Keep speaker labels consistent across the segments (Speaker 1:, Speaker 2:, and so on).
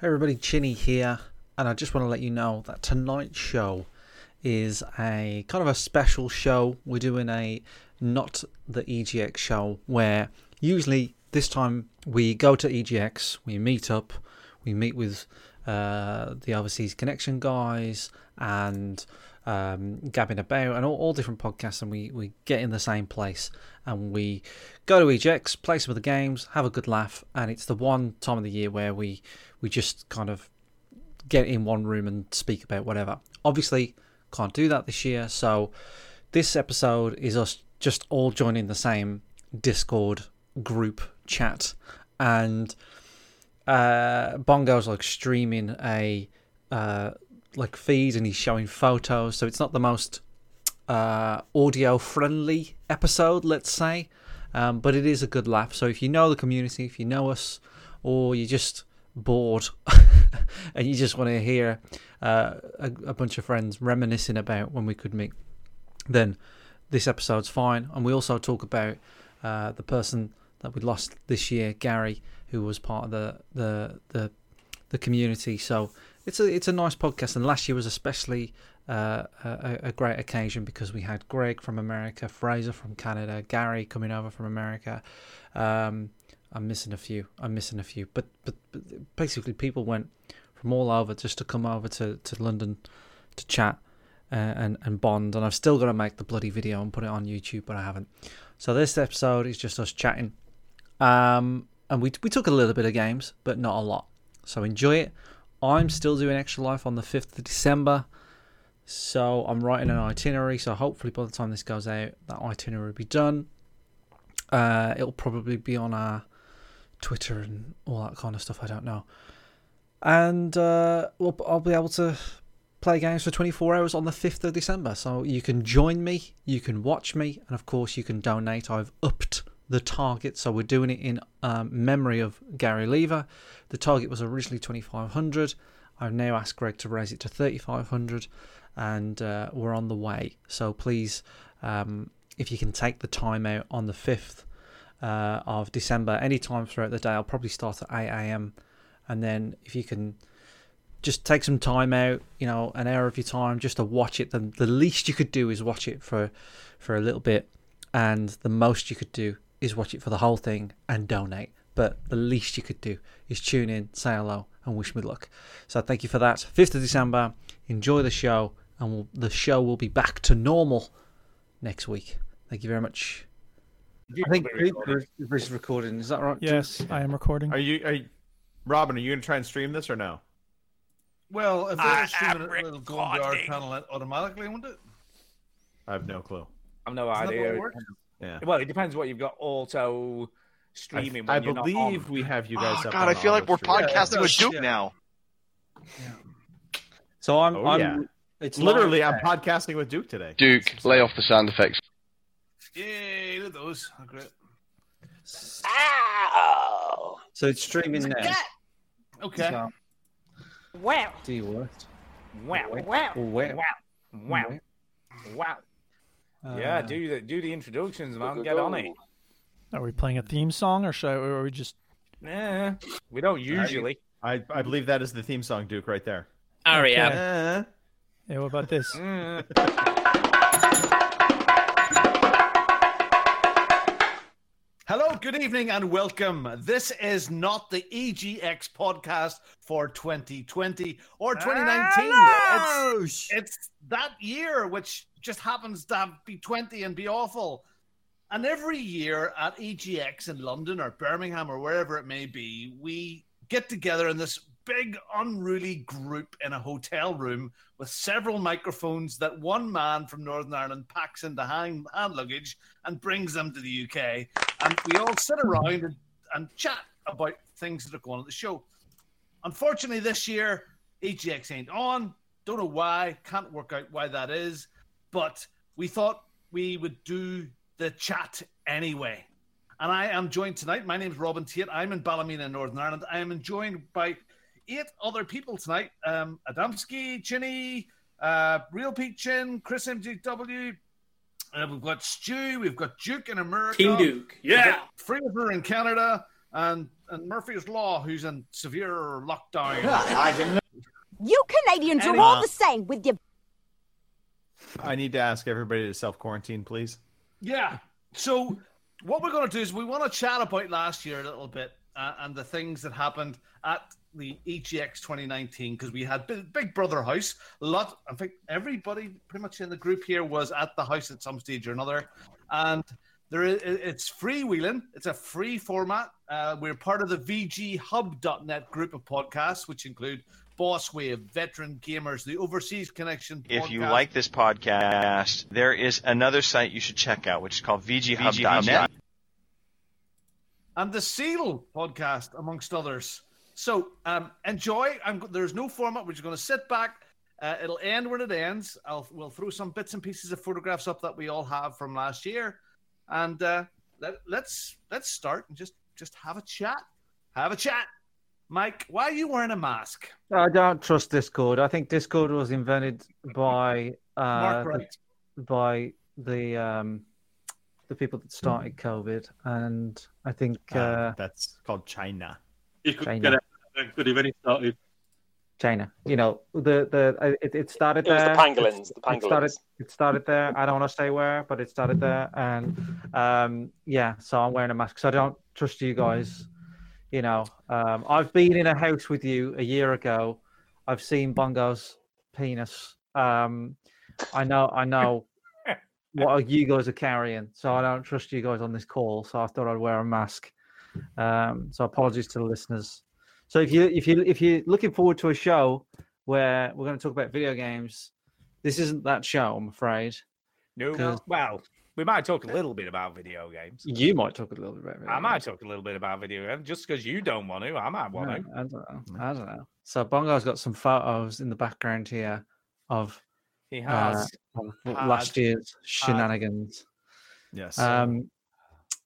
Speaker 1: Hey everybody, Chinny here, and I just want to let you know that tonight's show is a kind of a special show. We're doing a not the EGX show where usually this time we go to EGX, we meet up, we meet with uh, the overseas connection guys and um, gabbing about and all, all different podcasts, and we, we get in the same place and we go to EGX, play some of the games, have a good laugh, and it's the one time of the year where we we just kind of get in one room and speak about whatever. Obviously, can't do that this year, so this episode is us just all joining the same Discord group chat, and uh, Bongo's like streaming a uh, like feed, and he's showing photos, so it's not the most uh, audio friendly episode, let's say. Um, but it is a good laugh. So if you know the community, if you know us, or you're just bored and you just want to hear uh, a, a bunch of friends reminiscing about when we could meet, then this episode's fine. And we also talk about uh, the person that we lost this year, Gary, who was part of the the the, the community. So it's a it's a nice podcast. And last year was especially uh, a, a great occasion because we had Greg from America, Fraser from Canada, Gary coming over from America. Um, I'm missing a few. I'm missing a few. But, but but basically, people went from all over just to come over to, to London to chat uh, and and bond. And I've still got to make the bloody video and put it on YouTube, but I haven't. So this episode is just us chatting. Um, and we we took a little bit of games, but not a lot. So enjoy it. I'm still doing Extra Life on the fifth of December. So I'm writing an itinerary. So hopefully by the time this goes out, that itinerary will be done. Uh, it'll probably be on our Twitter and all that kind of stuff. I don't know. And uh, we'll, I'll be able to play games for 24 hours on the 5th of December. So you can join me, you can watch me, and of course you can donate. I've upped the target, so we're doing it in um, memory of Gary Lever. The target was originally 2,500. I've now asked Greg to raise it to 3,500, and uh, we're on the way. So please, um, if you can take the time out on the 5th uh, of December, any time throughout the day. I'll probably start at 8 a.m. And then if you can just take some time out, you know, an hour of your time just to watch it, then the least you could do is watch it for, for a little bit. And the most you could do is watch it for the whole thing and donate. But the least you could do is tune in, say hello, and wish me luck. So thank you for that. 5th of December, enjoy the show, and we'll, the show will be back to normal next week. Thank you very much. I think Cooper is recording. Is that right?
Speaker 2: Yes, I am recording.
Speaker 3: Are you, are you, Robin? Are you gonna try and stream this or no?
Speaker 4: Well, if
Speaker 5: I
Speaker 4: they're streaming
Speaker 5: am
Speaker 4: it, it'll go into our
Speaker 5: recording.
Speaker 4: channel automatically, won't it?
Speaker 3: I have no clue.
Speaker 5: I've no
Speaker 4: Isn't that
Speaker 5: idea.
Speaker 4: what works?
Speaker 3: Yeah.
Speaker 5: Well, it depends what you've got auto
Speaker 3: I-
Speaker 5: streaming.
Speaker 3: I,
Speaker 5: when you're not
Speaker 3: believe
Speaker 5: on.
Speaker 3: we have you guys.
Speaker 6: Oh,
Speaker 3: up
Speaker 6: God, I
Speaker 3: on
Speaker 6: feel like we're
Speaker 3: auto stream.
Speaker 4: Yeah,
Speaker 6: podcasting with
Speaker 4: it's-
Speaker 6: Duke
Speaker 4: yeah.
Speaker 6: now.
Speaker 1: So I'm.
Speaker 3: Oh,
Speaker 1: I'm
Speaker 3: yeah.
Speaker 1: Um, It's
Speaker 3: Literally,
Speaker 1: live
Speaker 3: I'm
Speaker 1: now.
Speaker 3: podcasting with Duke today.
Speaker 7: Duke, lay off the sound effects.
Speaker 4: Yay, look at those. Oh, great.
Speaker 8: Ow!
Speaker 1: So it's streaming now.
Speaker 4: Okay.
Speaker 1: So,
Speaker 8: Wow!
Speaker 1: do you work?
Speaker 5: Wow,
Speaker 8: Wow!
Speaker 1: Or where?
Speaker 5: wow, wow, wow.
Speaker 1: Uh,
Speaker 5: yeah, do the do the introductions, man. Get on it.
Speaker 2: Are we playing a theme song or should I, or are we just
Speaker 5: Nah, we don't usually.
Speaker 3: I, I believe that is the theme song, Duke, right there.
Speaker 2: Oh, Yeah.
Speaker 8: Ariel.
Speaker 3: Eh.
Speaker 2: Hey, what about this?
Speaker 5: Mm.
Speaker 4: Hello, good evening, and welcome. This is not the EGX podcast for 2020 or 2019. It's, it's that year, which just happens to be 20 and be awful. And every year at EGX in London or Birmingham or wherever it may be, we get together in this big, unruly group in a hotel room with several microphones that one man from Northern Ireland packs into hand, hand luggage and brings them to the UK. And we all sit around and, and chat about things that are going on at the show. Unfortunately, this year, EGX ain't on. Don't know why. Can't work out why that is. But we thought we would do the chat anyway. And I am joined tonight. My name's Robin Tate. I'm in Ballymena, Northern Ireland. I am joined by eight other people tonight um, Adamski, Chinny, uh, Real Pete Chin, Chris MGW. Uh, we've got Stu. We've got Duke in America.
Speaker 8: King Duke.
Speaker 4: Fraser in Canada. and and Murphy's Law, who's in severe lockdown.
Speaker 1: I didn't know.
Speaker 9: You Canadians are
Speaker 4: Anyway.
Speaker 9: all the same with your
Speaker 3: I need to ask everybody to self quarantine, please.
Speaker 4: Yeah. So what we're going to do is we want to chat about last year a little bit uh, and the things that happened at the E EGX 2019 because we had Big, Big Brother House. A lot. I think everybody pretty much in the group here was at the house at some stage or another, and. There is, it's freewheeling. It's a free format. Uh, we're part of the VGHub.net group of podcasts, which include Boss Wave, Veteran Gamers, the Overseas Connection.
Speaker 10: If you
Speaker 4: podcast.
Speaker 10: like this podcast, there is another site you should check out, which is called VGHub.net.
Speaker 5: VGHub.net.
Speaker 4: and the Seal podcast, amongst others. So um, enjoy. I'm, there's no format. We're just going to sit back. Uh, it'll end when it ends. I'll we'll throw some bits and pieces of photographs up that we all have from last year, and uh, let, let's let's start and just just have a chat. Have a chat, Mike. Why are you wearing a mask,
Speaker 1: I don't trust Discord. I think Discord was invented by uh,
Speaker 4: Mark? Wright.
Speaker 1: by the um, the people that started COVID, and I think uh,
Speaker 3: Uh, Hmm. that's called China.
Speaker 11: You could
Speaker 1: China.
Speaker 11: get out that could have any started.
Speaker 1: China. You know, the the uh, it, it started
Speaker 12: It was the
Speaker 1: there.
Speaker 12: pangolins, the
Speaker 1: It started.
Speaker 12: pangolins.
Speaker 1: It started there. I don't want to say where, but it started there, and um, yeah. So I'm wearing a mask. So I don't trust you guys. You know, um, I've been in a house with you a year ago. I've seen Bongo's penis. Um, I know. I know what you guys are carrying. So I don't trust you guys on this call. So I thought I'd wear a mask. Um, so apologies to the listeners. So if you if you if you're looking forward to a show where we're going to talk about video games this isn't that show, I'm afraid.
Speaker 5: No.
Speaker 1: Cool.
Speaker 5: Well, we might talk a little bit about video games.
Speaker 1: You might talk a little bit about it.
Speaker 5: I might talk a little bit about video games just because you don't want to. I might
Speaker 1: No,
Speaker 5: want to.
Speaker 1: I don't know. I don't know. So Bongo's got some photos in the background here of,
Speaker 5: He
Speaker 1: Uh,
Speaker 5: has.
Speaker 1: of last year's shenanigans.
Speaker 3: Yes.
Speaker 1: Um,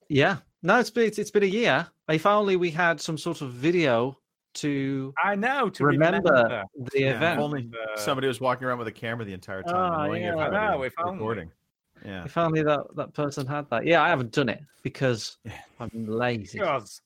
Speaker 1: yeah. No, it's been it's, it's been a year. If only we had some sort of video to
Speaker 5: I know. To
Speaker 1: remember,
Speaker 5: remember.
Speaker 1: the
Speaker 3: Yeah, if
Speaker 1: event.
Speaker 3: only
Speaker 5: Uh,
Speaker 3: somebody was walking around with a camera the entire time,
Speaker 1: Ah,
Speaker 3: annoying
Speaker 1: yeah.
Speaker 3: everybody,
Speaker 5: I know,
Speaker 3: and
Speaker 5: if only.
Speaker 3: recording. Yeah.
Speaker 1: If only that that person had that. Yeah, I haven't done it because I'm lazy.
Speaker 5: because-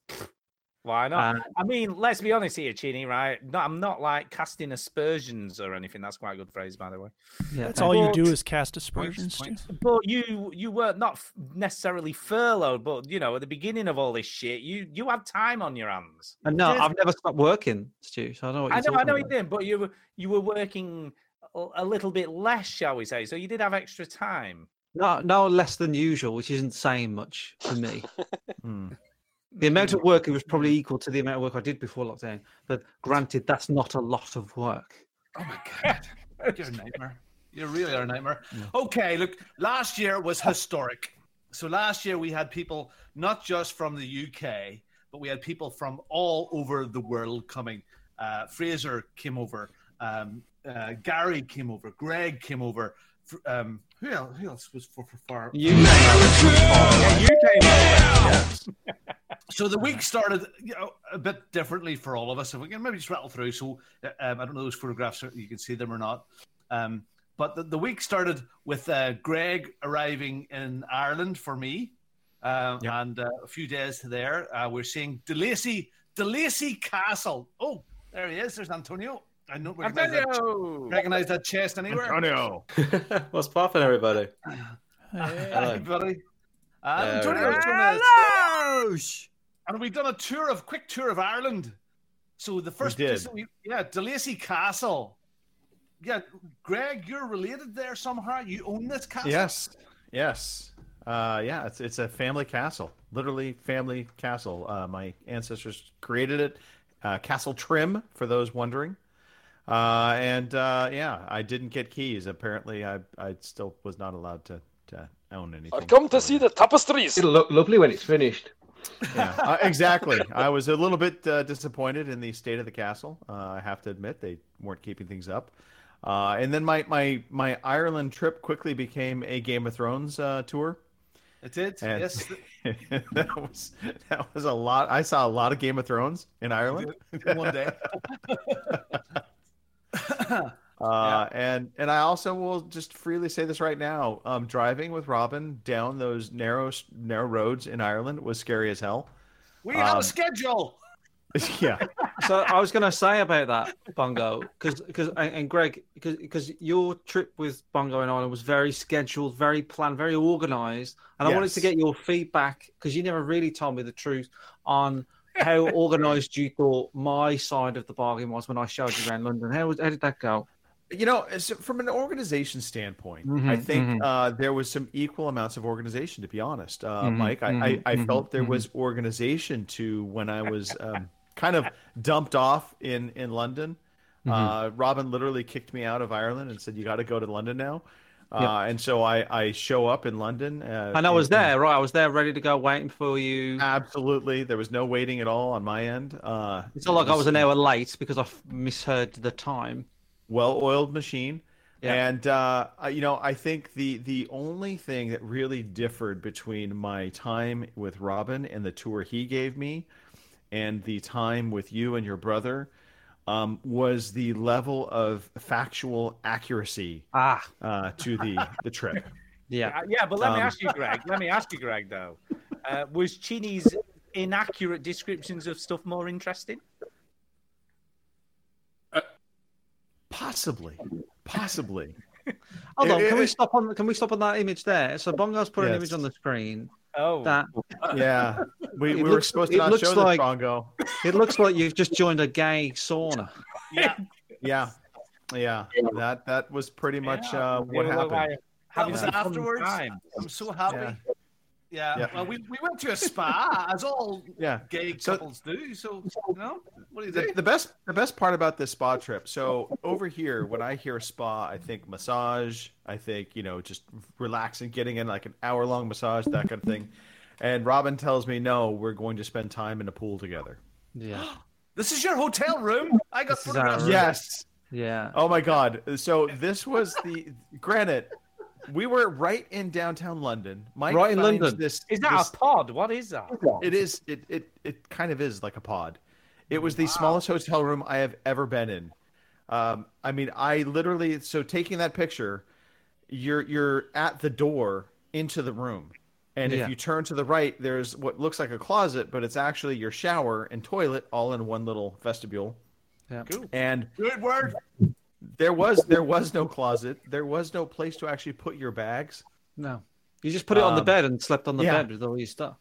Speaker 5: Why not?
Speaker 1: Uh,
Speaker 5: I mean, let's be honest here, Chini, right? No, I'm not like casting aspersions or anything. That's quite a good phrase, by the way.
Speaker 1: yeah,
Speaker 2: That's all you do
Speaker 5: But-
Speaker 2: is cast aspersions. Stu.
Speaker 5: But you you were not f- necessarily furloughed, but you know, at the beginning of all this shit, you you had time on your hands.
Speaker 1: And Uh, no,
Speaker 5: Just-
Speaker 1: I've never stopped working, Stu. So I know what you're
Speaker 5: I know, I
Speaker 1: talking
Speaker 5: know you
Speaker 1: about.
Speaker 5: didn't, but you were you were working a- a little bit less, shall we say? So you did have extra time.
Speaker 1: No, no less than usual, which isn't saying much for me.
Speaker 3: Hmm.
Speaker 1: The amount of work it was probably equal to the amount of work I did before lockdown. But granted, that's not a lot of work.
Speaker 4: Oh my god, you're a nightmare. You really are a nightmare. Okay, look, last year was historic. So last year we had people not just from the UK, but we had people from all over the world coming. Uh, Fraser came over, um, uh, Gary came over, Greg came over. fr- Um, who else? Who else was for for far?
Speaker 1: You know,
Speaker 5: You came
Speaker 4: So the week started you know, a bit differently for all of us. If we can maybe just rattle through. So uh, um, I don't know those photographs, if you can see them or not. Um, but the, the week started with uh, Greg arriving in Ireland for me. Um,
Speaker 3: Yep.
Speaker 4: And uh, a few days to there, uh, we're seeing DeLacy, DeLacy Castle. Oh, there he is. There's Antonio. I don't recognize, That,
Speaker 5: Antonio!
Speaker 4: recognize that chest anywhere.
Speaker 3: Antonio.
Speaker 11: What's popping, everybody?
Speaker 2: Hey.
Speaker 4: Hi, buddy. Uh,
Speaker 11: There
Speaker 4: Antonio,
Speaker 11: we go.
Speaker 4: two minutes. And we've done a tour of quick tour of Ireland. So the first
Speaker 3: did.
Speaker 4: place that we, yeah, DeLacy Castle. Yeah, Greg, you're related there somehow. You own this castle.
Speaker 3: Yes. Yes. Uh, yeah, it's it's a family castle, literally family castle. Uh, my ancestors created it, uh, Castle Trim, for those wondering. Uh, and uh, yeah, I didn't get keys. Apparently, I I still was not allowed to, to own anything.
Speaker 12: I've come to see the tapestries.
Speaker 8: It'll look lovely when it's finished.
Speaker 3: Yeah, uh, exactly. I was a little bit uh, disappointed in the state of the castle. Uh, I have to admit they weren't keeping things up. Uh, and then my, my my Ireland trip quickly became a Game of Thrones uh, tour.
Speaker 4: It did.
Speaker 3: And-
Speaker 4: Yes.
Speaker 3: that was that was a lot. I saw a lot of Game of Thrones in Ireland
Speaker 4: One day.
Speaker 3: Uh, and and I also will just freely say this right now. Um, driving with Robin down those narrow s- narrow roads in Ireland was scary as hell.
Speaker 4: We have
Speaker 3: Um,
Speaker 4: a schedule.
Speaker 3: yeah.
Speaker 1: so I was going to say about that Bongo because and, and Greg because your trip with Bongo and Ireland was very scheduled, very planned, very organised, and I wanted to
Speaker 3: Yes.
Speaker 1: get your feedback because you never really told me the truth on how organised you thought my side of the bargain was when I showed you around London. How was how did that go?
Speaker 3: you know, as- from an organization standpoint,
Speaker 1: Mhm,
Speaker 3: I think
Speaker 1: mhm.
Speaker 3: uh, there was some equal amounts of organization. To be honest, uh,
Speaker 1: Mhm,
Speaker 3: Mike, I,
Speaker 1: mhm,
Speaker 3: I, I
Speaker 1: mhm,
Speaker 3: felt there
Speaker 1: mhm.
Speaker 3: was organization to when I was um, kind of dumped off in in London.
Speaker 1: Mm-hmm.
Speaker 3: Uh, Robin literally kicked me out of Ireland and said, "You got to go to London now." Uh,
Speaker 1: Yeah.
Speaker 3: And so I, I show up in London, uh,
Speaker 1: And I was
Speaker 3: in- in
Speaker 1: there, right? I was there, ready to go, waiting for you.
Speaker 3: Absolutely, there was no waiting at all on my end. Uh,
Speaker 1: It's not like I was an
Speaker 3: an
Speaker 1: hour late because I f- misheard the time.
Speaker 3: well-oiled machine,
Speaker 1: Yeah.
Speaker 3: and uh, I- you know, I think the the only thing that really differed between my time with Robin and the tour he gave me, and the time with you and your brother, um, was the level of factual accuracy
Speaker 1: Ah,
Speaker 3: uh, to the the trip.
Speaker 1: yeah.
Speaker 5: Uh, yeah, but let me
Speaker 3: Um,
Speaker 5: ask you, Greg. let me ask you, Greg, though. Uh, was Chini's inaccurate descriptions of stuff more interesting?
Speaker 3: Possibly, possibly.
Speaker 1: Hold on,
Speaker 3: It-
Speaker 1: can we
Speaker 3: it-
Speaker 1: stop on? Can we stop on that image there? So Bongo's put an
Speaker 3: Yes.
Speaker 1: image on the screen
Speaker 5: Oh,
Speaker 1: that
Speaker 3: Yeah, we,
Speaker 1: It
Speaker 3: we were
Speaker 1: looks-
Speaker 3: supposed
Speaker 1: it
Speaker 3: to not
Speaker 1: looks
Speaker 3: show
Speaker 1: like-
Speaker 3: the Congo.
Speaker 1: it looks like you've just joined a gay sauna.
Speaker 4: Yeah,
Speaker 3: Yeah. Yeah, that that was pretty much
Speaker 5: Yeah,
Speaker 3: uh, what
Speaker 5: you look
Speaker 3: happened.
Speaker 5: like
Speaker 4: that
Speaker 5: having
Speaker 4: was
Speaker 5: some fun
Speaker 4: afterwards.
Speaker 5: time.
Speaker 4: I'm so happy.
Speaker 3: Yeah.
Speaker 4: Yeah.
Speaker 3: Yeah.
Speaker 4: Well, we, we went to a spa, as all
Speaker 3: Yeah,
Speaker 4: gay
Speaker 3: So-
Speaker 4: couples do. So you know, what do you
Speaker 3: the,
Speaker 4: think?
Speaker 3: the best the best part about this spa trip. So over here, when I hear spa, I think massage. I think you know just relaxing, getting in like an hour long massage, that kind of thing. And Robin tells me, no, we're going to spend time in a pool together.
Speaker 1: Yeah,
Speaker 4: This is your hotel room. I got
Speaker 1: This is our
Speaker 4: photographs.
Speaker 1: room.
Speaker 3: Yes.
Speaker 1: yeah.
Speaker 3: Oh my God. So this was the granted. We were right in downtown London. Mike
Speaker 1: Right in
Speaker 3: finds
Speaker 1: London.
Speaker 3: This
Speaker 5: Is that
Speaker 3: this-
Speaker 5: a pod? What is that?
Speaker 3: It is. It it it kind of is like a pod. It was the smallest hotel room I have ever been in. Um, I mean, I literally. So taking that picture, you're you're at the door into the room, and
Speaker 1: Yeah.
Speaker 3: if you turn to the right, there's what looks like a closet, but it's actually your shower and toilet all in one little vestibule.
Speaker 1: Yeah.
Speaker 3: And
Speaker 4: Good word.
Speaker 3: there was there was no closet. There was no place to actually put your bags.
Speaker 1: No, you just put it on the
Speaker 3: Um,
Speaker 1: bed and slept on the
Speaker 3: yeah.
Speaker 1: bed with all your stuff.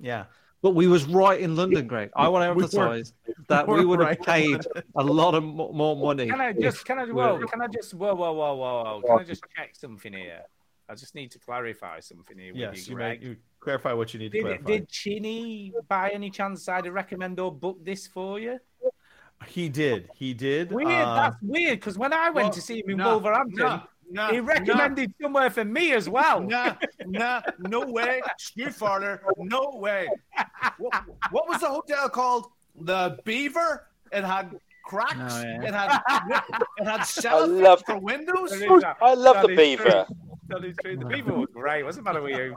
Speaker 3: Yeah.
Speaker 1: But we was right in London, Greg. I want to
Speaker 3: We were-
Speaker 1: emphasise that
Speaker 3: we
Speaker 1: we
Speaker 3: were
Speaker 1: would have
Speaker 3: right in
Speaker 1: paid a lot of mo- more money.
Speaker 5: Can I just? Can I? Whoa! Can I just? Whoa! Whoa! Whoa! Whoa! Whoa! Can I just check something here? I just need to clarify something here with
Speaker 3: Yes.
Speaker 5: you,
Speaker 3: You, may,
Speaker 5: Greg.
Speaker 3: you clarify what you need to
Speaker 5: Did,
Speaker 3: clarify.
Speaker 5: did Chini, by any chance, either recommend or book this for you?
Speaker 3: He did. He did.
Speaker 5: Weird.
Speaker 3: uh,
Speaker 5: that's weird. Because when I went
Speaker 4: well,
Speaker 5: to see him in
Speaker 4: nah,
Speaker 5: Wolverhampton,
Speaker 4: Nah, nah,
Speaker 5: he recommended somewhere for me as well.
Speaker 4: Nah, nah, no way. Screw farther. No way. What, what was the hotel called? The Beaver. It had cracks.
Speaker 1: Oh, yeah.
Speaker 4: It had it had
Speaker 12: I
Speaker 4: cells
Speaker 12: love-
Speaker 4: for windows.
Speaker 5: There is that.
Speaker 12: I love
Speaker 5: That
Speaker 12: the
Speaker 5: is
Speaker 12: beaver.
Speaker 5: That is true. The people were great. What's the matter with you?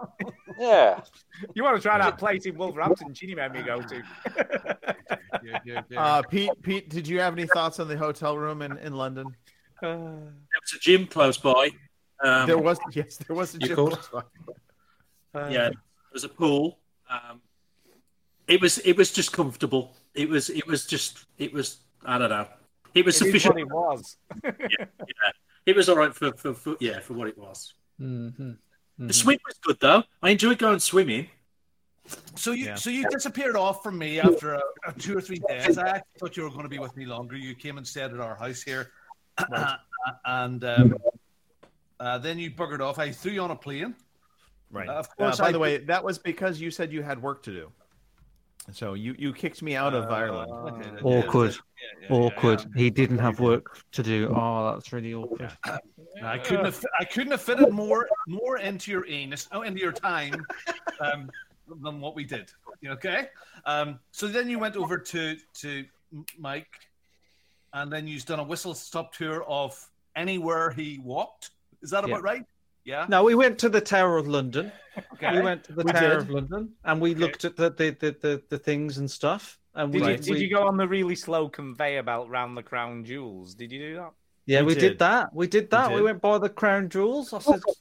Speaker 12: Yeah.
Speaker 5: You want to try that place in Wolverhampton? Chini made me go to.
Speaker 3: Uh, Pete, Pete, did you have any thoughts on the hotel room in, in London?
Speaker 5: Uh,
Speaker 11: There was a gym close by. Um,
Speaker 3: there was yes, there was a
Speaker 11: you
Speaker 3: gym.
Speaker 11: called?
Speaker 5: uh,
Speaker 11: yeah, there was a pool. Um, it was it was just comfortable. It was it was just it was I don't know. It was
Speaker 5: It is
Speaker 11: sufficient.
Speaker 5: what it was.
Speaker 11: It was all right for, for, for yeah for what it was.
Speaker 3: Hmm.
Speaker 1: Mm-hmm.
Speaker 11: The swim was good though. I enjoyed going swimming.
Speaker 4: So you
Speaker 3: Yeah.
Speaker 4: so you disappeared off from me after a, a two or three days. I actually thought you were going to be with me longer. You came and stayed at our house here, and um, uh, then you buggered off. I threw you on a plane. Uh,
Speaker 3: Right. Uh,
Speaker 4: Of course
Speaker 3: by
Speaker 4: I
Speaker 3: the
Speaker 4: did.
Speaker 3: way, that was because you said you had work to do. So you you kicked me out of Ireland.
Speaker 4: Uh, Okay, yeah,
Speaker 1: Awkward.
Speaker 4: yeah, yeah,
Speaker 1: Awkward. He didn't have work to do. Oh, that's really awkward.
Speaker 4: yeah. I couldn't have I couldn't have fitted more more into your anus, oh, into your time, um, than what we did. You Okay. Um, so then you went over to to Mike, and then you've done a whistle stop tour of anywhere he walked. Is that
Speaker 1: Yeah.
Speaker 4: about right? Yeah.
Speaker 1: No, we went to the Tower of London.
Speaker 4: Okay.
Speaker 1: We went to the
Speaker 3: We
Speaker 1: Tower
Speaker 3: did.
Speaker 1: of London and we looked at the the, the, the, the things and stuff. And
Speaker 5: Did,
Speaker 1: we,
Speaker 5: you, did
Speaker 1: we-
Speaker 5: you go on the really slow conveyor belt round the crown jewels? Did you do that?
Speaker 1: Yeah, we,
Speaker 3: We
Speaker 1: did.
Speaker 3: did.
Speaker 1: that. We did that. We,
Speaker 3: did.
Speaker 1: went by the crown jewels. I said,
Speaker 5: Oh.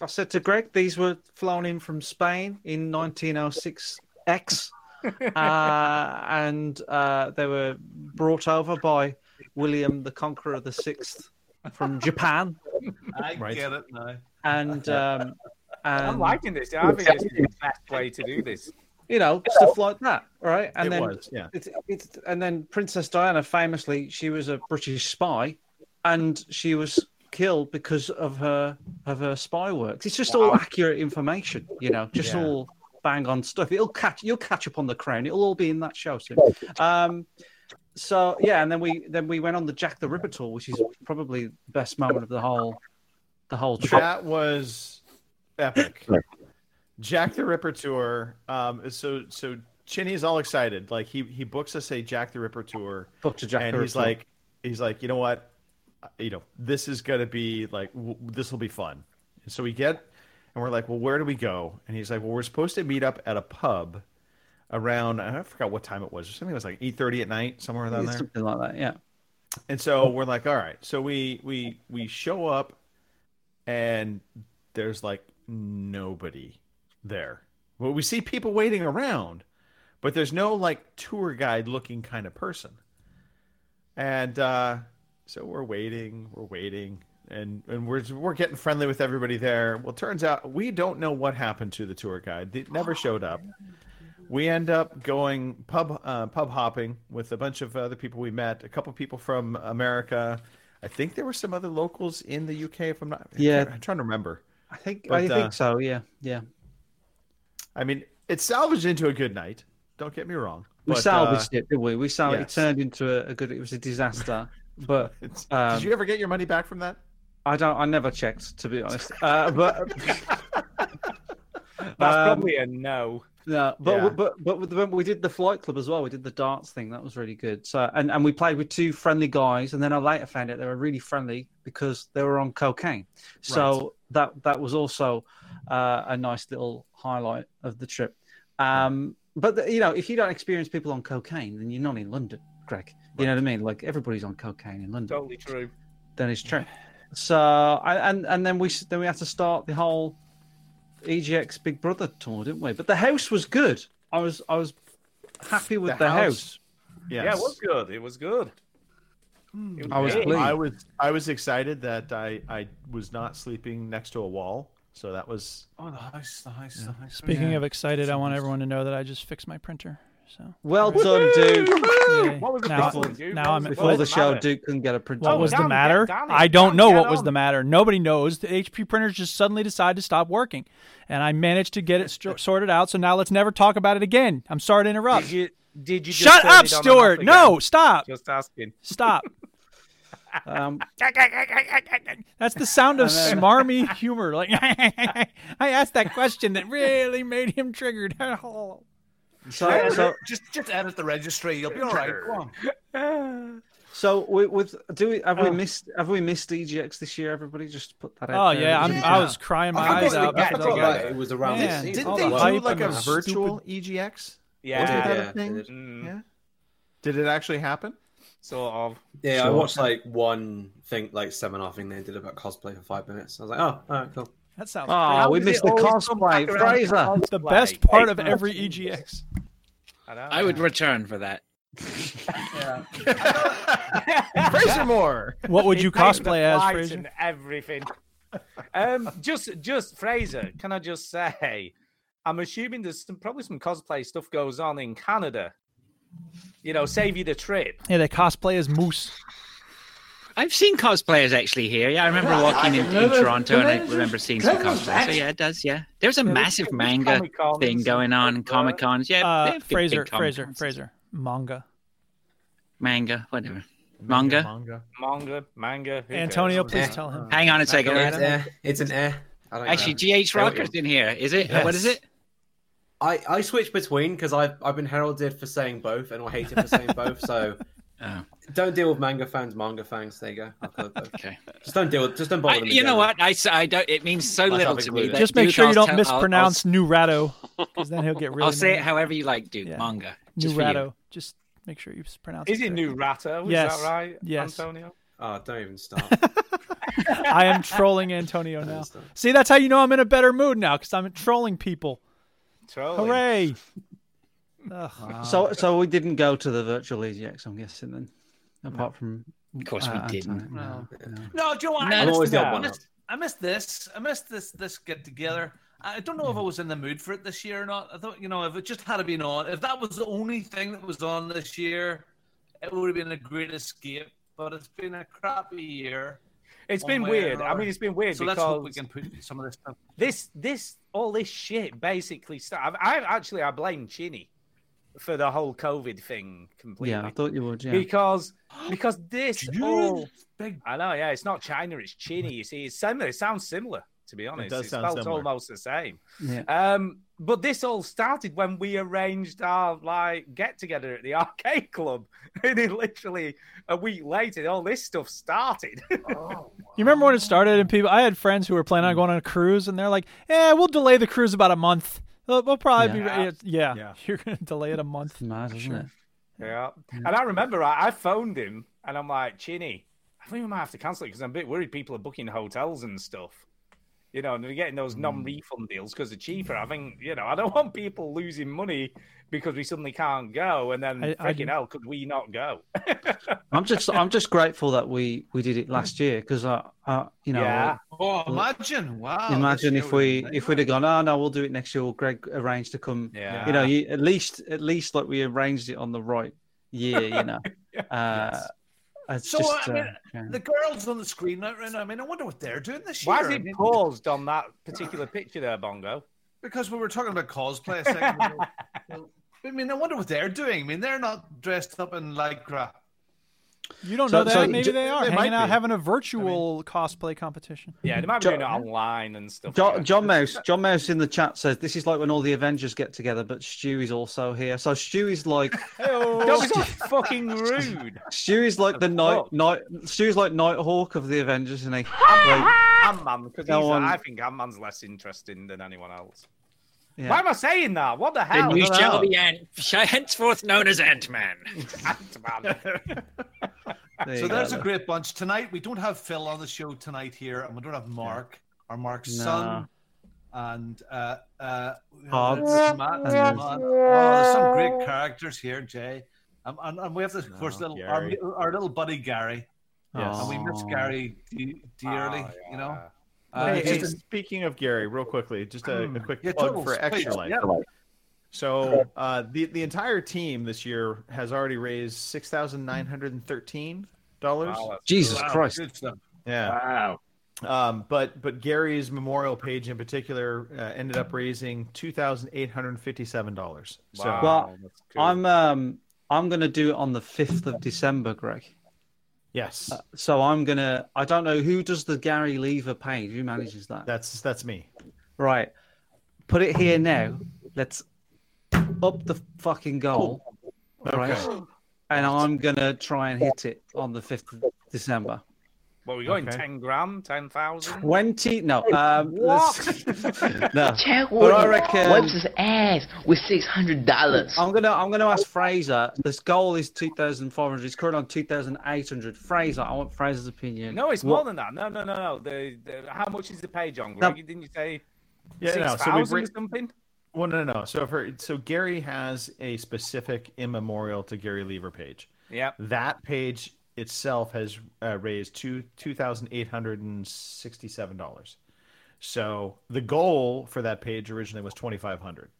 Speaker 1: I said to Greg, these were flown in from Spain in 1906X, uh, and uh, they were brought over by William the Conqueror the Sixth from Japan.
Speaker 4: I get it now.
Speaker 1: And, um, and
Speaker 5: I'm liking this. I think this is the best way to do this.
Speaker 1: you know stuff like that, right? And
Speaker 5: It
Speaker 1: then
Speaker 5: was, yeah.
Speaker 1: it's, it's, and then Princess Diana famously she was a British spy, and she was killed because of her of her spy works. It's just all
Speaker 13: Wow.
Speaker 1: accurate information, you know, just
Speaker 13: Yeah.
Speaker 1: all bang on stuff. It'll catch you'll catch up on the crown. It'll all be in that show soon. Um, so yeah, and then we then we went on the Jack the Ripper tour, which is probably the best moment of the whole the whole trip.
Speaker 3: That was epic. Jack the Ripper tour. Um, so so Chinny's all excited. Like he he books us a Jack the Ripper tour.
Speaker 1: Booked a Jack
Speaker 3: and
Speaker 1: the
Speaker 3: he's
Speaker 1: Ripper.
Speaker 3: like he's like you know what, Uh, you know this is gonna be like w- this will be fun. And so we get and we're like, well, where do we go? And he's like, well, we're supposed to meet up at a pub around I forgot what time it was. Something was like eight thirty at night somewhere around there.
Speaker 1: Something like that, yeah.
Speaker 3: And so we're like, all right. So we we we show up, and there's like nobody there. Well, we see people waiting around, but there's no like tour guide looking kind of person. And uh, so we're waiting, we're waiting, and and we're we're getting friendly with everybody there. Well, turns out we don't know what happened to the tour guide. They never showed up. We end up going pub uh, pub hopping with a bunch of other people we met. A couple people from America. I think there were some other locals in the UK. If I'm not, I
Speaker 1: Yeah.
Speaker 3: can't- I'm trying to remember.
Speaker 1: I Oh, think
Speaker 3: But,
Speaker 1: I
Speaker 3: uh,
Speaker 1: think so, yeah. Yeah.
Speaker 3: I mean, it salvaged into a good night. Don't get me wrong.
Speaker 1: We
Speaker 3: But, uh,
Speaker 1: salvaged it, didn't we? We sal-
Speaker 3: yes.
Speaker 1: it turned into a, a good. It was a disaster, but um,
Speaker 3: Did you ever get your money back from that?
Speaker 1: I don't. I never checked to be honest. Uh, but
Speaker 5: That's
Speaker 1: Um,
Speaker 5: probably a no.
Speaker 1: no, but
Speaker 5: Yeah.
Speaker 1: we, but but with the- we did the flight club as well. We did the darts thing. That was really good. So and and we played with two friendly guys, and then I later found out they were really friendly because they were on cocaine. So that that was also uh, a nice little highlight of the trip. Um, but the, you know, if you don't experience people on cocaine, then you're not in London, Greg. You know what I mean? Like everybody's on cocaine in London.
Speaker 5: Totally true.
Speaker 1: Then it's true. So I- and and then we s- then we had to start the whole EGX Big Brother tour, didn't we? But the house was good. I was I was happy with the, house.
Speaker 5: Yeah, it was good. It was good.
Speaker 4: Hmm.
Speaker 5: It
Speaker 1: I was
Speaker 5: big.
Speaker 1: pleased.
Speaker 3: I was I was excited that I I was not sleeping next to a wall, so that was.
Speaker 4: Oh, the house, the house, the house.
Speaker 2: Speaking of excited, I want everyone to know that I just fixed my printer. So
Speaker 1: Well done, Duke.
Speaker 2: Yay.
Speaker 5: What was the
Speaker 2: now,
Speaker 5: problem, Duke?
Speaker 2: now
Speaker 5: What
Speaker 2: I'm
Speaker 5: was-
Speaker 1: Before
Speaker 5: what
Speaker 1: the
Speaker 5: was the
Speaker 1: show,
Speaker 5: matter?
Speaker 1: Duke couldn't get a print.
Speaker 2: What
Speaker 1: on.
Speaker 2: was
Speaker 5: down,
Speaker 2: the
Speaker 5: get
Speaker 2: matter?
Speaker 5: down it,
Speaker 2: I don't
Speaker 5: down,
Speaker 2: know
Speaker 5: get
Speaker 2: what was
Speaker 5: on.
Speaker 2: the matter. Nobody knows. The HP printers just suddenly decided to stop working, and I managed to get it stro- sorted out. So now let's never talk about it again. I'm sorry to interrupt.
Speaker 5: Did you, did you just
Speaker 2: Shut
Speaker 5: turn
Speaker 2: up,
Speaker 5: it on and off
Speaker 2: Stuart.
Speaker 5: again?
Speaker 2: No, stop.
Speaker 5: Just asking.
Speaker 2: Stop.
Speaker 1: Um,
Speaker 2: That's the sound of
Speaker 1: And then-
Speaker 2: smarmy humor. Like I asked that question that really made him triggered. Oh.
Speaker 1: so so
Speaker 4: just just edit the registry. You'll be all right. Go on.
Speaker 1: so we, with do we have we missed have we missed EGX this year? Everybody just put that. out
Speaker 2: Oh
Speaker 1: there.
Speaker 2: yeah, I'm,
Speaker 1: Just-
Speaker 2: I was crying my eyes out.
Speaker 11: I forgot
Speaker 2: because of
Speaker 11: about
Speaker 2: that.
Speaker 11: it. It was around
Speaker 2: Man,
Speaker 11: this season.
Speaker 2: all
Speaker 3: Didn't they
Speaker 2: the
Speaker 3: do
Speaker 2: hype
Speaker 3: like
Speaker 2: and
Speaker 3: a
Speaker 2: the
Speaker 3: virtual EGX?
Speaker 5: Yeah.
Speaker 3: that a
Speaker 11: Yeah.
Speaker 3: thing?
Speaker 5: Mm,
Speaker 3: Yeah. Did it actually happen?
Speaker 5: Sort of.
Speaker 11: Yeah, I
Speaker 3: Sure.
Speaker 11: watched like one thing, like seminar thing they did about cosplay for five minutes. I was like, oh, all right, cool.
Speaker 2: That sounds.
Speaker 1: Oh, we missed the cosplay, Fraser.
Speaker 2: the best part of every E EGX.
Speaker 5: I, know.
Speaker 8: I would return for that.
Speaker 3: Fraser Moore.
Speaker 2: What would you
Speaker 5: It makes the
Speaker 2: cosplay as,
Speaker 5: flights
Speaker 2: Fraser?
Speaker 5: and everything. um, just, just Fraser. Can I just say, I'm assuming there's some, probably some cosplay stuff goes on in Canada. You know, save you the trip.
Speaker 2: Yeah, they cosplay as Moose.
Speaker 8: I've seen cosplayers actually here. Yeah, I remember walking in, in Toronto and I remember seeing some cosplayers. So yeah, it does. Yeah, there's a massive manga
Speaker 5: Comic-Cons
Speaker 8: thing
Speaker 5: and
Speaker 8: going on,
Speaker 5: stuff,
Speaker 8: comic cons. Yeah, they
Speaker 2: Uh,
Speaker 8: have good big
Speaker 2: Fraser,
Speaker 8: Comic-Cons.
Speaker 2: Fraser, Fraser. Manga.
Speaker 8: manga, whatever. Manga.
Speaker 3: Manga.
Speaker 5: Manga, manga. who
Speaker 2: Antonio,
Speaker 5: cares?
Speaker 2: please tell him.
Speaker 8: Hang on a second.
Speaker 11: It's,
Speaker 8: Adam.
Speaker 11: eh, it's an eh. I don't
Speaker 8: Actually,
Speaker 11: know.
Speaker 8: GH Rocker's in here. Is it? What is
Speaker 11: Yes.
Speaker 8: it?
Speaker 11: I, I switch between because I've, I've been heralded for saying both and I hate it for saying both. So
Speaker 8: Oh,
Speaker 11: don't deal with manga fans, manga fans. There you go. I've got both.
Speaker 8: okay.
Speaker 11: Just don't deal with Just don't bother
Speaker 8: I,
Speaker 11: them.
Speaker 8: you know
Speaker 11: again.
Speaker 8: what? I, s- I don't. It means so little to me.
Speaker 11: included.
Speaker 8: that
Speaker 2: Just make
Speaker 8: Duke,
Speaker 2: sure you
Speaker 8: I'll
Speaker 2: don't
Speaker 8: tell- I'll- I'll-
Speaker 2: mispronounce Nurato, because then he'll get really.
Speaker 8: I'll, say it
Speaker 2: mad.
Speaker 8: however you like, Duke.
Speaker 2: Yeah.
Speaker 8: Manga. Just for you.
Speaker 2: Nurato. Just make sure you s- pronounce.
Speaker 5: Is it
Speaker 2: correctly.
Speaker 5: New Ratto? Is
Speaker 2: Yes,
Speaker 5: that right,
Speaker 2: yes.
Speaker 5: Antonio?
Speaker 11: Oh, don't even start.
Speaker 2: I am trolling Antonio now.
Speaker 11: Understand.
Speaker 2: See, that's how you know I'm in a better mood now because I'm trolling people.
Speaker 5: Trolling.
Speaker 2: Hooray! Ugh.
Speaker 1: So, so we didn't go to the virtual EGX, I'm guessing then, apart from.
Speaker 8: Of course
Speaker 1: Uh,
Speaker 8: we didn't.
Speaker 1: No.
Speaker 4: No, Joe,
Speaker 1: No,
Speaker 4: I, missed,
Speaker 1: I'm always the odd
Speaker 4: I,
Speaker 1: one out.
Speaker 4: missed, I missed this. I missed this this get together. I don't know
Speaker 5: Hmm.
Speaker 4: if I was in the mood for it this year or not. I thought, you know, if it just had been on, if that was the only thing that was on this year, it would have been a great escape. But it's been a crappy year.
Speaker 5: It's
Speaker 4: one
Speaker 5: been
Speaker 4: way or
Speaker 5: weird. I
Speaker 4: another.
Speaker 5: mean, it's been weird
Speaker 4: So let's hope we
Speaker 5: because-
Speaker 4: can put some of this stuff.
Speaker 5: this this all this shit basically started. I, I actually I blame Chinny for the whole COVID thing completely.
Speaker 1: Yeah, I thought you would. Yeah.
Speaker 5: Because because this all I know, yeah, it's not China, it's Chini. You see, it's similar. It sounds similar, to be honest.
Speaker 3: does
Speaker 5: It's
Speaker 3: sound
Speaker 5: spelled
Speaker 3: similar.
Speaker 5: almost the same.
Speaker 1: Yeah.
Speaker 5: Um, but this all started when we arranged our like get together at the arcade club, and then literally a week later, all this stuff started.
Speaker 2: You remember when it started and people? I had friends who were planning
Speaker 5: Mm.
Speaker 2: on going on a cruise, and they're like, "Yeah, we'll delay the cruise about a month. We'll, we'll probably
Speaker 5: Yeah.
Speaker 2: be yeah,
Speaker 5: Yeah.
Speaker 2: You're gonna delay it a month.
Speaker 1: mad,
Speaker 2: Sure.
Speaker 5: Yeah. And I remember I, I phoned him and I'm like, Chinny, I think we might have to cancel it because I'm a bit worried people are booking hotels and stuff. You know, and they're getting
Speaker 1: Hmm.
Speaker 5: those non refund deals because they're cheaper. I think, you know, I don't want people losing money because we suddenly can't go. And then,
Speaker 1: I- I-
Speaker 5: freaking hell, could we not go?
Speaker 1: I'm just, I'm just grateful that we we did it last year because I, I, you know,
Speaker 5: Yeah.
Speaker 4: Oh, imagine! Wow.
Speaker 1: imagine if we if we'd have gone, oh no, we'll do it next year. Well, Greg arranged to come.
Speaker 5: Yeah.
Speaker 1: You know, you, at least at least like we arranged it on the right year. You know. uh, it's
Speaker 4: So
Speaker 1: just,
Speaker 4: I mean,
Speaker 1: uh, yeah.
Speaker 4: the girls on the screen right now. I mean, I wonder what they're doing this
Speaker 5: Why
Speaker 4: year.
Speaker 5: is
Speaker 4: I
Speaker 5: it
Speaker 4: mean,
Speaker 5: paused on that particular picture there, Bongo?
Speaker 4: Because we were talking about cosplay a second ago. So, I mean, I wonder what they're doing. I mean, they're not dressed up in lycra.
Speaker 2: You don't
Speaker 4: So-
Speaker 2: know that.
Speaker 4: so
Speaker 2: Maybe
Speaker 4: j-
Speaker 2: they are
Speaker 4: they might
Speaker 2: hanging out
Speaker 4: be.
Speaker 2: having a virtual cosplay competition.
Speaker 5: Yeah, they might be
Speaker 1: Jo-
Speaker 5: doing it online and stuff.
Speaker 1: John, John Mouse, John Mouse in the chat says this is like when all the Avengers get together, but Stu is also here. So Stu is like
Speaker 5: Don't be so fucking rude.
Speaker 1: Stu is like the night night Stu is like Nighthawk of the Avengers, and he like,
Speaker 5: Ant Man, because
Speaker 1: Go on.
Speaker 5: I think Ant Man's less interesting than anyone else.
Speaker 1: Yeah.
Speaker 5: Why am I saying that? What the hell?
Speaker 8: Then you shall be ant, henceforth known as Ant Man.
Speaker 4: so there's a great bunch tonight. We don't have Phil on the show tonight here, and we don't have Mark or Mark's
Speaker 1: No.
Speaker 4: son. And uh, uh, you know,
Speaker 1: Hobbs.
Speaker 4: there's Matt and
Speaker 1: And-
Speaker 4: Matt. Oh, there's some great characters here, Jay. Um, and, and we have this, of course, little our,
Speaker 3: Oh, Gary.
Speaker 4: our little buddy Gary.
Speaker 3: Yes.
Speaker 4: And we miss
Speaker 3: Aw.
Speaker 4: Gary de- dearly,
Speaker 3: Oh,
Speaker 4: you know. Uh,
Speaker 3: Hey, hey,
Speaker 4: just-
Speaker 3: speaking of Gary, real quickly, just a,
Speaker 1: Hmm.
Speaker 3: a quick
Speaker 4: Yeah,
Speaker 3: plug
Speaker 4: totals,
Speaker 3: for Extra
Speaker 4: please,
Speaker 3: Life.
Speaker 4: yeah.
Speaker 3: So uh, the the entire team this year has already raised six thousand nine hundred and thirteen dollars.
Speaker 1: Wow, that's- Jesus Wow, Christ. good
Speaker 4: stuff.
Speaker 3: Yeah.
Speaker 5: Wow.
Speaker 3: Um, but but Gary's memorial page in particular uh, ended up raising two thousand eight hundred fifty seven dollars. So
Speaker 1: well, I'm um I'm gonna do it on the fifth of December, Greg.
Speaker 3: yes,
Speaker 1: Uh, so I'm gonna. I don't know who does the Gary Lever page. Who manages that?
Speaker 3: That's that's me.
Speaker 1: Right. Put it here now. Let's up the fucking goal. Right.
Speaker 5: Okay.
Speaker 1: And I'm gonna try and hit it on the fifth of December.
Speaker 5: Well, we going
Speaker 1: Okay.
Speaker 5: ten grand, ten thousand.
Speaker 1: Twenty? No. Um,
Speaker 5: What?
Speaker 1: let's- No.
Speaker 5: Check
Speaker 1: But I
Speaker 5: with-
Speaker 1: reckon.
Speaker 5: wipes his
Speaker 1: ass with six hundred dollars. I'm gonna. I'm gonna ask Fraser. This goal is two thousand five hundred. He's current on two thousand eight hundred. Fraser. I want Fraser's opinion.
Speaker 5: No, it's
Speaker 1: What-
Speaker 5: more than that. No, no, no, no. The, the, how much is the page on?
Speaker 1: No.
Speaker 5: Greg? Didn't you say
Speaker 3: Yeah,
Speaker 5: six
Speaker 3: no,
Speaker 5: thousand
Speaker 3: so we've
Speaker 5: or
Speaker 3: ra-
Speaker 5: something?
Speaker 3: Well, no, no. no. So for so Gary has a specific immemorial to Gary Lever page.
Speaker 5: Yeah.
Speaker 3: That page itself has uh, raised two two thousand eight hundred and sixty seven dollars. So the goal for that page originally was twenty five hundred.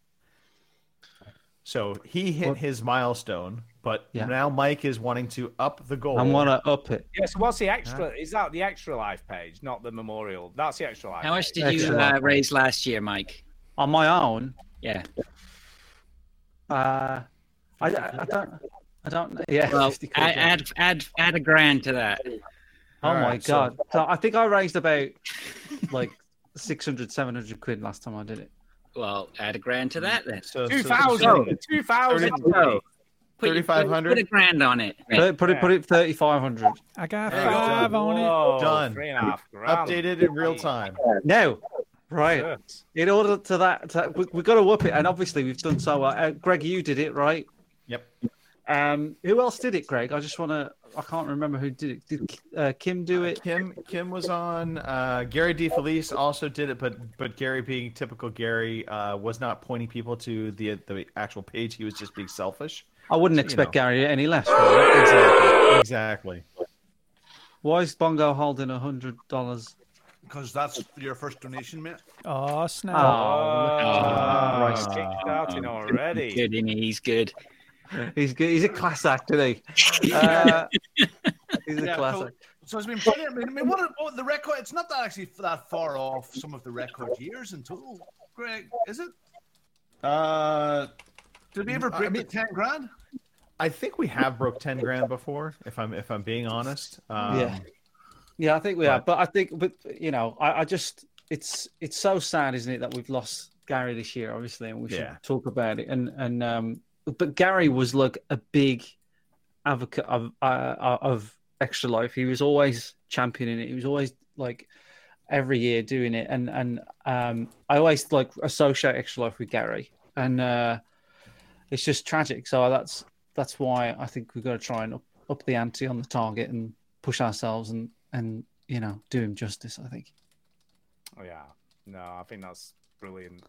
Speaker 3: So he hit
Speaker 1: What-
Speaker 3: his milestone, but
Speaker 1: Yeah.
Speaker 3: now Mike is wanting to up the goal.
Speaker 1: I want to up it.
Speaker 5: Yeah. So what's the extra? Is that the extra life page, not the memorial? That's the extra life.
Speaker 8: How much
Speaker 5: page.
Speaker 8: did you
Speaker 1: Excellent.
Speaker 8: uh, raise last year, Mike?
Speaker 1: on my own.
Speaker 8: Yeah.
Speaker 1: Uh, I, I I don't. I don't. know. Yeah.
Speaker 8: Well,
Speaker 1: 50 quid,
Speaker 8: add,
Speaker 1: yeah.
Speaker 8: add add add a grand to that.
Speaker 1: Oh my
Speaker 8: Alright, so-
Speaker 1: god! So I think I raised about like 600, 700 quid last time I did it.
Speaker 8: Well, add a grand to that then.
Speaker 3: So,
Speaker 8: two
Speaker 1: 2,000,
Speaker 8: thousand. Two
Speaker 1: 2,000.
Speaker 8: thousand. Put a grand on it.
Speaker 1: Put, put it. Put it. Thirty five hundred.
Speaker 2: I got
Speaker 3: There you go.
Speaker 2: five on it.
Speaker 3: Done.
Speaker 5: Oh, three and a half grand.
Speaker 3: Updated in real time.
Speaker 1: No. Right. In order to that, to, we, we've got to whoop it, and obviously we've done so well. Uh, Greg, you did it right.
Speaker 3: Yep.
Speaker 1: Um, who else did it, Greg? I just want to. I can't remember who did it. Did uh, Kim do it?
Speaker 3: Kim Kim was on. Uh, Gary DeFelice also did it, but but Gary, being typical Gary, uh, was not pointing people to the the actual page. He was just being selfish.
Speaker 1: I wouldn't
Speaker 3: You
Speaker 1: expect
Speaker 3: know.
Speaker 1: Gary any less. really.
Speaker 3: Exactly. Exactly.
Speaker 1: Why is Bongo holding a hundred dollars?
Speaker 4: Because that's your first donation, mate.
Speaker 2: Oh snap!
Speaker 1: Oh, look at
Speaker 5: Oh,
Speaker 1: you.
Speaker 5: kicked out in already.
Speaker 8: Good, isn't he? he's good.
Speaker 1: He's good. He's a class act, isn't he? Uh, he's a
Speaker 4: Yeah,
Speaker 1: class
Speaker 4: so,
Speaker 1: act.
Speaker 4: so it's been brilliant. I mean, I mean, what, are- what are the record? It's not that actually that far off some of the record years in total. Greg, is it?
Speaker 3: Uh,
Speaker 4: Did we ever
Speaker 3: I
Speaker 4: break
Speaker 3: mean-
Speaker 4: the ten grand?
Speaker 3: I think we have broke ten grand before. If I'm if I'm being honest. Um,
Speaker 1: yeah, yeah, I think we are. But I think, but you know, I, I just it's it's so sad, isn't it, that we've lost Gary this year, obviously, and we should
Speaker 3: Yeah.
Speaker 1: talk about it. And and um, but Gary was like a big advocate of uh, of extra life. He was always championing it. He was always like every year doing it. And and um, I always like associate extra life with Gary, and uh, it's just tragic. So that's that's why I think we've got to try and up, up the ante on the target and push ourselves and and you know do him justice. I think.
Speaker 5: Oh, yeah. No, I think that's brilliant.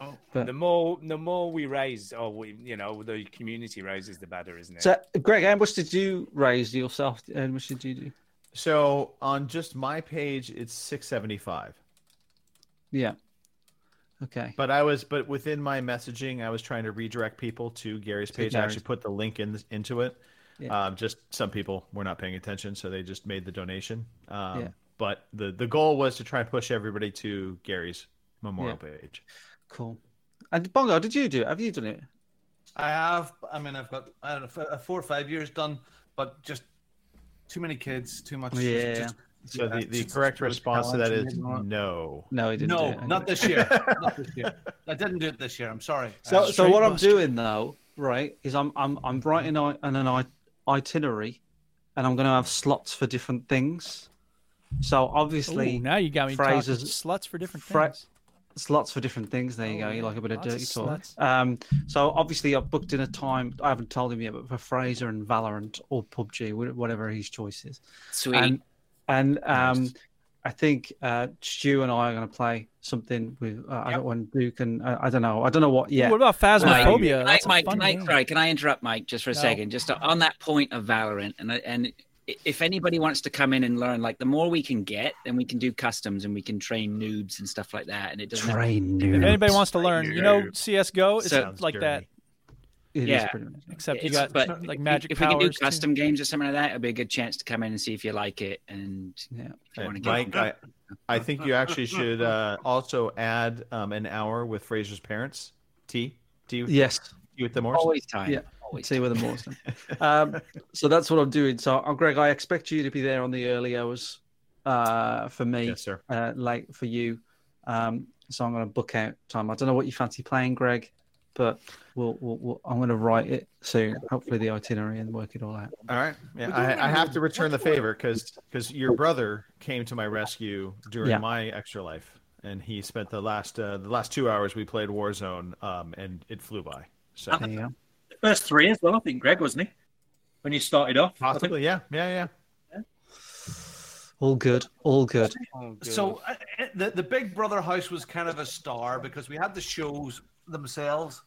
Speaker 4: Oh,
Speaker 1: But-
Speaker 5: the more the more we raise, or we, you know, the community raises, the better, isn't it?
Speaker 1: So, Greg, how much did you raise yourself? How much did you do?
Speaker 3: So on just my page, it's six seventy five.
Speaker 1: Yeah. Okay.
Speaker 3: But I was, but within my messaging, I was trying to redirect people to Gary's page. I
Speaker 1: Gary's.
Speaker 3: actually put the link in into it.
Speaker 1: Yeah.
Speaker 3: Um, just some people were not paying attention, so they just made the donation. Um,
Speaker 1: Yeah.
Speaker 3: But the the goal was to try and push everybody to Gary's memorial page.
Speaker 1: Cool. And Bongo, did you do it? Have you done it?
Speaker 4: I have. I mean, I've got I don't know, f- uh, four or five years done, but just too many kids, too much.
Speaker 1: Yeah.
Speaker 4: just-
Speaker 3: So
Speaker 4: yeah,
Speaker 3: the, the
Speaker 4: just-
Speaker 3: correct
Speaker 4: just
Speaker 3: response to that
Speaker 4: challenge
Speaker 3: is
Speaker 4: and whatnot.
Speaker 3: no.
Speaker 1: No, he didn't. do
Speaker 4: No,
Speaker 1: it.
Speaker 4: not this year. not this year. I didn't do it this year. I'm sorry.
Speaker 1: So,
Speaker 4: I'm
Speaker 1: so what I'm doing
Speaker 4: straight-busted.
Speaker 1: though, right, is I'm I'm I'm writing on an i- itinerary, and I'm going to have slots for different things. So obviously,
Speaker 2: Ooh, now you got me
Speaker 1: phrases-
Speaker 2: talking sluts for different
Speaker 1: Fra-
Speaker 2: things. Oh,
Speaker 1: slots for different things. There you go. You like a bit of
Speaker 2: lots of
Speaker 1: dirty talk.
Speaker 2: slots.
Speaker 1: Um, so obviously, I've booked in a time. I haven't told him yet, but for Fraser and Valorant or PUBG, wh- whatever his choice is.
Speaker 8: Sweet.
Speaker 1: And, and um, I think uh, Stu and I are going to play something with. Uh, I don't want Duke and uh, I don't know. I don't know what yet.
Speaker 2: What about phasmophobia?
Speaker 8: Mike,
Speaker 2: That's a
Speaker 8: Mike,
Speaker 2: fun
Speaker 8: Mike,
Speaker 2: game.
Speaker 8: sorry, can I interrupt Mike just for a
Speaker 2: No.
Speaker 8: second? Just on that point of Valorant, and and if anybody wants to come in and learn, like the more we can get, then we can do customs and we can train noobs and stuff like that. And it doesn't have-
Speaker 1: Train
Speaker 2: If
Speaker 1: noobs.
Speaker 2: anybody wants to learn, you know, CS:GO it's
Speaker 8: Sounds
Speaker 2: like that.
Speaker 1: It is
Speaker 8: yeah.
Speaker 1: pretty much-
Speaker 2: Except you
Speaker 8: It's-
Speaker 2: got
Speaker 8: but
Speaker 2: like magic
Speaker 8: if we
Speaker 2: powers.
Speaker 8: can do
Speaker 2: too.
Speaker 8: custom games or something like that, it'd be a good chance to come in and see if you like it and
Speaker 1: Yeah.
Speaker 8: if you want to get
Speaker 3: Mike, I, I think you actually should uh, also add um, an hour with Fraser's parents. T T
Speaker 1: Yes.
Speaker 3: T with the Morse.
Speaker 8: always time.
Speaker 1: Yeah.
Speaker 8: Always.
Speaker 1: See where the more's done. um, so that's what I'm doing. So, uh, Greg, I expect you to be there on the early hours uh, for me,
Speaker 3: Yes, sir.
Speaker 1: uh, late for you. Um, so I'm going to book out time. I don't know what you fancy playing, Greg, but we'll, we'll, we'll, I'm going to write it soon. Hopefully, the itinerary and work it all out.
Speaker 3: All right. Yeah, I, I have to return the favor because your brother came to my rescue during
Speaker 1: Yeah.
Speaker 3: my extra life, and he spent the last uh, the last two hours we played Warzone, um, and it flew by. So
Speaker 1: There you go.
Speaker 11: The first three as well, I think Greg wasn't he when you started off. I think-
Speaker 3: possibly, yeah, yeah, yeah.
Speaker 1: All good. All good.
Speaker 5: Oh, good.
Speaker 4: So uh, uh, the the Big Brother house was kind of a star because we had the shows themselves,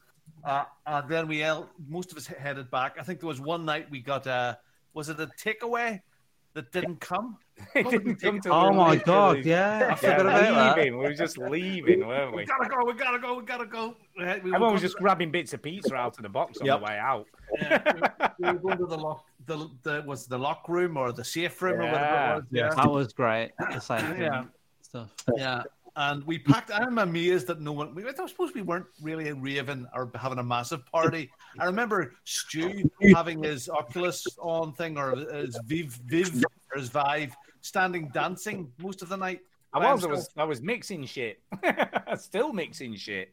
Speaker 4: uh, and then we all, most of us headed back. I think there was one night we got a was it a takeaway that didn't come?
Speaker 5: it didn't come to
Speaker 1: Oh,
Speaker 5: we're
Speaker 1: my
Speaker 5: literally-
Speaker 1: God. Yeah. I
Speaker 5: Yeah,
Speaker 1: forgot about that.
Speaker 5: leaving. We were just leaving, weren't we?
Speaker 4: We gotta go. We gotta go. We gotta go. We had- we were
Speaker 5: Everyone was
Speaker 4: going
Speaker 5: just
Speaker 4: to-
Speaker 5: grabbing bits of pizza out of the box on
Speaker 3: Yep.
Speaker 5: the way out.
Speaker 4: yeah, we, we were going to the lock. The, the was the lock room or the safe room or whatever
Speaker 5: Yeah.
Speaker 4: it was.
Speaker 3: Yeah.
Speaker 1: That was great. The same
Speaker 4: Yeah.
Speaker 1: stuff.
Speaker 4: Yeah, and we packed. I'm amazed that no one. We, I suppose we weren't really raving or having a massive party. I remember Stu having his Oculus on thing or his Viv, Viv or his Vive, standing dancing most of the night.
Speaker 5: I
Speaker 4: by
Speaker 5: was, I was,
Speaker 4: himself.
Speaker 5: I was mixing shit. Still mixing shit.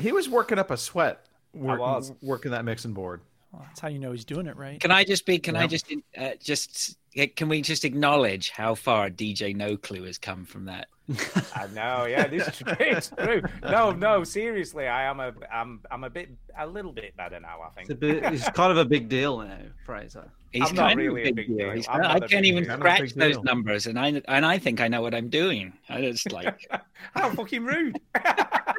Speaker 3: He was working up a sweat. Working,
Speaker 5: was.
Speaker 3: working that mixing board.
Speaker 2: Well, that's how you know he's doing it right.
Speaker 8: Can I just be? Can I just uh, just Yeah, Can we just acknowledge how far DJ No Clue has come from that?
Speaker 5: I know, yeah, this is true. It's true. No, no, seriously, I am a, I'm, I'm a bit, a little bit better now. I
Speaker 1: It's,
Speaker 5: think
Speaker 1: a bit, it's kind of a big deal now, Fraser.
Speaker 8: He's
Speaker 5: I'm not
Speaker 8: kind
Speaker 5: really a
Speaker 8: of a
Speaker 5: big
Speaker 8: big
Speaker 5: deal.
Speaker 8: deal. He's
Speaker 5: I'm
Speaker 8: not-
Speaker 5: not
Speaker 8: I
Speaker 5: a big
Speaker 8: can't even
Speaker 5: deal. I'm not a
Speaker 8: scratch
Speaker 5: big
Speaker 8: those
Speaker 5: deal.
Speaker 8: numbers, and I and I think I know what I'm doing. I just like
Speaker 5: How fucking rude!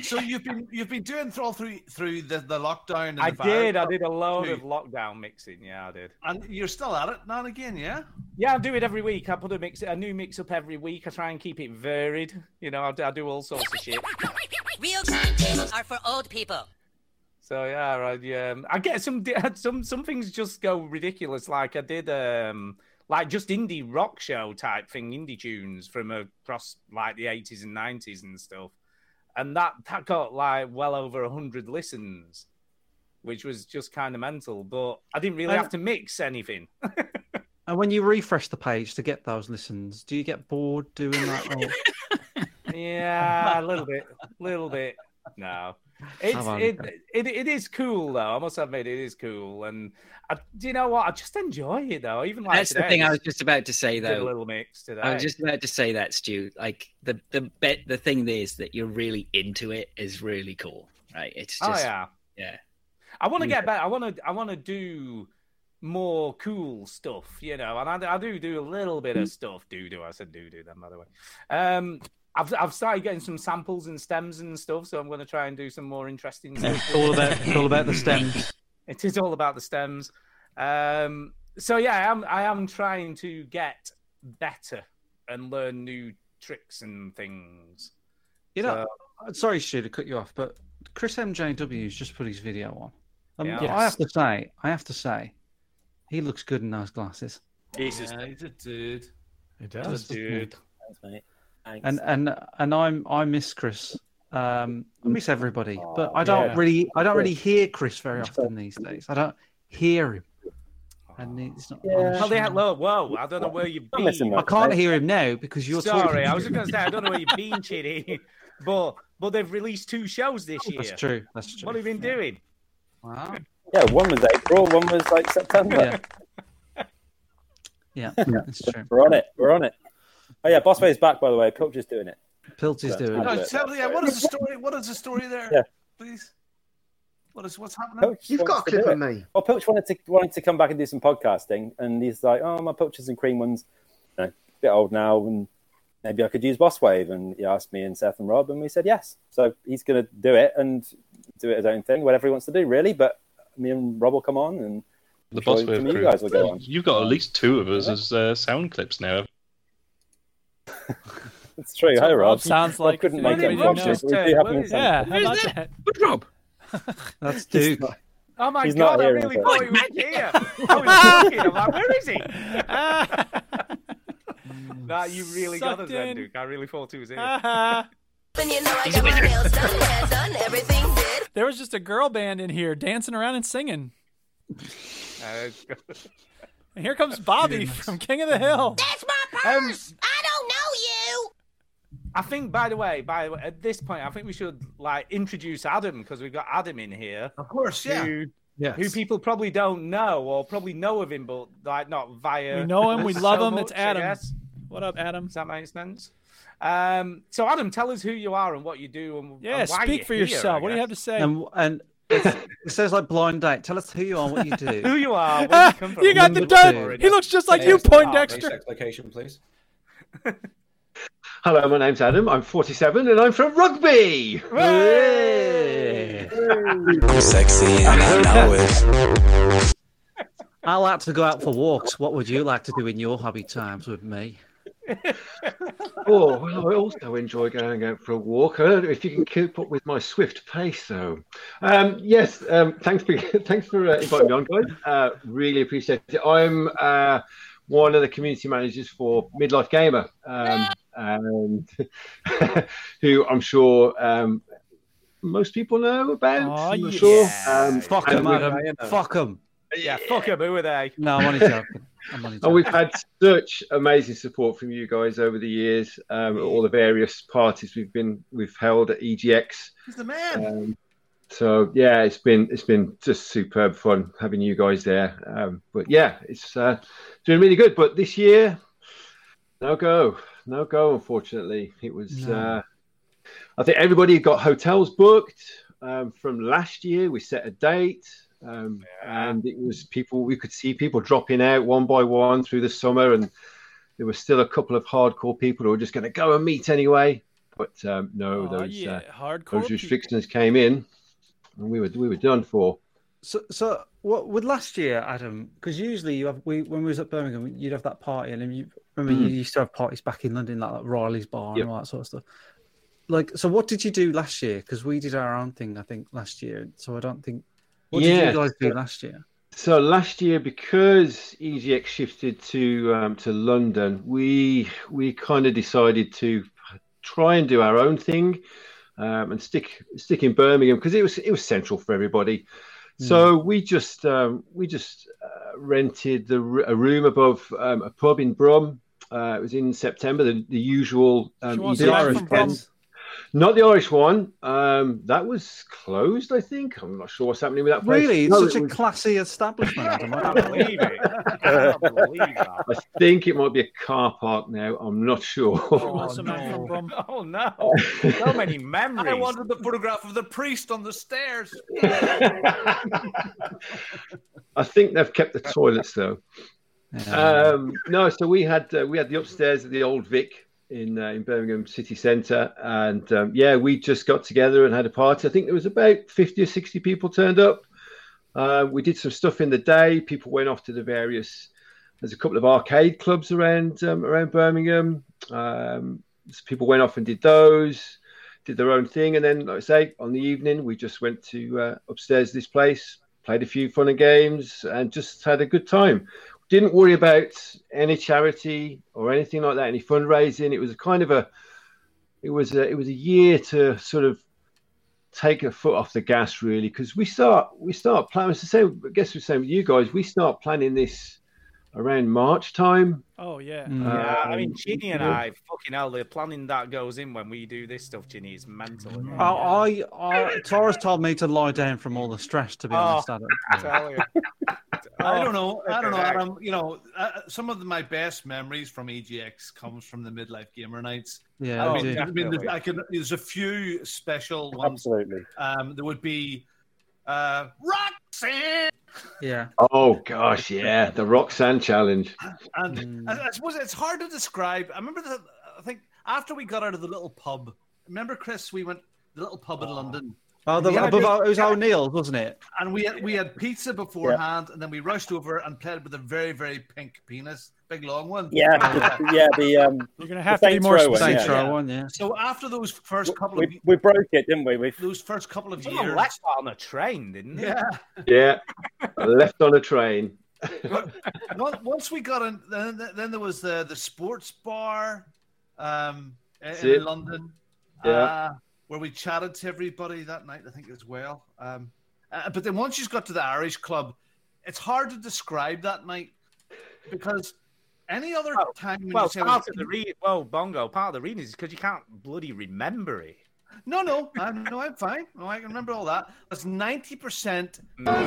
Speaker 4: so you've been you've been doing all through through the, the lockdown. And
Speaker 5: I
Speaker 4: the virus
Speaker 5: did. I
Speaker 4: stuff
Speaker 5: did a load
Speaker 4: too.
Speaker 5: of lockdown mixing. Yeah, I did.
Speaker 4: And you're still at it now and again, yeah.
Speaker 5: Yeah, I do it every week. I put a mix, a new mix up every week. I try and keep it varied. You know, I, do- I do all sorts of shit.
Speaker 14: Real games are for old people.
Speaker 5: So yeah, right, yeah. I get some some some things just go ridiculous. Like I did, um, like just indie rock show type thing, indie tunes from across like the eighties and nineties and stuff, and that that got like well over hundred listens, which was just kind of mental. But I didn't really
Speaker 1: And-
Speaker 5: have to mix anything.
Speaker 1: And when you refresh the page to get those listens, do you get bored doing that? Or...
Speaker 5: Yeah, a little bit, little bit. No, it's
Speaker 1: on.
Speaker 5: it, it it is cool though. I must admit, it is cool. And I, do you know what? I just enjoy it though. Even like
Speaker 8: that's the
Speaker 5: today,
Speaker 8: thing I was just about to say
Speaker 5: did a
Speaker 8: though.
Speaker 5: little mix today.
Speaker 8: I was just about to say that, Stu. Like the the bet the thing is that you're really into it is really cool, right? It's
Speaker 5: Oh,
Speaker 8: just
Speaker 5: yeah.
Speaker 8: yeah.
Speaker 5: I want to
Speaker 8: Yeah.
Speaker 5: get better. I want to. I want to do more cool stuff, you know. And I, I do do a little bit
Speaker 1: Mm.
Speaker 5: of stuff. Do do. I said do do. Then by the way, um, I've I've started getting some samples and stems and stuff. So I'm going to try and do some more interesting. stuff.
Speaker 1: It's all about it's all about the stems.
Speaker 5: It is all about the stems. Um, so yeah, I am. I am trying to get better and learn new tricks and things.
Speaker 1: You know, uh, sorry, Stu, to cut you off, but Chris MJW's just put his video on. Um,
Speaker 5: Yeah.
Speaker 1: I have to say, I have to say, he looks good in those glasses.
Speaker 11: Jesus,
Speaker 4: he's a dude.
Speaker 3: He
Speaker 1: does, doesn't he?
Speaker 11: dude.
Speaker 1: and and and I'm I miss Chris. Um, I miss everybody, but I don't
Speaker 13: Yeah.
Speaker 1: really I don't really hear Chris very often these days. I don't hear him, and it's not.
Speaker 5: Yeah. Well, they had, look, whoa! I don't know where you've been.
Speaker 1: Oh, I can't hear him now because you're talking
Speaker 5: eh? Sorry, I was
Speaker 1: him.
Speaker 5: just going to say I don't know where you've been, Chitty, but but they've released two shows this year.
Speaker 1: That's true. That's true.
Speaker 5: What have you been doing?
Speaker 1: Wow.
Speaker 15: Yeah, one was April, one was like September.
Speaker 1: Yeah, that's true.
Speaker 15: We're on it. We're on it. Oh yeah, Boss Wade's back by the way. Pilch is doing it.
Speaker 1: Pilch is doing
Speaker 4: No, tell me, yeah, what is the story? What is the story there,
Speaker 15: Yeah.
Speaker 4: please? What is what's happening?
Speaker 15: Pilch wants to do it. Well, Pilch wanted to wanted to come back and do some podcasting, and he's like, "Oh, my Pilches and Cream ones, you know, a bit old now, and maybe I could use Boss Wave." And he asked me and Seth and Rob, and we said yes. So he's going to do it and do it his own thing, whatever he wants to do, really. But me and Rob will come on, and
Speaker 16: The
Speaker 15: I'm sure
Speaker 16: boss wave
Speaker 15: some of
Speaker 16: crew.
Speaker 15: you guys will go on.
Speaker 16: You've got at least two of us as uh, sound clips now.
Speaker 15: It's true. Hi, Rob.
Speaker 16: Sounds
Speaker 15: Rob
Speaker 16: like-
Speaker 15: couldn't make
Speaker 16: Where
Speaker 15: it.
Speaker 16: did
Speaker 15: Rob
Speaker 16: Rob
Speaker 15: should- we do
Speaker 16: stay?
Speaker 15: have
Speaker 16: Where
Speaker 15: him
Speaker 16: is-
Speaker 15: on
Speaker 16: yeah,
Speaker 15: Saturday.
Speaker 16: how about that?
Speaker 1: That's Duke.
Speaker 5: Oh my
Speaker 15: He's not
Speaker 5: god! I
Speaker 15: here,
Speaker 5: really
Speaker 15: is he?
Speaker 14: Oh,
Speaker 5: thought he was here. I was looking. I'm like, where is he? nah, you really got us
Speaker 2: Sucked
Speaker 5: then,
Speaker 2: in.
Speaker 5: Duke. I really thought he was here.
Speaker 14: Then you know I got my nails done, hair done, everything did.
Speaker 2: There was just a girl band in here dancing around and singing.
Speaker 5: Oh,
Speaker 2: And here comes Bobby from King of the Hill.
Speaker 14: That's my
Speaker 1: Um,
Speaker 5: purse.
Speaker 14: I don't know you.
Speaker 5: I think, by the way, by the way, at this point, I think we should like introduce Adam because we've got Adam in here. Of
Speaker 4: course,
Speaker 5: yeah. Who, who people probably don't know or probably know of him, but like not via.
Speaker 2: We know him, we
Speaker 5: us
Speaker 2: love
Speaker 5: so
Speaker 2: him, it's
Speaker 5: much, I
Speaker 2: Adam.
Speaker 5: guess.
Speaker 2: What up, Adam?
Speaker 5: Does that make sense? Um, so, Adam, tell us who you are and what you do and
Speaker 2: Yeah,
Speaker 5: and why
Speaker 2: speak
Speaker 5: you're
Speaker 2: for
Speaker 5: here, I
Speaker 2: yourself. What do you
Speaker 5: guess.
Speaker 2: have to say?
Speaker 1: And and it says like blind date. Tell us who you are, what you do.
Speaker 5: Who you are,
Speaker 2: where you come from. Ah, You got the dirt. He looks just like you, Poindexter.
Speaker 17: Location, please. Hello, my name's Adam. I'm 47 and I'm from rugby.
Speaker 1: Sexy, and I know it. I like to go out for walks. What would you like to do in your hobby times with me?
Speaker 17: Oh, well, I also enjoy going out for a walk. I don't know if you can keep up with my swift pace, though. Um, yes, um, thanks for thanks for uh, inviting me on, guys. Uh, really appreciate it. I'm uh, one of the community managers for Midlife Gamer, um, and who I'm sure um, most people know about.
Speaker 1: Oh,
Speaker 17: I'm not
Speaker 1: yeah.
Speaker 17: sure. Um,
Speaker 1: Fuck
Speaker 17: and
Speaker 1: 'em,
Speaker 17: we-
Speaker 1: Adam. Fuck 'em.
Speaker 5: Yeah, fuck him. Who are they?
Speaker 1: No, I'm only joking. I'm only
Speaker 17: And
Speaker 1: joking.
Speaker 17: we've had such amazing support from you guys over the years, um, at all the various parties we've been we've held at EGX.
Speaker 4: He's the man.
Speaker 17: Um, So yeah, it's been it's been just superb fun having you guys there. Um, but yeah, it's uh, doing really good. But this year, no go, no go. Unfortunately, it was.
Speaker 18: No.
Speaker 17: Uh, I think everybody got hotels booked um, from last year. We set a date, um, and it was people. We could see people dropping out one by one through the summer, and there were still a couple of hardcore people who were just going to go and meet anyway. But um, no, those
Speaker 2: yeah,
Speaker 17: uh,
Speaker 2: hardcore
Speaker 17: those
Speaker 2: people.
Speaker 17: restrictions came in, and we were we were done for.
Speaker 13: So, so what with last year, Adam? Because usually you have we when we was at Birmingham, you'd have that party, and then you remember
Speaker 17: Mhm.
Speaker 13: you used to have parties back in London, like, like Riley's Bar
Speaker 17: Yep.
Speaker 13: and all that sort of stuff. Like, so what did you do last year? Because we did our own thing, I think, last year. So I don't think. What
Speaker 17: Yeah.
Speaker 13: did you guys do last year?
Speaker 17: So last year, because EGX shifted to um, to London, we we kind of decided to try and do our own thing um, and stick stick in Birmingham because it was it was central for everybody. So
Speaker 13: Hmm.
Speaker 17: we just um, we just uh, rented the r- a room above um, a pub in Brum. Uh, it was in September. The, the usual um,
Speaker 18: She wants
Speaker 17: EGX
Speaker 18: the Irish
Speaker 17: weekend.
Speaker 18: pub.
Speaker 17: Not the Irish one. Um, that was closed, I think. I'm not sure what's happening with that place.
Speaker 13: Really, it's
Speaker 17: No,
Speaker 13: such
Speaker 17: it
Speaker 13: a
Speaker 17: was-
Speaker 13: classy establishment. Adam. I don't
Speaker 5: believe it.
Speaker 17: I think it might be a car park now. I'm not sure.
Speaker 4: Oh,
Speaker 5: Oh no! So many memories.
Speaker 4: I wanted the photograph of the priest on the stairs.
Speaker 17: I think they've kept the toilets though. Um, no, so we had uh, we had the upstairs of the old Vic in uh, in Birmingham city centre, and um, yeah, we just got together and had a party. I think there was about fifty or sixty people turned up. Uh, we did some stuff in the day. People went off to the various. There's a couple of arcade clubs around um, around Birmingham. Um, so people went off and did those, did their own thing, and then, like I say, on the evening we just went to uh, upstairs this place, played a few fun and games, and just had a good time. Didn't worry about any charity or anything like that, any fundraising. It was kind of a, it was a, it was a year to sort of take a foot off the gas really because we start we start planning it's the same i guess we're saying with you guys we start planning this around march time
Speaker 2: Oh yeah.
Speaker 5: Yeah, I mean,
Speaker 17: Um,
Speaker 5: Ginny and
Speaker 17: yeah.
Speaker 5: I, fucking hell, the planning that goes in when we do this stuff, Ginny, is mental. isn't it?
Speaker 2: Oh,
Speaker 13: I, I, I Taurus told me to lie down from all the stress. To be
Speaker 4: Oh.
Speaker 13: honest, Adam.
Speaker 5: tell you.
Speaker 4: I don't know.
Speaker 5: Oh,
Speaker 4: I don't know,
Speaker 5: correct.
Speaker 4: Adam. You know, uh, some of my best memories from EGX comes from the midlife gamer nights.
Speaker 13: Yeah,
Speaker 4: I
Speaker 13: they
Speaker 4: mean,
Speaker 13: do.
Speaker 4: I mean, there's,
Speaker 13: Definitely.
Speaker 4: I can. There's a few special ones.
Speaker 15: Absolutely.
Speaker 4: Um, there would be uh, Roxanne,
Speaker 13: Yeah.
Speaker 17: oh gosh yeah the roxanne challenge
Speaker 4: and
Speaker 15: Hmm.
Speaker 4: I, I suppose it's hard to describe. I remember the. I think after we got out of the little pub, remember Chris? We went to the little pub in London.
Speaker 13: Oh, the,
Speaker 4: Yeah, I
Speaker 13: above,
Speaker 4: do.
Speaker 13: it was O'Neill's, wasn't it?
Speaker 4: And we had, we had pizza beforehand, and then we rushed over and played with a very very pink penis, big long one. uh,
Speaker 15: Yeah, the- yeah. The um,
Speaker 2: you're gonna
Speaker 15: the
Speaker 2: have to be
Speaker 15: Saints
Speaker 2: more
Speaker 15: Row one,
Speaker 2: specific.
Speaker 15: yeah.
Speaker 2: Saints Row one,
Speaker 13: yeah.
Speaker 4: So after those first couple of
Speaker 15: We, we broke it, didn't we? We
Speaker 4: those first couple of
Speaker 5: Someone
Speaker 4: years.
Speaker 5: left that on a train, didn't they?
Speaker 4: Yeah.
Speaker 17: yeah left on a train
Speaker 4: Once- Once we got in, then, then there was the, the sports bar um, in
Speaker 17: That's it.
Speaker 4: London,
Speaker 17: Yeah.
Speaker 4: uh, where we chatted to everybody that night, I think as well. Um, uh, but then once you got to the Irish club, it's hard to describe that night because any other time when
Speaker 5: Well,
Speaker 4: you say
Speaker 5: part of the reason, well, Bongo, part of the reason is because you can't bloody remember it.
Speaker 4: no, no, I'm, no, I'm fine. No, I can remember all that. That's ninety percent. Man,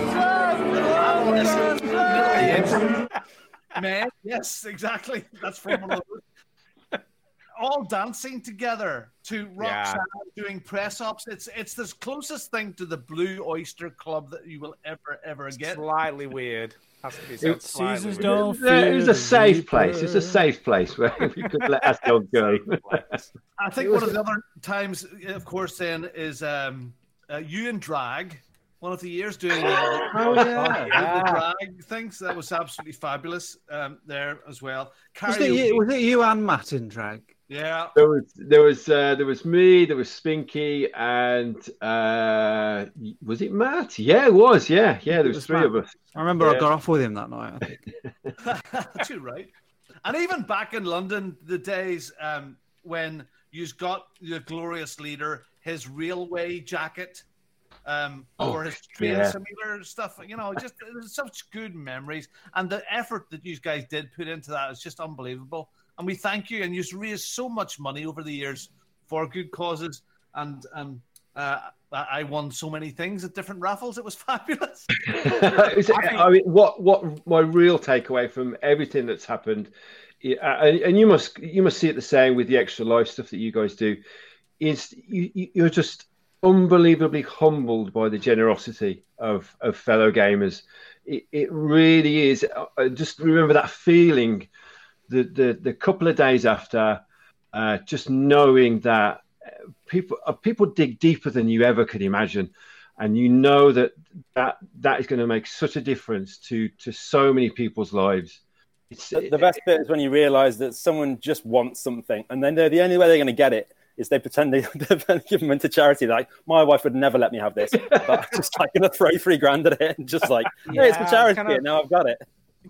Speaker 4: yes, exactly. That's from one of those. all dancing together to Roxanne doing press ups. It's it's the closest thing to the Blue Oyster Club that you will ever ever get.
Speaker 5: Slightly weird. Has to be said
Speaker 17: It's-
Speaker 5: slightly
Speaker 2: Seasons
Speaker 5: weird.
Speaker 2: don't
Speaker 17: Yeah, it was a safe place it's a safe place where we could let ourselves go
Speaker 4: I think
Speaker 17: It was
Speaker 4: one of the other times, of course, then is um, uh, you and drag. One of the years doing uh,
Speaker 17: Oh,
Speaker 4: the-
Speaker 17: yeah.
Speaker 4: the,
Speaker 17: Yeah.
Speaker 4: drag things that was absolutely fabulous um, there as well.
Speaker 13: Was it,
Speaker 4: Karaoke.
Speaker 13: you, was it you and Matt in drag?
Speaker 4: Yeah.
Speaker 17: There was there was uh, there was me, there was Spinky, and uh, was it Matt? Yeah, it was. Yeah, yeah. There was,
Speaker 13: was
Speaker 17: three
Speaker 13: Matt.
Speaker 17: of us.
Speaker 13: I remember I
Speaker 17: Yeah.
Speaker 13: got off with him that night. I think.
Speaker 4: Too right. And even back in London, the days um, when you've got the glorious leader, his railway jacket, um,
Speaker 17: Oh,
Speaker 4: or his train
Speaker 17: yeah.
Speaker 4: simulator stuff, you know, just there's such good memories. And the effort that you guys did put into that is just unbelievable. And we thank you. And you've raised so much money over the years for good causes and, and uh, I I won so many things at different raffles. It was fabulous.
Speaker 17: Is it- I mean, what what my real takeaway from everything that's happened, yeah, and, and you must you must see it the same with the extra life stuff that you guys do, is you, you- you're just unbelievably humbled by the generosity of of fellow gamers. It, it really is. I- I just remember that feeling, the the, the couple of days after, uh, just knowing that uh, people uh, people dig deeper than you ever could imagine and you know that that that is going to make such a difference to to so many people's lives.
Speaker 15: The, the best bit is when you realise that someone just wants something, and then they're the only way they're going to get it is they pretend they, they're going to give them into charity. Like my wife would never let me have this, but I'm just like going to throw three grand at it and just like, hey, it's
Speaker 5: Yeah,
Speaker 15: for charity.
Speaker 5: kind of-
Speaker 15: now I've got it.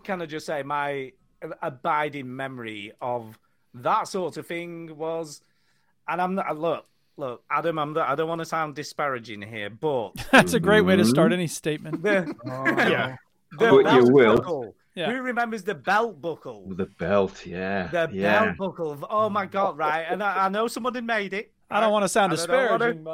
Speaker 5: Can I just say my abiding memory of that sort of thing was, and I'm not look look Adam, I'm not, I don't want to sound disparaging here, but
Speaker 2: That's a great way to start Oh. any statement.
Speaker 5: The, yeah,
Speaker 17: But you
Speaker 5: belt
Speaker 17: will.
Speaker 5: buckle. Who remembers the belt buckle?
Speaker 17: The belt, yeah,
Speaker 5: The
Speaker 17: yeah.
Speaker 5: belt buckle. Oh my god! Right, and I, I know somebody made it.
Speaker 2: I don't want to sound
Speaker 5: And I don't wanna-
Speaker 2: disparaging,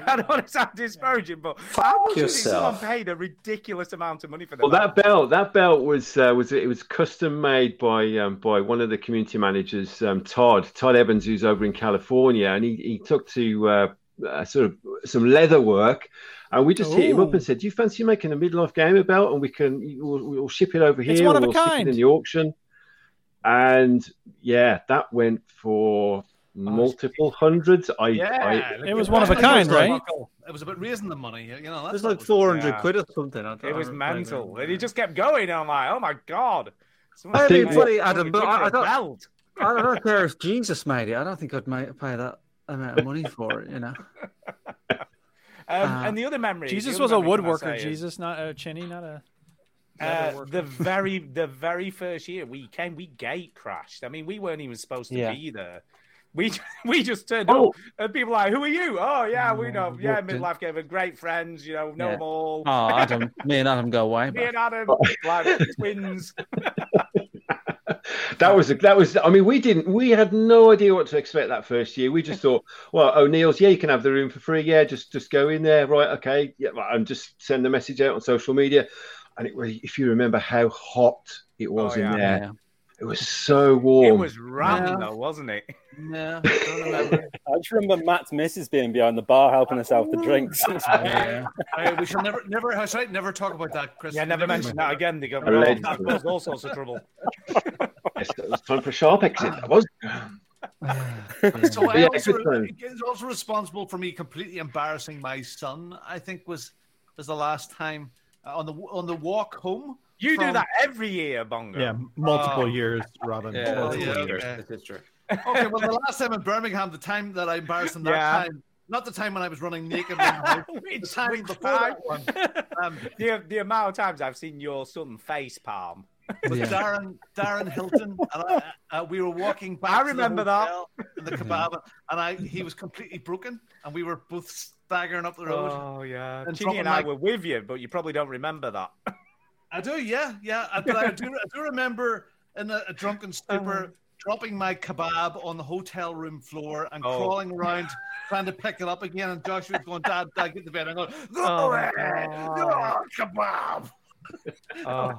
Speaker 2: uh,
Speaker 5: I don't want to, sound disparaging, but how much is it someone
Speaker 17: yourself.
Speaker 5: paid a ridiculous amount of money for that?
Speaker 17: Well, that belt, that belt was uh, was it was custom made by um, by one of the community managers, um, Todd Todd Evans, who's over in California, and he he took to uh, uh, sort of some leather work, and we just hit him up
Speaker 2: Ooh.
Speaker 17: and said, "Do you fancy making a midlife gamer belt? And we can we'll, we'll ship it over here,
Speaker 2: It's one
Speaker 17: or
Speaker 2: of a
Speaker 17: we'll stick it
Speaker 2: kind.
Speaker 17: in the auction." And yeah, that went for multiple hundreds. I, I
Speaker 4: look
Speaker 2: it
Speaker 4: at
Speaker 2: was
Speaker 4: that.
Speaker 2: one of a kind, right?
Speaker 4: It was about raising the money. You know, that's
Speaker 5: There's
Speaker 4: all
Speaker 5: like
Speaker 4: it was.
Speaker 5: 400 Yeah. quid
Speaker 4: or
Speaker 13: something. I
Speaker 5: It was mental. And he just kept going. I'm like, oh my god.
Speaker 13: I
Speaker 5: Someone's
Speaker 13: mean,
Speaker 5: made-
Speaker 13: funny, Adam,
Speaker 5: somebody
Speaker 13: but
Speaker 5: took
Speaker 13: I, I
Speaker 5: a
Speaker 13: don't.
Speaker 5: belt.
Speaker 13: I don't care if Jesus made it. I don't think I'd make, pay that amount of money for it. You know.
Speaker 5: Um,
Speaker 13: Uh,
Speaker 5: and the other memory.
Speaker 2: Jesus
Speaker 5: the
Speaker 2: was
Speaker 5: other
Speaker 2: a
Speaker 5: memory, can I
Speaker 2: woodworker.
Speaker 5: say, is,
Speaker 2: Jesus, not a chinny, not a.
Speaker 5: uh,
Speaker 2: leather
Speaker 5: the very, the very first year we came, we gate crashed. I mean, we weren't even supposed to
Speaker 2: Yeah.
Speaker 5: be there. We ju- we just turned up, and people were like, "Who are you?" Oh yeah,
Speaker 2: Mm,
Speaker 5: we know. Yeah,
Speaker 13: walked in.
Speaker 5: midlife game, great friends. You know, know
Speaker 13: Yeah.
Speaker 5: them all.
Speaker 13: Oh, Adam, me and Adam go way
Speaker 5: Me
Speaker 13: back.
Speaker 5: and Adam, like twins.
Speaker 17: That was that was. I mean, we didn't. We had no idea what to expect that first year. We just thought, well, O'Neill's, yeah, you can have the room for free. Yeah, just just go in there, right? Okay, yeah, right, and just send the message out on social media. And it was, if you remember how hot it was
Speaker 5: Oh, yeah.
Speaker 17: in there,
Speaker 5: Yeah.
Speaker 17: it was so
Speaker 5: It
Speaker 17: warm.
Speaker 5: was random,
Speaker 15: Yeah.
Speaker 5: though, wasn't it?
Speaker 13: Yeah.
Speaker 15: I just remember Matt's missus being behind the bar helping us out with the drinks.
Speaker 4: Hey, we shall never, never, that's right, never talk about that, Chris.
Speaker 5: Yeah, never mention that again. They got
Speaker 17: Allegedly.
Speaker 5: that caused all sorts of trouble.
Speaker 17: Yes, it was time for a sharp exit. That was.
Speaker 4: So I
Speaker 17: Yeah,
Speaker 4: also,
Speaker 17: good time.
Speaker 4: it's also responsible for me completely embarrassing my son. I think was was the last time uh, on the on the walk home.
Speaker 5: You do
Speaker 4: from-
Speaker 5: that every year, Bongo.
Speaker 3: Yeah, multiple
Speaker 4: Oh.
Speaker 3: years, Robin.
Speaker 4: Yeah,
Speaker 3: multiple
Speaker 4: yeah,
Speaker 3: years.
Speaker 4: okay.
Speaker 15: That's true.
Speaker 4: Okay, well, the last time in Birmingham, the time that I embarrassed him that
Speaker 5: Yeah.
Speaker 4: time, not the time when I was running naked. around the house, the
Speaker 5: Which-
Speaker 4: time
Speaker 5: which
Speaker 4: before
Speaker 5: time?
Speaker 4: that one. um,
Speaker 5: the, the amount of times I've seen your son face palm.
Speaker 4: with Darren Darren Hilton, and I, uh, we were walking back.
Speaker 5: I
Speaker 4: to the
Speaker 5: remember that.
Speaker 4: hotel in the
Speaker 5: Mm-hmm.
Speaker 4: kebab, and I he was completely broken, and we were both staggering up the road.
Speaker 5: Oh yeah,
Speaker 4: And
Speaker 5: Chinny
Speaker 4: dropping
Speaker 5: and I
Speaker 4: my-
Speaker 5: were with you, but you probably don't remember that.
Speaker 4: I do, yeah, yeah, I- but I do I do remember in a, a drunken
Speaker 5: Uh-huh.
Speaker 4: stupor. Dropping my kebab on the hotel room floor and
Speaker 5: Oh.
Speaker 4: crawling around trying to pick it up again. And Joshua was going, Dad, Dad, get to bed. I'm going, Go
Speaker 5: Oh,
Speaker 4: away,
Speaker 5: God.
Speaker 4: no kebab.
Speaker 17: Oh,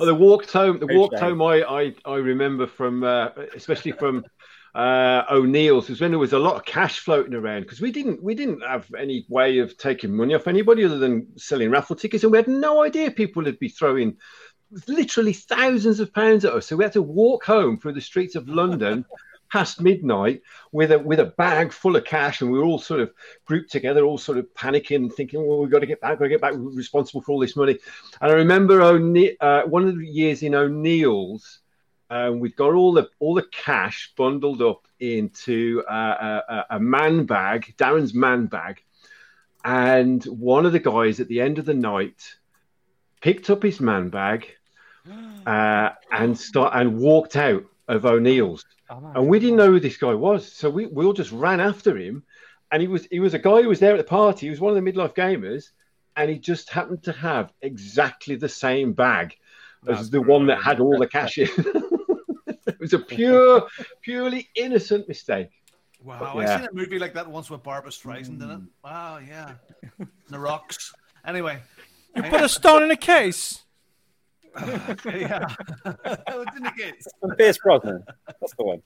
Speaker 17: the walk home, the
Speaker 4: Huge
Speaker 17: walk
Speaker 4: day.
Speaker 17: home. I, I I remember from uh, especially from uh, O'Neill's was when there was a lot of cash floating around because we didn't we didn't have any way of taking money off anybody other than selling raffle tickets, and we had no idea people would be throwing literally thousands of pounds at us. So we had to walk home through the streets of London. Past midnight, with a with a bag full of cash, and we were all sort of grouped together, all sort of panicking, thinking, "Well, we've got to get back, got to get back. We're responsible for all this money." And I remember O'Ne- uh, one of the years in O'Neill's, um, we'd got all the all the cash bundled up into uh, a- a, a man bag, Darren's man bag, and one of the guys at the end of the night picked up his man bag uh, and start and walked out of O'Neill's.
Speaker 4: Oh,
Speaker 17: and we didn't know who this guy was, so we, we all just ran after him. And he was he was a guy who was there at the party. He was one of the midlife gamers, and he just happened to have exactly the same bag as the one that had all the cash in. it was a pure, purely innocent mistake.
Speaker 4: Wow,
Speaker 17: But
Speaker 4: I
Speaker 17: yeah.
Speaker 4: seen a movie like that once with Barbara Streisand in it.
Speaker 5: Mm.
Speaker 4: Wow, yeah, the rocks. Anyway,
Speaker 2: You put a stone in a case.
Speaker 4: yeah, What's in the case?
Speaker 15: Pierce Brosnan. That's the one.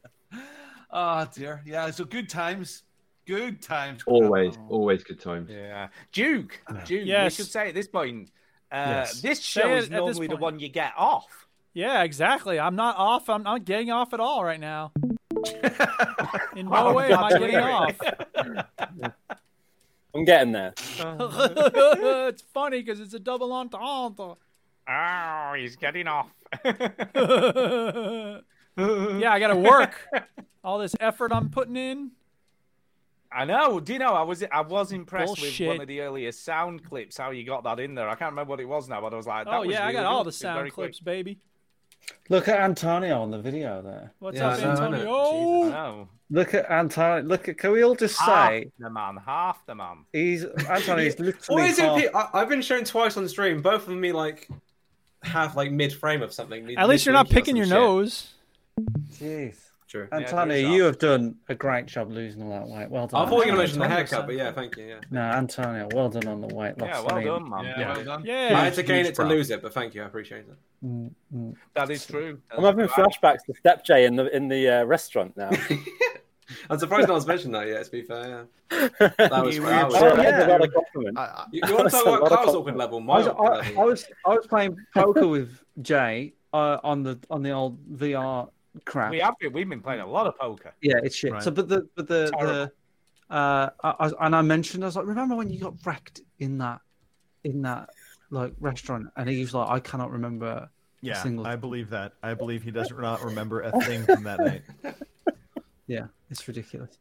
Speaker 4: Oh dear, yeah. So good times, good times.
Speaker 17: Always, always good times.
Speaker 5: Yeah. Uh, Duke,
Speaker 4: Uh,
Speaker 5: Duke,
Speaker 17: Yes.
Speaker 5: we should say at this point, uh,
Speaker 17: Yes.
Speaker 5: this
Speaker 2: Say
Speaker 5: show
Speaker 2: it
Speaker 5: is
Speaker 2: at this
Speaker 5: normally the
Speaker 2: point.
Speaker 5: one you get off.
Speaker 2: Yeah, exactly. I'm not off. I'm not getting off at all right now. In no
Speaker 5: Oh,
Speaker 2: way am I
Speaker 5: God.
Speaker 2: getting off.
Speaker 15: I'm getting there.
Speaker 2: it's funny because it's a double entendre.
Speaker 5: Oh, he's getting off.
Speaker 2: Uh, yeah, I got to work. All this effort I'm putting in.
Speaker 5: I know. Do you know? I was I was impressed with
Speaker 2: Bullshit.
Speaker 5: one of the earlier sound clips. How you got that in there? I can't remember what it was now, but I was like, that
Speaker 2: oh
Speaker 5: was
Speaker 2: yeah, I
Speaker 5: really
Speaker 2: got all
Speaker 5: good. It
Speaker 2: the
Speaker 5: was very
Speaker 2: sound
Speaker 5: quick.
Speaker 2: clips, baby.
Speaker 1: Look at Antonio on the video there.
Speaker 2: What's
Speaker 5: Yeah,
Speaker 2: up,
Speaker 5: I know, innit?
Speaker 2: Antonio?
Speaker 5: Jesus, I know.
Speaker 1: Look at Antonio. Look at. Can we all just
Speaker 18: Ah,
Speaker 1: say
Speaker 5: half the man, half the man.
Speaker 1: he's Antonio's
Speaker 18: Yeah.
Speaker 1: literally.
Speaker 18: Always
Speaker 1: half-
Speaker 18: in pe- I- I've been shown twice on stream, both of me like have like mid frame of something. mid-
Speaker 2: At least you're not
Speaker 18: mid-wink or
Speaker 2: picking
Speaker 18: some
Speaker 2: your
Speaker 18: shit.
Speaker 2: nose.
Speaker 1: Jeez.
Speaker 18: True.
Speaker 1: Antonio, you have done a great job losing all that weight. Well done.
Speaker 18: I thought you were going to
Speaker 1: Antonio.
Speaker 18: mention the haircut, but yeah, thank you. Yeah.
Speaker 1: No, Antonio, well done on the weight loss.
Speaker 18: Yeah,
Speaker 1: I
Speaker 18: well
Speaker 1: mean,
Speaker 18: done, man.
Speaker 1: yeah.
Speaker 18: Yeah, well done.
Speaker 2: Yeah.
Speaker 18: I had to gain
Speaker 15: Huge
Speaker 18: it to
Speaker 15: proud.
Speaker 18: lose it, but thank you, I appreciate it.
Speaker 1: Mm, mm.
Speaker 5: That is true.
Speaker 15: I'm having flashbacks to Step J in the in the uh, restaurant now.
Speaker 18: I'm surprised no one's mentioned that yet. To be fair, yeah. that was.
Speaker 15: You
Speaker 18: that
Speaker 15: were
Speaker 18: was-
Speaker 15: Oh, yeah. that's a compliment.
Speaker 18: You, you want to
Speaker 1: That's
Speaker 18: talk
Speaker 1: a
Speaker 18: about
Speaker 1: lot of
Speaker 18: Carl's
Speaker 1: compliment.
Speaker 18: awkward level?
Speaker 1: I
Speaker 18: My
Speaker 1: was,
Speaker 18: awkward
Speaker 1: I, I
Speaker 18: level.
Speaker 1: was I was playing poker with Jay uh, on the on the old VR crap.
Speaker 5: We have been, we've been playing a lot of poker.
Speaker 1: Yeah, it's shit. So, but the but the,
Speaker 5: Terrible.
Speaker 1: the uh, I, I, was- and I mentioned I was like, remember when you got wrecked in that in that like restaurant? And he was like, I cannot remember.
Speaker 3: Yeah,
Speaker 1: a single
Speaker 3: I believe that. I believe he does not remember a thing from that night.
Speaker 1: Yeah, it's ridiculous.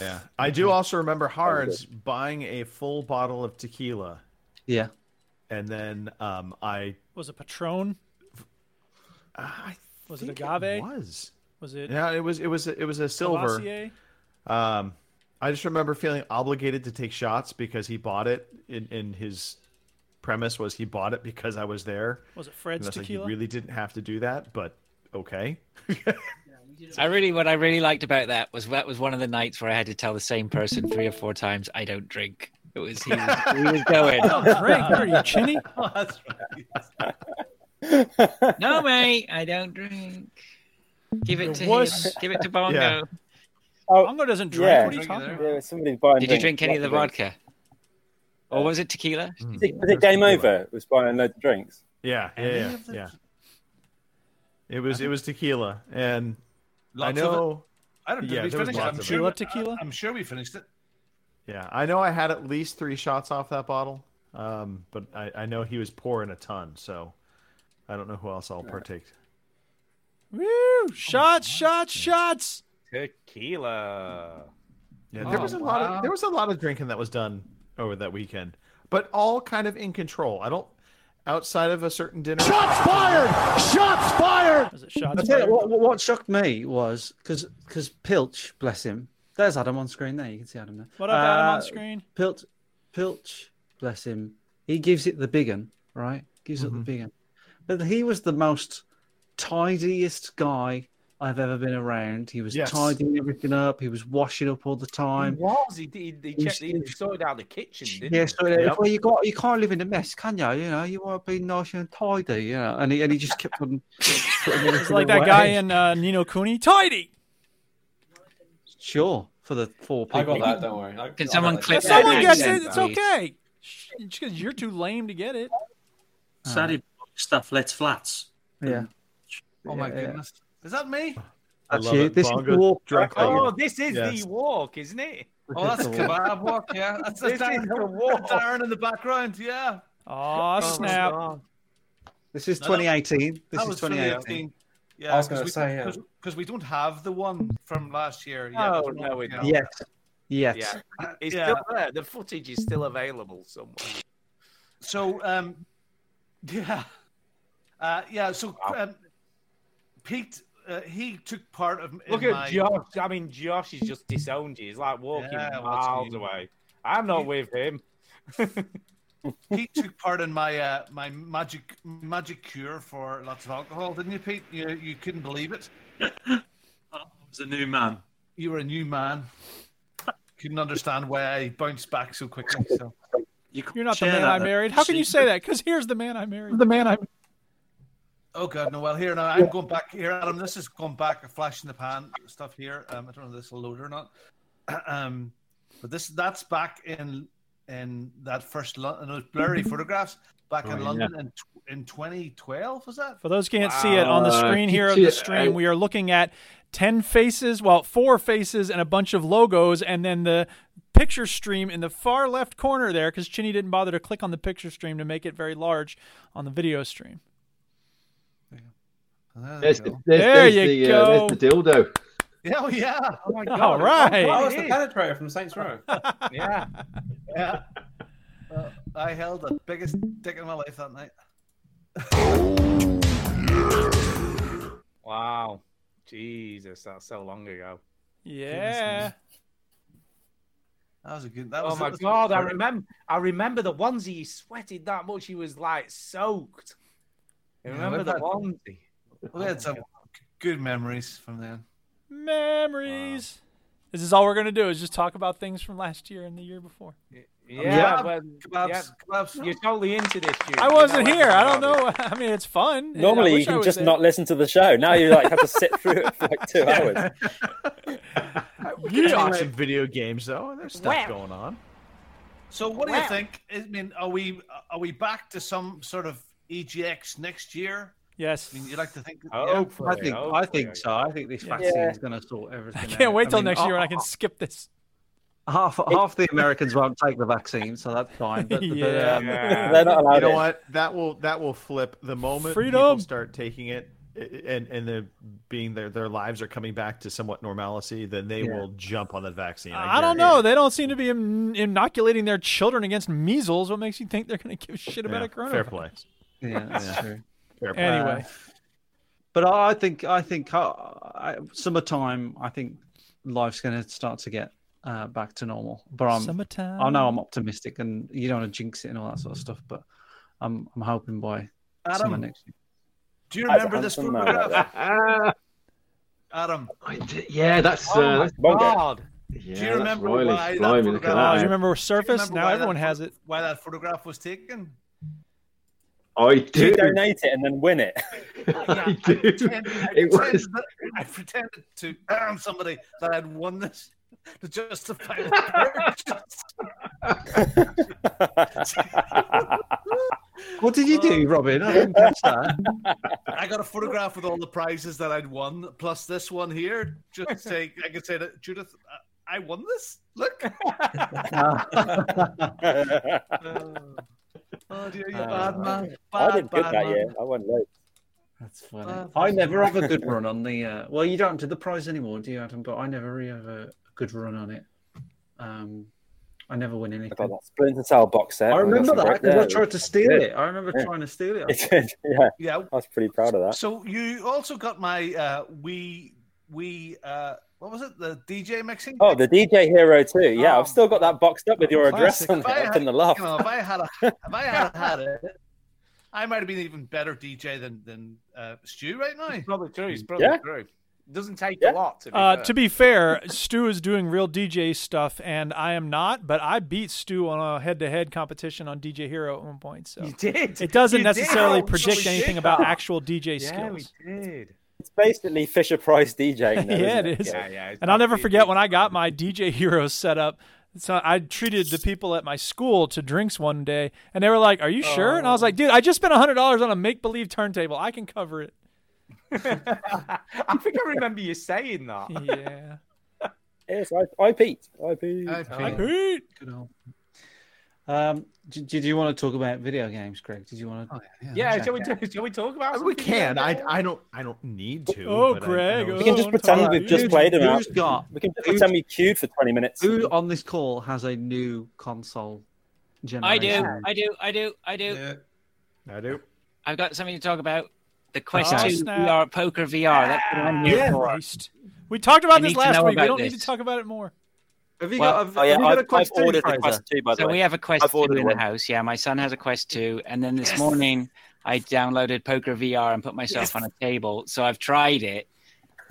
Speaker 3: Yeah, I do also remember Hards buying a full bottle of tequila,
Speaker 1: Yeah,
Speaker 3: and then um, I
Speaker 2: Was it Patron? was it agave? It
Speaker 3: was.
Speaker 2: Was it?
Speaker 3: yeah it was it was it was a silver.
Speaker 2: Courvoisier?
Speaker 3: Um, I just remember feeling obligated to take shots because he bought it, and, and his premise was he bought it because I was there.
Speaker 2: Was it Fred's
Speaker 3: And I was like,
Speaker 2: tequila?
Speaker 3: you really didn't have to do that, but okay.
Speaker 8: I really, what I really liked about that was that was one of the nights where I had to tell the same person three or four times, "I don't drink." It was he was, he was going.
Speaker 2: I don't drink. What are you, chinny?
Speaker 8: No, mate, I don't drink. Give it to
Speaker 2: wuss.
Speaker 8: him. Give it to Bongo.
Speaker 2: Yeah. Bongo doesn't drink.
Speaker 8: yeah.
Speaker 2: What are you talking about?
Speaker 15: Yeah, somebody's buying.
Speaker 8: Did you
Speaker 15: drinks,
Speaker 8: drink any of the
Speaker 15: lots drinks.
Speaker 8: vodka, or was it tequila?
Speaker 17: Hmm.
Speaker 15: Was it, was it game over? It was buying loads of drinks.
Speaker 3: Yeah, yeah,
Speaker 15: Any
Speaker 3: yeah.
Speaker 15: of the-
Speaker 3: yeah. It was it was tequila, and
Speaker 4: Lots
Speaker 3: I
Speaker 4: of it?
Speaker 3: know.
Speaker 4: I don't know.
Speaker 3: Yeah,
Speaker 4: we
Speaker 3: there was
Speaker 4: finished it.
Speaker 3: lots
Speaker 4: I'm
Speaker 3: of
Speaker 4: sure.
Speaker 3: it.
Speaker 4: tequila. I'm sure we finished it.
Speaker 3: Yeah, I know I had at least three shots off that bottle, um, but I, I know he was pouring a ton, so I don't know who else I'll partake.
Speaker 2: Woo! Shots, shots, shots.
Speaker 5: Tequila.
Speaker 3: Yeah, there was a lot of there was a lot of drinking that was done over that weekend, but all kind of in control. I don't outside of a certain dinner. Shots fired! Shots fired!
Speaker 2: Was it
Speaker 1: I
Speaker 2: shots?
Speaker 1: tell you what, what- what shocked me was because because Pilch, bless him, there's Adam on screen there. You can see Adam there.
Speaker 2: What up, Adam on
Speaker 1: Uh,
Speaker 2: screen?
Speaker 1: Pilch, Pilch, bless him. He gives it the big un, right? Gives it the big un. But he was the most tidiest guy I've ever been around. He was
Speaker 5: Yes.
Speaker 1: tidying everything up. He was washing up all the time.
Speaker 5: He was. He, he, he checked. He sorted out the kitchen. Didn't
Speaker 1: Yeah,
Speaker 5: he?
Speaker 1: so well, you got you can't live in a mess, can you? You know, you want to be nice and tidy, you know. And he and he just kept on.
Speaker 2: It's like that guy in uh, Nino Cooney. Tidy.
Speaker 1: Sure, for the four people.
Speaker 18: I got that. Don't worry. I,
Speaker 8: Can someone clip
Speaker 2: If
Speaker 8: that
Speaker 2: someone gets it,
Speaker 8: accent,
Speaker 2: it's
Speaker 8: please?
Speaker 2: okay. Shh, Just because you're too lame to get it.
Speaker 11: Sadly, stuff lets flats.
Speaker 1: Yeah.
Speaker 4: Oh my goodness, is that me?
Speaker 1: That's you. This is war.
Speaker 5: Oh, this is the walk, isn't it?
Speaker 4: Oh, that's kebab walk. Yeah, that's, that's
Speaker 5: This is
Speaker 4: Darren,
Speaker 5: the walk.
Speaker 4: that's Darren in the background. Yeah.
Speaker 2: Oh, snap. God.
Speaker 1: This is
Speaker 4: No, that-
Speaker 1: 2018. This
Speaker 4: that
Speaker 1: is
Speaker 4: was
Speaker 1: 2018.
Speaker 4: 2018. Yeah,
Speaker 1: I was gonna
Speaker 4: because
Speaker 1: say, uh, yeah.
Speaker 4: because we don't have the one from last year.
Speaker 5: No,
Speaker 4: Yeah,
Speaker 5: no, we don't.
Speaker 1: Yes. Yes.
Speaker 5: Yeah. It's
Speaker 4: Uh, Yeah.
Speaker 5: still there. The footage is still available somewhere.
Speaker 4: So, um, yeah, uh, yeah. So, um, Pete, uh, he took part of.
Speaker 5: Look
Speaker 4: in
Speaker 5: at
Speaker 4: my...
Speaker 5: Josh. I mean, Josh has just disowned you. He's like walking
Speaker 4: Yeah, what's
Speaker 5: miles
Speaker 4: he-
Speaker 5: away. I'm not with him.
Speaker 4: Pete took part in my uh, my magic magic cure for lots of alcohol, didn't you, Pete? You you couldn't believe it.
Speaker 11: I was a new man.
Speaker 4: you were a new man. Couldn't understand why I bounced back so quickly. So
Speaker 19: you
Speaker 2: You're not the man I married. How can you say that? Because here's the man I married. The man I.
Speaker 4: Oh God, no. Well, here now I'm going back here, Adam. This is going back a flash in the pan stuff here. Um, I don't know if this will load or not. um, but this that's back in in that first Lon- in those blurry
Speaker 2: Mm-hmm.
Speaker 4: photographs back
Speaker 2: Oh,
Speaker 4: in
Speaker 2: yeah.
Speaker 4: London in, tw- in 2012 was that?
Speaker 2: For those who can't see it on the screen here of the stream, we are looking at 10 faces, well, four faces and a bunch of logos, and then the picture stream in the far left corner there, because Chinny didn't bother to click on the picture stream to make it very large on the video stream.
Speaker 17: There's, the- there's,
Speaker 2: There
Speaker 17: there's
Speaker 2: you
Speaker 17: the, Uh,
Speaker 2: go.
Speaker 17: there's the dildo.
Speaker 4: Hell yeah! Oh my
Speaker 2: God. All right.
Speaker 20: Oh, it's the penetrator from Saints Row.
Speaker 4: yeah. Yeah. Well, I held the biggest dick in my life that night.
Speaker 5: Wow. Jesus, that's so long ago.
Speaker 2: Yeah.
Speaker 4: That was a good. That
Speaker 5: oh
Speaker 4: was
Speaker 5: my
Speaker 4: that was-
Speaker 5: god, I remember I remember the onesie he sweated that much he was like soaked. I
Speaker 4: Yeah,
Speaker 5: remember
Speaker 4: we've
Speaker 5: the
Speaker 4: had-
Speaker 5: onesie.
Speaker 4: We had some good memories from then.
Speaker 2: Memories. This is all we're going to do is just talk about things from last year and the year before.
Speaker 5: Yeah,
Speaker 4: Kebab,
Speaker 5: well,
Speaker 4: kebabs,
Speaker 5: yeah, you're totally into this dude.
Speaker 2: I wasn't here. I don't know. I mean, it's fun. and I
Speaker 15: Normally, you
Speaker 2: wish I
Speaker 15: can
Speaker 2: was
Speaker 15: just
Speaker 2: there.
Speaker 15: not listen to the show. Now you like have to sit through it for like two hours.
Speaker 3: You talk some video games though. There's stuff
Speaker 4: Wow.
Speaker 3: going on.
Speaker 4: So, what do
Speaker 3: Wow.
Speaker 4: you think? I mean, are we are we back to some sort of EGX next year?
Speaker 2: Yes.
Speaker 4: I mean, you like to think.
Speaker 1: I think I think so. I think this
Speaker 4: Yeah.
Speaker 1: vaccine
Speaker 4: Yeah.
Speaker 1: is going to sort everything.
Speaker 2: I can't
Speaker 1: out.
Speaker 2: wait till
Speaker 1: mean,
Speaker 2: next year when I
Speaker 1: ha-
Speaker 2: can skip this.
Speaker 1: Half half the Americans won't take the vaccine, so that's fine. But, but, um,
Speaker 3: you know what? That will that will flip the moment people
Speaker 1: Freedom.
Speaker 3: start taking it i- and and the being their their lives are coming back to somewhat normalcy. Then they will jump on the vaccine.
Speaker 2: I don't know. They don't seem to be Im- inoculating their children against measles. What makes you think they're going to give a shit about a
Speaker 3: Yeah,
Speaker 2: coronavirus?
Speaker 3: fair play.
Speaker 1: Yeah, that's true.
Speaker 3: Fair
Speaker 2: play. Anyway.
Speaker 1: but I I think I think uh, I, summertime. I think life's going to start to get uh, back to normal. But I'm
Speaker 2: Summertime.
Speaker 1: I know I'm optimistic, and you don't want to jinx it and all that sort of stuff. But I'm I'm hoping by
Speaker 4: Adam,
Speaker 1: summer next year.
Speaker 4: Do you
Speaker 1: That's a
Speaker 4: remember this
Speaker 1: handsome man, that
Speaker 4: photograph? Adam.
Speaker 17: yeah, that's,
Speaker 4: Oh
Speaker 17: uh,
Speaker 4: my
Speaker 17: that's Bunga.
Speaker 4: God.
Speaker 17: Yeah,
Speaker 4: do you
Speaker 17: that's
Speaker 4: remember
Speaker 17: Riley.
Speaker 4: why that
Speaker 17: Blimey, look at
Speaker 4: photograph?
Speaker 17: that. Do you
Speaker 2: remember Surface? Now
Speaker 4: why that
Speaker 2: everyone has
Speaker 4: pho-
Speaker 2: it.
Speaker 4: Why that photograph was taken?
Speaker 17: I
Speaker 15: You
Speaker 17: do.
Speaker 15: donate it and then win it.
Speaker 4: I
Speaker 17: do.
Speaker 4: pretended, I,
Speaker 17: It was-
Speaker 4: pretended that, I pretended to um, somebody that I'd won this to justify the purchase.
Speaker 1: What did you do, Robin? I didn't catch that.
Speaker 4: I got a photograph with all the prizes that I'd won, plus this one here. Just to say, I could say that Judith, uh, I won this. Look. Uh, oh dear, you bad man. Bad,
Speaker 15: I did good
Speaker 4: bad
Speaker 15: that
Speaker 4: man.
Speaker 15: year. I won loads.
Speaker 1: That's funny.
Speaker 4: Uh,
Speaker 1: I never have a good run on the. Uh, well, you don't do the prize anymore, do you, Adam? But I never really have a good run on it. Um, I never win anything.
Speaker 15: I got that Splinter Cell box set.
Speaker 1: I
Speaker 15: and got
Speaker 1: remember
Speaker 15: some
Speaker 1: that
Speaker 15: great-
Speaker 1: 'cause I
Speaker 15: yeah,
Speaker 1: tried to steal
Speaker 15: yeah.
Speaker 1: it. I remember
Speaker 15: Yeah.
Speaker 1: trying to steal it.
Speaker 15: You did, yeah.
Speaker 4: yeah,
Speaker 15: I was pretty proud of that.
Speaker 4: So you also got my uh, we we uh, what was it? The DJ mixing.
Speaker 15: Oh, the DJ Hero too. Yeah, I've still got that boxed up with your address
Speaker 4: Classic.
Speaker 15: on it
Speaker 4: If I
Speaker 15: up
Speaker 4: had-
Speaker 15: in the loft.
Speaker 4: You know, if I had a, if I had had it, I might have been an even better DJ than than uh, Stu right now.
Speaker 5: Probably true. It's probably
Speaker 4: Yeah.
Speaker 5: true. Doesn't take a lot to be
Speaker 2: Uh,
Speaker 5: fair.
Speaker 2: to be fair, Stu is doing real DJ stuff, and I am not. But I beat Stu on a head-to-head competition on DJ Hero at one point. So you
Speaker 5: did.
Speaker 2: It doesn't
Speaker 5: You did.
Speaker 2: necessarily
Speaker 5: Oh,
Speaker 2: predict
Speaker 5: shit.
Speaker 2: anything about actual DJ
Speaker 5: Yeah, we
Speaker 2: skills.
Speaker 5: did.
Speaker 15: It's basically Fisher Price DJing. Though,
Speaker 2: yeah,
Speaker 15: isn't
Speaker 2: it is.
Speaker 15: Yeah,
Speaker 2: and I'll never forget when I got my DJ Hero set up. So I treated the people at my school to drinks one day, and they were like, "Are you sure?" And I was
Speaker 5: Oh.
Speaker 2: like, "Dude, I just spent hundred dollars on a make-believe turntable. I can cover it."
Speaker 5: I think I remember you saying that.
Speaker 2: Yeah.
Speaker 15: Yes, I, I peaked. I peaked.
Speaker 2: I peed.
Speaker 1: Um, did, did you want to talk about video games, Greg? Did you want
Speaker 3: Oh,
Speaker 1: to?
Speaker 5: Yeah, shall we do, shall we talk about?
Speaker 3: We can. I I don't I don't need to.
Speaker 1: Oh,
Speaker 3: but I- I
Speaker 1: Greg,
Speaker 3: know-
Speaker 15: We can just pretend we've just played them out.
Speaker 1: Who's got?
Speaker 15: We can just pretend we queued for 20 minutes.
Speaker 1: Who on this call has a new console
Speaker 8: I
Speaker 1: generation?
Speaker 8: do. I do. I do. I do.
Speaker 3: I do.
Speaker 8: I've got something to talk about. The Quest
Speaker 1: Oh,
Speaker 8: 2
Speaker 1: snap.
Speaker 8: VR Poker VR. That's what I'm here
Speaker 2: Yeah.
Speaker 8: for.
Speaker 2: We talked about
Speaker 8: I need
Speaker 2: this
Speaker 8: to
Speaker 2: last
Speaker 8: know
Speaker 2: week. We
Speaker 8: about
Speaker 2: don't need
Speaker 8: this.
Speaker 2: to talk about it more.
Speaker 1: Have
Speaker 8: Well- oh,
Speaker 15: oh, ordered the Quest 2, by the
Speaker 8: so
Speaker 15: way.
Speaker 8: we have a Quest
Speaker 15: I've
Speaker 8: 2
Speaker 15: ordered
Speaker 8: in
Speaker 15: one.
Speaker 8: the house. Yeah, my son has a Quest 2. And then this morning, I downloaded Poker VR and put myself on a table. So I've tried it.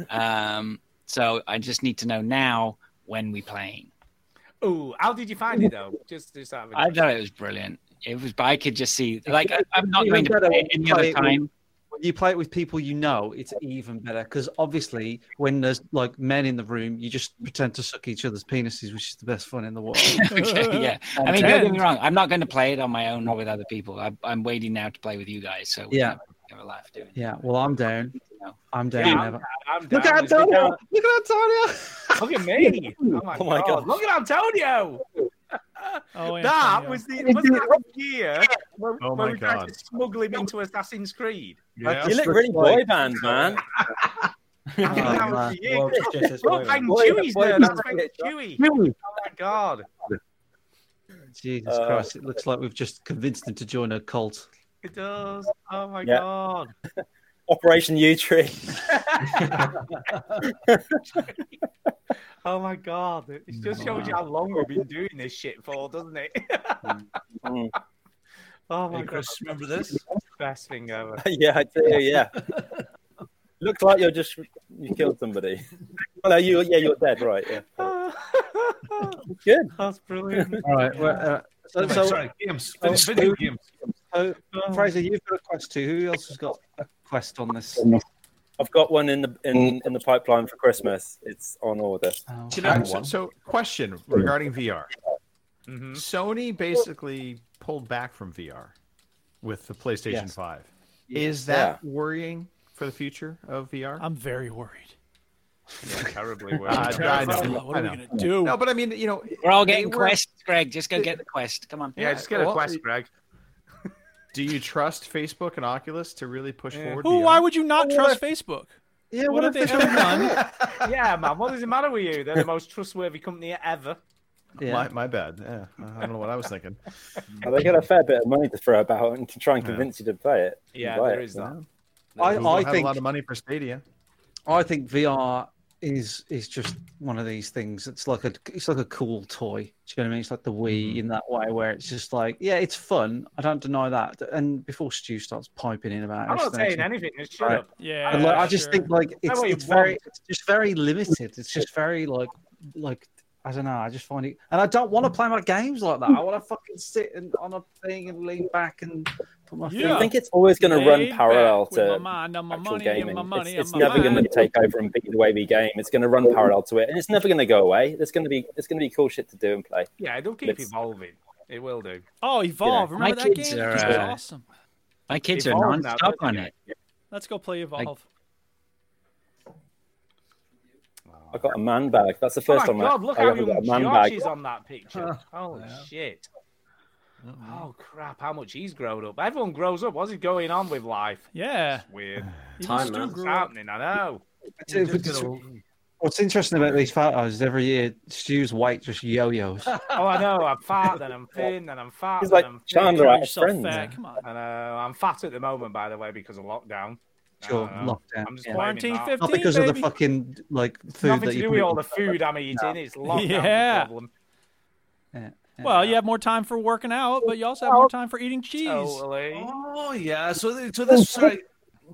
Speaker 8: Um, So I just need to know now when we playing.
Speaker 5: Ooh, how did you find it though? Just, just out of
Speaker 8: I thought it was brilliant. It was, but I could just see like I, I'm not going to play it any other time.
Speaker 1: When you play it with people you know, it's even better because obviously, when there's like men in the room, you just pretend to suck each other's penises, which is the best fun in the world.
Speaker 8: Okay, yeah, I mean, don't get me wrong. I'm not going to play it on my own or with other people. I, I'm waiting now to play with you guys. So we
Speaker 1: Yeah.
Speaker 8: have, have a laugh doing. it.
Speaker 1: Yeah, well, I'm down. I'm down.
Speaker 8: Yeah, I'm
Speaker 1: never.
Speaker 8: down,
Speaker 1: Look at Antonio. Look at Antonio.
Speaker 5: Look at me. Oh my,
Speaker 1: Oh my
Speaker 5: god.
Speaker 1: God.
Speaker 5: Look at Antonio.
Speaker 2: Oh,
Speaker 5: that
Speaker 2: Antonio.
Speaker 5: was the wasn't that the year when,
Speaker 2: Oh
Speaker 5: when
Speaker 2: my
Speaker 5: we tried to
Speaker 2: God.
Speaker 5: smuggle him into Assassin's Creed.
Speaker 15: Yeah. You look really boy band, man. Oh,
Speaker 5: that was the year. Look, Hank
Speaker 15: Boy-
Speaker 5: Chewie's
Speaker 15: boy
Speaker 5: there.
Speaker 15: band.
Speaker 5: That's Hank Chewie.
Speaker 1: Chewie.
Speaker 5: Oh my god.
Speaker 1: Jesus
Speaker 15: Uh,
Speaker 1: Christ! It looks like we've just convinced him to join a cult.
Speaker 5: It does. Oh my
Speaker 15: Yeah.
Speaker 5: god.
Speaker 15: Operation U Tree.
Speaker 5: Oh my god. It just shows you how long we've been doing this shit for, doesn't it? oh my
Speaker 4: Hey,
Speaker 5: god.
Speaker 4: Chris, remember this?
Speaker 5: Best thing ever.
Speaker 15: yeah, I do. Yeah. Looks like you're just you killed somebody. Oh, no, you yeah, you're dead, right? Yeah. Good.
Speaker 5: That's brilliant.
Speaker 1: All right. Well, uh, so, so,
Speaker 15: Sorry, games.
Speaker 1: so-
Speaker 15: Video games.
Speaker 1: so, Fraser, you've got a quest too. Who else has got a quest on this?
Speaker 15: I've got one in the in, in the pipeline for Christmas. It's on order.
Speaker 3: Do you know, so, so question regarding VR.
Speaker 5: Mm-hmm.
Speaker 3: Sony basically pulled back from VR with the PlayStation
Speaker 21: Yes.
Speaker 3: 5.
Speaker 21: Yes.
Speaker 3: Is that worrying for the future of VR?
Speaker 2: I'm very worried.
Speaker 5: Terribly
Speaker 3: well. I, I know.
Speaker 2: What are we
Speaker 3: I know.
Speaker 2: gonna do?
Speaker 3: No, but I mean, you know,
Speaker 8: We're all
Speaker 3: they
Speaker 8: getting
Speaker 3: were-
Speaker 8: quests, Greg. Just go get the quest. Come on.
Speaker 3: well, Do you trust Facebook and Oculus to really push forward?
Speaker 2: Who?
Speaker 3: VR?
Speaker 2: Why would you not
Speaker 5: What
Speaker 2: trust Facebook?
Speaker 1: Yeah,
Speaker 2: what, have they ever done?
Speaker 5: yeah, man. What does it matter with you? They're the most trustworthy company ever.
Speaker 3: My, my bad. Yeah, I don't know what I was thinking.
Speaker 15: Oh, they got a fair bit of money to throw about and to try and convince you to play it.
Speaker 5: Yeah,
Speaker 15: Buy
Speaker 5: there
Speaker 15: it.
Speaker 5: is that.
Speaker 1: I,
Speaker 3: Google
Speaker 1: I
Speaker 3: had
Speaker 1: think
Speaker 3: a lot of money for Stadia.
Speaker 1: I think VR is is just one of these things. It's like a it's like a cool toy. Do you know what I mean? It's like the
Speaker 2: Mm-hmm.
Speaker 1: Wii in that way, where it's just like, yeah, it's fun. I don't deny that. And before Stu starts piping in about,
Speaker 5: I'm not
Speaker 1: his
Speaker 5: saying
Speaker 1: thing,
Speaker 5: anything. Just shut
Speaker 1: Right.
Speaker 5: up.
Speaker 2: Yeah,
Speaker 1: I'd like- I just think like
Speaker 5: Say
Speaker 1: it's,
Speaker 5: what you
Speaker 1: it's very
Speaker 5: want.
Speaker 1: it's just very limited. It's just very like like I don't know. I just find it, and I don't want to play my games like that. I want to fucking sit and, on a thing and lean back and put my feet.
Speaker 15: I think it's always going to
Speaker 2: Laid
Speaker 15: run
Speaker 2: back
Speaker 15: parallel
Speaker 2: with my mind
Speaker 15: to
Speaker 2: on my
Speaker 15: actual
Speaker 2: money and
Speaker 15: gaming.
Speaker 2: my money
Speaker 15: it's it's
Speaker 2: and my
Speaker 15: never going to
Speaker 2: mind.
Speaker 15: take over and beat the way we game. It's going to run parallel to it, and it's never going to go away. There's going to be it's going to be cool shit to do and play.
Speaker 5: Yeah, it'll keep
Speaker 15: Let's-
Speaker 5: evolving. It will do.
Speaker 2: Oh, Evolve.
Speaker 15: Yeah.
Speaker 2: Remember
Speaker 8: My
Speaker 2: that
Speaker 8: kids
Speaker 2: game?
Speaker 8: are,
Speaker 2: It was
Speaker 8: uh,
Speaker 2: awesome.
Speaker 8: My kids are
Speaker 5: Evolve now,
Speaker 8: non-stop
Speaker 5: don't
Speaker 8: on
Speaker 5: they?
Speaker 8: it.
Speaker 2: Let's go play Evolve.
Speaker 15: I got a man bag. That's the first
Speaker 5: oh
Speaker 15: time
Speaker 5: my god, look
Speaker 15: I, I
Speaker 5: how
Speaker 15: ever
Speaker 5: young
Speaker 15: got a man
Speaker 5: Josh
Speaker 15: bag.
Speaker 5: is on that picture. Oh shit.
Speaker 2: Mm-hmm.
Speaker 5: Oh crap, how much he's grown up. Everyone grows up. What's he going on with life?
Speaker 2: Yeah.
Speaker 5: Weird.
Speaker 2: Time,
Speaker 5: What's
Speaker 2: man.
Speaker 5: happening, I know.
Speaker 1: Dude, but just- What's interesting about these photos is every year Stu's weight just yo-yos.
Speaker 5: Oh, I know. I'm fat, then I'm thin, then I'm fat.
Speaker 15: He's
Speaker 5: then
Speaker 15: like
Speaker 5: I'm thin.
Speaker 15: Chandler out of Friends.
Speaker 2: Come on.
Speaker 5: I know. I'm fat at the moment, by the way, because of lockdown. I
Speaker 1: Sure,
Speaker 5: don't know.
Speaker 1: lockdown,
Speaker 5: I'm just
Speaker 1: yeah.
Speaker 5: blaming
Speaker 2: Quarantine
Speaker 5: that.
Speaker 2: 15,
Speaker 1: Not because of the
Speaker 2: baby.
Speaker 1: fucking like food
Speaker 5: Nothing
Speaker 1: that
Speaker 5: to
Speaker 1: you
Speaker 5: do
Speaker 1: put
Speaker 5: with
Speaker 1: in.
Speaker 5: all the food I'm eating. It's lockdown
Speaker 2: Yeah.
Speaker 5: problem.
Speaker 1: Yeah.
Speaker 2: Well, you have more time for working out, but you also have more time for eating cheese.
Speaker 5: Totally.
Speaker 4: Oh yeah. So th- so
Speaker 8: Oh,
Speaker 4: this sorry,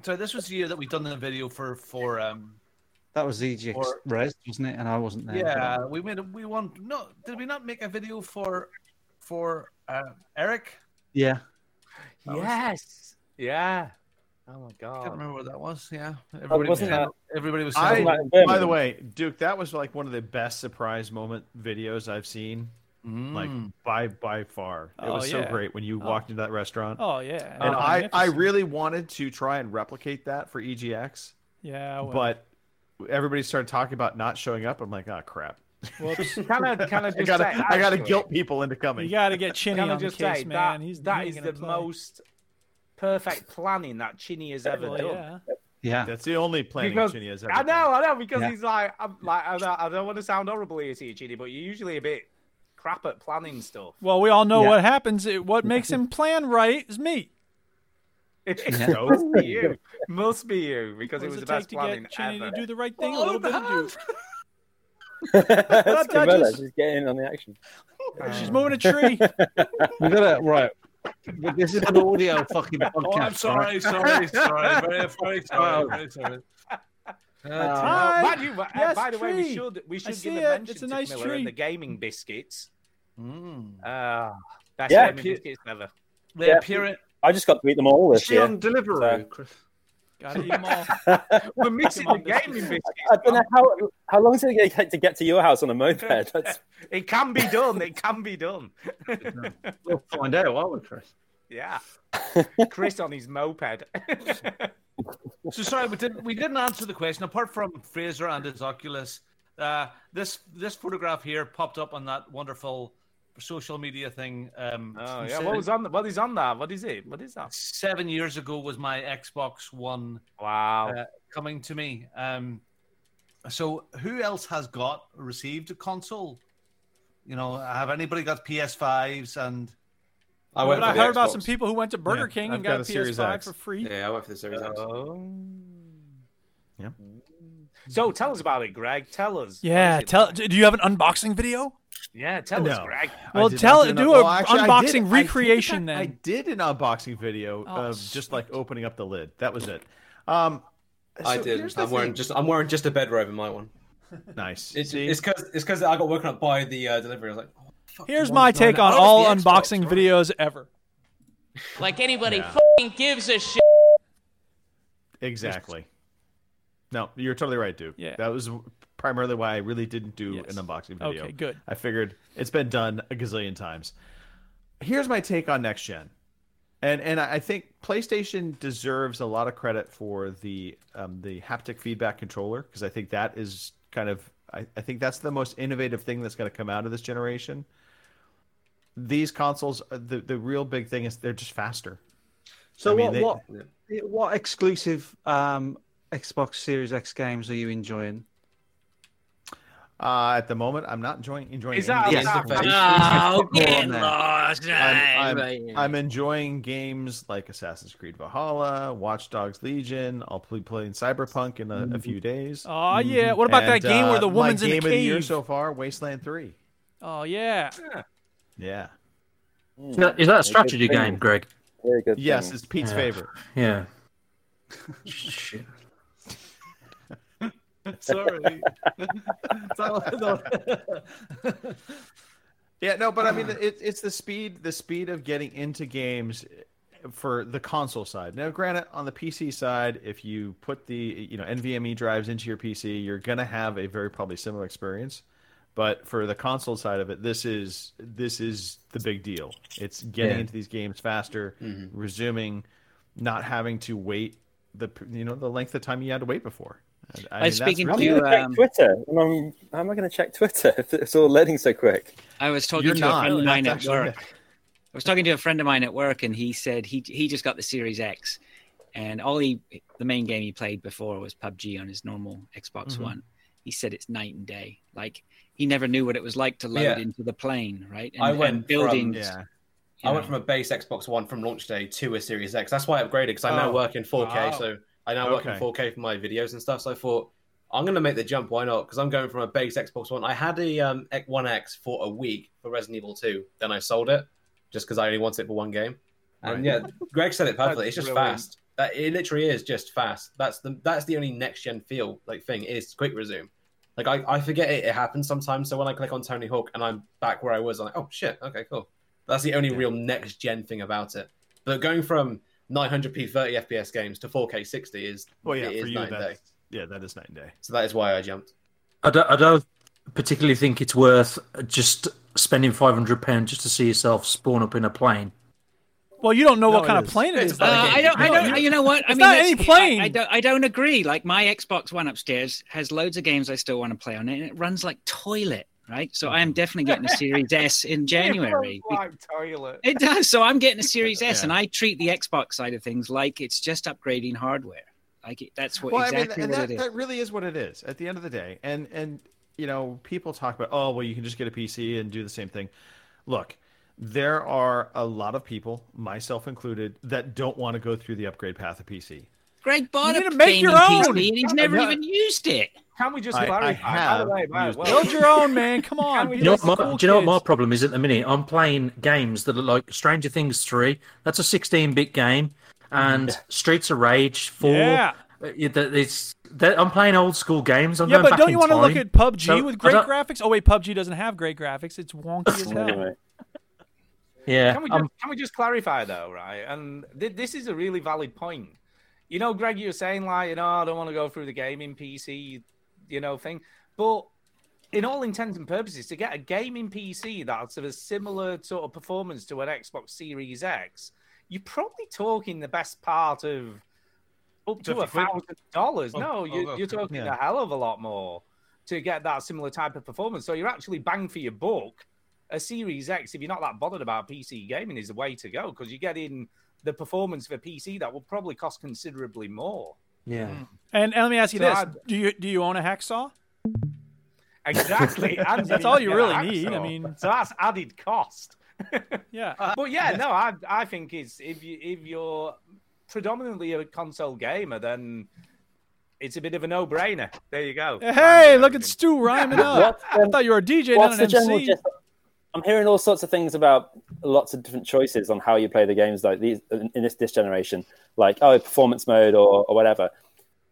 Speaker 4: sorry this was the year that we done the video for for um
Speaker 1: That was EGX
Speaker 4: Or-
Speaker 1: Res, wasn't it? And I wasn't there.
Speaker 4: yeah we made a, we won no did we not make a video for for uh, Eric?
Speaker 1: Yeah.
Speaker 5: Yes. Yeah. Oh my
Speaker 4: I can't
Speaker 5: god.
Speaker 4: remember what that was. Yeah, everybody was
Speaker 15: wasn't
Speaker 4: saying,
Speaker 15: that-
Speaker 4: everybody was
Speaker 3: I,
Speaker 4: saying.
Speaker 3: by the way, Duke, that was like one of the best surprise moment videos I've seen. Like by by far, it
Speaker 2: Mm. Oh,
Speaker 3: was so
Speaker 2: yeah.
Speaker 3: great when you walked into that restaurant.
Speaker 2: Oh yeah.
Speaker 3: and I, I
Speaker 2: Magnificent.
Speaker 3: really wanted to try and replicate that for EGX,
Speaker 2: yeah. Well,
Speaker 3: but everybody started talking about not showing up. I'm like, oh crap!
Speaker 2: whoops.
Speaker 5: Can I, can I
Speaker 3: I
Speaker 5: just
Speaker 3: gotta
Speaker 5: say,
Speaker 3: I gotta
Speaker 5: actually-
Speaker 3: guilt people into coming.
Speaker 2: you got to get Chinny
Speaker 5: Can I
Speaker 2: on the
Speaker 5: just
Speaker 2: case,
Speaker 5: say
Speaker 2: man.
Speaker 5: that,
Speaker 2: He's
Speaker 5: that
Speaker 2: he's
Speaker 5: is
Speaker 2: gonna
Speaker 5: the
Speaker 2: play.
Speaker 5: most perfect planning that Chinny has ever
Speaker 2: Well,
Speaker 5: done.
Speaker 2: yeah.
Speaker 1: Yeah.
Speaker 3: That's the only planning
Speaker 5: Because
Speaker 3: Chinny has ever.
Speaker 5: I know, I know, because
Speaker 1: Yeah.
Speaker 5: he's like, I'm like, I don't, I don't want to sound horrible here to you, Chinny, but you're usually a bit crap at planning stuff.
Speaker 2: Well, we all know
Speaker 1: Yeah.
Speaker 2: what happens. It, what makes him plan right is me.
Speaker 5: It
Speaker 1: Yeah.
Speaker 5: must be you, must be you, because
Speaker 2: What
Speaker 5: it
Speaker 2: does
Speaker 5: was
Speaker 2: it
Speaker 5: the
Speaker 2: take
Speaker 5: best
Speaker 2: to
Speaker 5: planning
Speaker 2: get Chinny
Speaker 5: ever.
Speaker 2: to do the right thing? a little bit of Duke.
Speaker 15: That's
Speaker 2: Judges.
Speaker 15: Camilla. She's getting in on the action.
Speaker 2: She's moving a tree.
Speaker 1: We gotta right. But this is an audio fucking podcast.
Speaker 4: Oh, I'm
Speaker 1: right?
Speaker 2: Oh.
Speaker 4: sorry, sorry, sorry, very, very sorry, very sorry.
Speaker 5: Uh,
Speaker 2: Hi.
Speaker 5: by, the- uh,
Speaker 2: Yes,
Speaker 5: by the way,
Speaker 2: tree.
Speaker 5: we should we
Speaker 2: I
Speaker 5: should
Speaker 2: see
Speaker 5: give a
Speaker 2: it.
Speaker 5: mention
Speaker 2: It's
Speaker 5: to
Speaker 2: a nice
Speaker 5: Miller
Speaker 2: tree.
Speaker 5: and the gaming biscuits. Ah, best
Speaker 15: Yeah,
Speaker 5: gaming
Speaker 15: cute.
Speaker 5: biscuits ever.
Speaker 15: Yeah. I just got to eat them all this
Speaker 5: Is she
Speaker 15: year.
Speaker 5: on
Speaker 15: delivery?
Speaker 5: Gotta eat 'em all.
Speaker 15: We're
Speaker 5: mixing the gaming biscuits.
Speaker 15: I don't know how how long is it going to take to get to your house on a moped? That's
Speaker 5: It can be done. It can be done.
Speaker 17: We'll find out, won't we, Chris?
Speaker 5: yeah. Chris on his moped.
Speaker 18: So sorry, we didn't we didn't answer the question. Apart from Fraser and his Oculus, uh, this this photograph here popped up on that wonderful social media thing. Um,
Speaker 5: Oh
Speaker 18: from
Speaker 5: yeah.
Speaker 18: seven-
Speaker 5: What was on? What is on that? What is it? What is that?
Speaker 18: Seven years ago was my Xbox One.
Speaker 5: Wow.
Speaker 18: Uh, coming to me. Um, so who else has got received a console? You know, have anybody got PS5s and?
Speaker 2: I went But for I the heard about Xbox. some people who went to Burger King
Speaker 18: I've
Speaker 2: and got a PS5 for free. Oh.
Speaker 20: Yeah, I went for the Series X.
Speaker 5: Yeah. So tell us about it, Greg. Tell us.
Speaker 2: Yeah, tell. Do you have an unboxing video?
Speaker 5: Yeah, tell us,
Speaker 3: No.
Speaker 5: Greg.
Speaker 3: I
Speaker 2: Well,
Speaker 3: did
Speaker 2: tell-
Speaker 3: not an-
Speaker 2: do a
Speaker 3: I
Speaker 2: unboxing
Speaker 3: did- I think
Speaker 2: recreation
Speaker 3: I, I
Speaker 2: then.
Speaker 3: did an unboxing video
Speaker 2: Oh,
Speaker 3: of just like opening up the lid. That was it. Um,
Speaker 20: I
Speaker 3: so
Speaker 20: did.
Speaker 3: here's the
Speaker 20: I'm wearing
Speaker 3: thing.
Speaker 20: just I'm wearing just a bed robe in my one.
Speaker 3: Nice.
Speaker 20: It's because it's because I got woken up by the uh, delivery. I was like, oh,
Speaker 2: Here's
Speaker 20: one
Speaker 2: my
Speaker 20: is nine
Speaker 2: take on
Speaker 20: hours.
Speaker 2: all
Speaker 20: The
Speaker 2: unboxing videos ever.
Speaker 22: Like anybody
Speaker 3: Yeah.
Speaker 22: fucking gives a shit.
Speaker 3: Exactly. No, you're totally right, Duke.
Speaker 2: Yeah.
Speaker 3: That was primarily why I really didn't do an unboxing video.
Speaker 2: Okay, good.
Speaker 3: I figured it's been done a gazillion times. Here's my take on next gen. And and I I think PlayStation deserves a lot of credit for the um, the haptic feedback controller because I think that is kind of I, I think that's the most innovative thing that's going to come out of this generation. These consoles, uh, the the real big thing is they're just faster.
Speaker 1: So
Speaker 3: I mean,
Speaker 1: what,
Speaker 3: they-
Speaker 1: what what exclusive um, Xbox Series X games are you enjoying?
Speaker 3: Uh, at the moment, I'm not enjoying enjoying.
Speaker 1: Is that-
Speaker 3: any
Speaker 1: is
Speaker 3: games.
Speaker 1: that- Oh, get
Speaker 3: I'm-
Speaker 1: lost,
Speaker 3: I'm,
Speaker 1: right.
Speaker 3: I'm, I'm enjoying games like Assassin's Creed Valhalla, Watch Dogs Legion. I'll be playing Cyberpunk in a, a few days.
Speaker 2: Aw, yeah. What about that
Speaker 3: And,
Speaker 2: game where
Speaker 3: uh,
Speaker 2: the
Speaker 3: my
Speaker 2: woman's in the
Speaker 3: game of the year
Speaker 2: cave?
Speaker 3: so far, Wasteland Three.
Speaker 2: Oh yeah.
Speaker 3: Yeah.
Speaker 20: Is
Speaker 23: that- is that a strategy game, Greg?
Speaker 15: Very good.
Speaker 3: Yes,
Speaker 15: thing.
Speaker 3: it's Pete's
Speaker 23: Yeah.
Speaker 3: favorite.
Speaker 23: Yeah. Shit.
Speaker 18: Sorry.
Speaker 3: Yeah, no, but I mean, it, it's the speed, the speed of getting into games for the console side. Now, granted, on the PC side, if you put the you know NVMe drives into your PC, you're gonna have a very probably similar experience. But for the console side of it, this is this is the big deal. It's getting
Speaker 23: Yeah.
Speaker 3: into these games faster, resuming, not having to wait the you know the length of time you had to wait before. And, I, mean, that's
Speaker 15: I'm
Speaker 3: really-
Speaker 15: gonna
Speaker 8: um,
Speaker 15: check Twitter. And I'm, how am I going to check Twitter if it's all loading so quick?
Speaker 8: I was talking
Speaker 15: You're
Speaker 8: to
Speaker 15: not.
Speaker 8: a friend of
Speaker 15: That's
Speaker 8: mine at
Speaker 15: actually-
Speaker 8: work. I was talking to a friend of mine at work, and he said he he just got the Series X, and all he the main game he played before was PUBG on his normal Xbox
Speaker 15: Mm-hmm.
Speaker 23: Mhm.
Speaker 8: One. He said it's night and day. Like he never knew what it was like to load
Speaker 20: Yeah.
Speaker 8: into the plane, right? And,
Speaker 20: I went
Speaker 8: and buildings.
Speaker 20: From,
Speaker 8: you
Speaker 20: I went
Speaker 8: know.
Speaker 20: from a base Xbox One from launch day to a Series X. That's why I upgraded because I
Speaker 8: Oh.
Speaker 20: now work in 4K.
Speaker 8: Wow.
Speaker 20: So I now work in
Speaker 8: Okay.
Speaker 20: 4K for my videos and stuff. So I thought I'm going to make the jump. Why not? Because I'm going from a base Xbox One. I had a um, X- One X for a week for Resident Evil 2. Then I sold it just because I only wanted it for one game. And
Speaker 23: Right.
Speaker 20: yeah, Greg said it perfectly.
Speaker 23: That's
Speaker 20: it's just
Speaker 23: brilliant.
Speaker 20: fast. That it literally is just fast. That's the that's the only next gen feel like thing is quick resume. Like I, I forget it, it happens sometimes. So when I click on Tony Hawk and I'm back where I was, I'm like, oh shit, okay, cool. That's the only real next gen thing about it. But going from 900p 30 FPS games to 4K 60 is
Speaker 3: Well, yeah,
Speaker 20: it is
Speaker 3: for you
Speaker 20: night and day.
Speaker 3: that's yeah, that is night and day.
Speaker 20: So that is why I jumped.
Speaker 23: I don't, I don't particularly think it's worth just spending five hundred pounds just to see yourself spawn up in a plane.
Speaker 2: Well, you don't know
Speaker 23: No,
Speaker 2: what
Speaker 23: it
Speaker 2: kind
Speaker 23: is.
Speaker 2: of plane it
Speaker 23: It's
Speaker 2: is.
Speaker 23: not a game.
Speaker 2: though.
Speaker 8: Uh, I don't. I
Speaker 23: No,
Speaker 8: don't.
Speaker 23: you-
Speaker 8: You know what? I
Speaker 2: It's not
Speaker 8: that's-
Speaker 2: any
Speaker 8: I-
Speaker 2: plane.
Speaker 8: I, don't. I don't agree. Like my Xbox One upstairs has loads of games I still want to play on it, and it runs like toilet. Right. So I am definitely getting a Series S in January.
Speaker 5: Like toilet.
Speaker 8: It does. So I'm getting a Series S, and I treat the Xbox side of things like it's just upgrading hardware. Like it, that's what
Speaker 3: well,
Speaker 8: exactly
Speaker 3: I mean, and
Speaker 8: what
Speaker 3: that,
Speaker 8: it is.
Speaker 3: that really is what it is at the end of the day. And and you know, people talk about, oh, well, you can just get a PC and do the same thing. Look, there are a lot of people, myself included, that don't want to go through the upgrade path of PC.
Speaker 8: Greg bought
Speaker 2: You need
Speaker 8: a
Speaker 2: to make your
Speaker 8: gaming
Speaker 2: own.
Speaker 8: PC, and he's never
Speaker 2: No.
Speaker 8: even used it.
Speaker 5: Can we
Speaker 3: just I- I clarify? By the have way, by the used way-
Speaker 2: Build your own, man. Come on.
Speaker 23: You know, what my, do you know what my problem is at the minute? I'm playing games that are like Stranger Things 3. That's a 16-bit game, and Streets of Rage 4.
Speaker 2: Yeah.
Speaker 23: uh, it- that- It's That, I'm playing old school games. I'm
Speaker 2: yeah,
Speaker 23: going
Speaker 2: but
Speaker 23: back
Speaker 2: don't
Speaker 23: in
Speaker 2: you want to look
Speaker 23: time.
Speaker 2: at PUBG
Speaker 23: So,
Speaker 2: with
Speaker 23: I
Speaker 2: great
Speaker 23: don't-
Speaker 2: graphics? Oh wait, PUBG doesn't have great graphics. It's wonky as hell.
Speaker 23: Yeah,
Speaker 5: Can we just,
Speaker 2: um,
Speaker 23: I'm-
Speaker 5: can we just clarify though, right? And th- this is a really valid point. You know, Greg, you were saying like, you know, I don't want to go through the gaming PC, you know, thing. But in all intents and purposes, to get a gaming PC that's of a similar sort of performance to an Xbox Series X, you're probably talking the best part of up to a
Speaker 18: 50 quid?
Speaker 5: thousand dollars.
Speaker 18: Oh,
Speaker 5: No,
Speaker 18: oh,
Speaker 5: you,
Speaker 18: oh,
Speaker 5: you're talking
Speaker 18: yeah.
Speaker 5: a hell of a lot more to get that similar type of performance. So you're actually bang for your buck. A Series X, if you're not that bothered about PC gaming, is the way to go because you're getting the performance of a PC that will probably cost considerably more. Mm.
Speaker 23: Yeah.
Speaker 2: And, and let me ask you
Speaker 5: So
Speaker 2: this:
Speaker 5: I-
Speaker 2: Do you do you own a hacksaw?
Speaker 5: Exactly. And
Speaker 2: That's
Speaker 5: you
Speaker 2: all you
Speaker 5: get a
Speaker 2: really need. I
Speaker 5: hacksaw.
Speaker 2: mean-
Speaker 5: so that's added cost.
Speaker 2: Uh, yeah.
Speaker 5: But yeah, no, I I think it's if you if you're predominantly a console gamer, then it's a bit of a no brainer. There you go.
Speaker 2: Hey, look at Stu rhyming up.
Speaker 15: What's the-
Speaker 2: I thought you were a DJ,
Speaker 15: What's
Speaker 2: not
Speaker 15: the
Speaker 2: an
Speaker 15: general
Speaker 2: MC.
Speaker 15: gist? I'm hearing all sorts of things about lots of different choices on how you play the games, like these in in this this generation, like oh performance mode or, or whatever.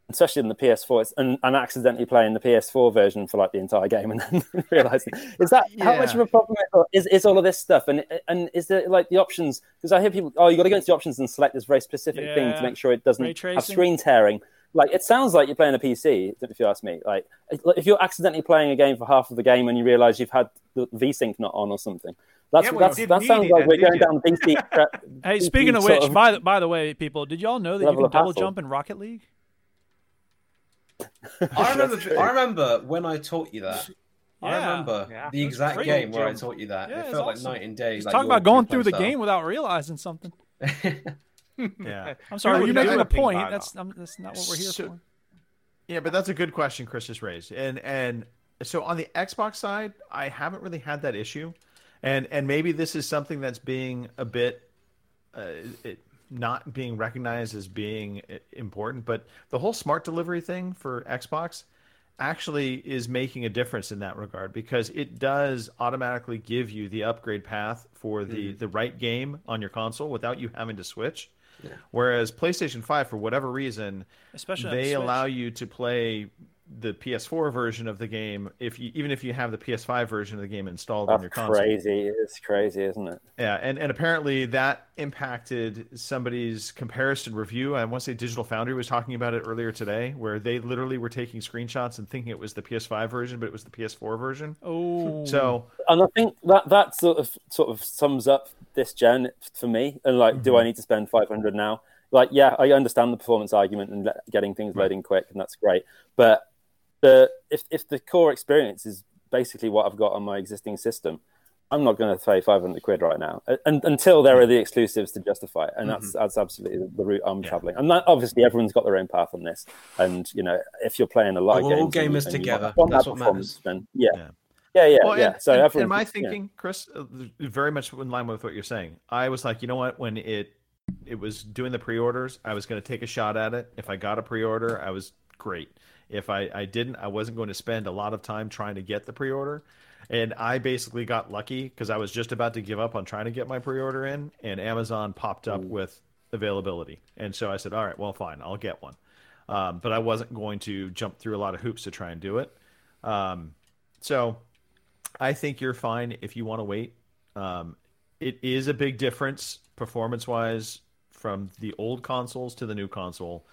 Speaker 15: Especially in the PS4, it's, and, and accidentally playing the PS4 version for like the entire game, and then realizing is that how much of
Speaker 7: Yeah.
Speaker 15: a problem is- or is, is all of this stuff, and and is there like the options? Because I hear people, oh, you got to go into the options and select this very specific thing
Speaker 7: Yeah.
Speaker 15: to make sure it
Speaker 7: Ray
Speaker 15: doesn't
Speaker 7: tracing.
Speaker 15: have screen tearing. Like it sounds like you're playing a PC, if you ask me. Like if you're accidentally playing a game for half of the game and you realise you've had the VSync not on or something, that's,
Speaker 2: Yeah, well, you
Speaker 15: that's
Speaker 2: did
Speaker 15: that
Speaker 2: need
Speaker 15: sounds
Speaker 2: it
Speaker 15: like
Speaker 2: then,
Speaker 15: we're
Speaker 2: didn't
Speaker 15: going
Speaker 2: you?
Speaker 15: down VC. crap-
Speaker 2: Hey,
Speaker 15: VC
Speaker 2: speaking of
Speaker 15: sort
Speaker 2: which, by the, by the way, people, did y'all know that you
Speaker 15: level
Speaker 2: can
Speaker 15: of
Speaker 2: double
Speaker 15: hassle.
Speaker 2: jump in Rocket League?
Speaker 20: I remember.
Speaker 2: That's true.
Speaker 20: I remember when I taught you that. I
Speaker 2: Yeah.
Speaker 20: remember
Speaker 2: Yeah.
Speaker 20: the
Speaker 2: That's
Speaker 20: exact
Speaker 2: great.
Speaker 20: game where I
Speaker 2: Jim.
Speaker 20: taught you that.
Speaker 2: Yeah,
Speaker 20: it
Speaker 2: it's
Speaker 20: felt
Speaker 2: awesome.
Speaker 20: like night and day.
Speaker 2: Just
Speaker 20: like
Speaker 2: talk
Speaker 20: your-
Speaker 2: about going
Speaker 20: your
Speaker 2: through the
Speaker 20: playstyle.
Speaker 2: game without realizing something.
Speaker 3: Yeah.
Speaker 2: I'm sorry, you
Speaker 3: We wouldn't
Speaker 2: making
Speaker 3: do
Speaker 2: a
Speaker 3: anything
Speaker 2: point.
Speaker 3: by now.
Speaker 2: That's um, that's not what we're here
Speaker 3: So-
Speaker 2: for.
Speaker 3: Yeah, but that's a good question Chris just raised. And and so on the Xbox side, I haven't really had that issue. And and maybe this is something that's being a bit uh, it not being recognized as being i- important, but the whole smart delivery thing for Xbox actually is making a difference in that regard because it does automatically give you the upgrade path for the the right game on your console without you having to switch. Whereas PlayStation 5 for whatever reason
Speaker 2: Especially on the
Speaker 3: they
Speaker 2: Switch.
Speaker 3: allow you to play the PS4 version of the game if you even if you have the PS5 version of the game installed on
Speaker 15: That's
Speaker 3: your console.
Speaker 15: crazy. It's crazy, isn't it?
Speaker 3: Yeah, and, and apparently that impacted somebody's comparison review. I want to say Digital Foundry was talking about it earlier today, where they literally were taking screenshots and thinking it was the PS5 version, but it was the PS4 version.
Speaker 2: Oh,
Speaker 3: so
Speaker 15: and I think that that sort of sort of sums up this gen for me. And like,
Speaker 20: Mhm.
Speaker 15: do I need to spend five hundred now? Like, yeah, I understand the performance argument and le- getting things loading quick, and that's great. But the if if the core experience is basically what I've got on my existing system, I'm not going to pay five hundred quid right now. And- And until there are the exclusives to justify it, and
Speaker 20: Mm-hmm.
Speaker 15: that's that's absolutely the- the route I'm traveling. And that, obviously, everyone's got their own path on this. And you know, if you're playing a lot
Speaker 20: We're all
Speaker 15: of games,
Speaker 20: gamers
Speaker 15: and- and you
Speaker 20: together.
Speaker 15: want that
Speaker 20: That's what
Speaker 15: performance,
Speaker 20: matters.
Speaker 15: Then yeah. Yeah, yeah,
Speaker 3: Well,
Speaker 15: yeah.
Speaker 3: And,
Speaker 15: so
Speaker 3: and,
Speaker 15: everyone
Speaker 3: and my
Speaker 15: can- yeah.
Speaker 3: thinking, Chris, uh, very much in line with what you're saying. I was like, you know what? When it it was doing the pre-orders, I was going to take a shot at it. If I got a pre-order, I was great. If I I didn't, I wasn't going to spend a lot of time trying to get the pre-order. And I basically got lucky because I was just about to give up on trying to get my pre-order in, and Amazon popped up with availability, and so I said, all right, well, fine, I'll get one. Um, but I wasn't going to jump through a lot of hoops to try and do it. Um, so I think you're fine if you want to wait. Um, it is a big difference performance wise from the old consoles to the new console.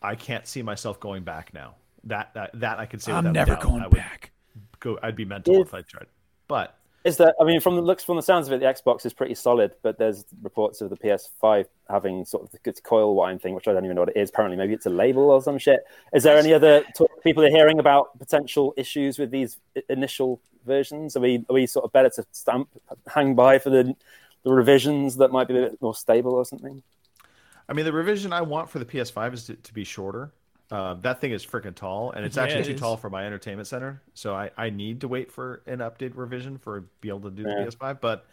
Speaker 3: I can't see myself going back now. That that, that I could say.
Speaker 2: I'm
Speaker 3: without
Speaker 2: never
Speaker 3: doubt.
Speaker 2: going
Speaker 3: I would back. Go. I'd be mental
Speaker 15: Is-
Speaker 3: if I tried. But
Speaker 15: Is that I mean, from the looks, from the sounds of it, the Xbox is pretty solid. But there's reports of the PS5 having sort of the good coil wine thing, which I don't even know what it is. Apparently, maybe it's a label or some shit. Is there any other talk people are hearing about potential issues with these i- initial versions? Are we are we sort of better to stamp hang by for the the revisions that might be a bit more stable or something?
Speaker 3: I mean, the revision I want for the PS5 is to, to be shorter. Uh, that thing is freaking tall, and it's
Speaker 2: Yeah,
Speaker 3: actually
Speaker 2: it
Speaker 3: too
Speaker 2: is.
Speaker 3: tall for my entertainment center. So I, I need to wait for an update revision for be able to do
Speaker 15: Yeah.
Speaker 3: the PS5. But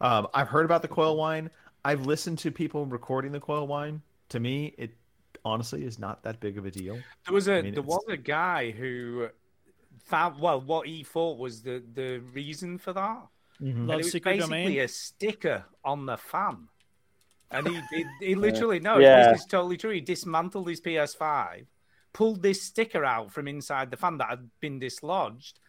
Speaker 3: um, I've heard about the coil wine. I've listened to people recording the coil wine. To me, it honestly is not that big of a deal.
Speaker 5: There was a
Speaker 3: I mean,
Speaker 5: there
Speaker 3: it's-
Speaker 5: was a guy who found well what he thought was the the reason for that.
Speaker 2: Mhm.
Speaker 5: And
Speaker 2: Love
Speaker 5: it was
Speaker 2: Secret
Speaker 5: basically
Speaker 2: Domain?
Speaker 5: a sticker on the fan, and he he, he literally no,
Speaker 15: Yeah.
Speaker 5: this is totally true. He dismantled his PS5, pulled this sticker out from inside the fan that had been dislodged,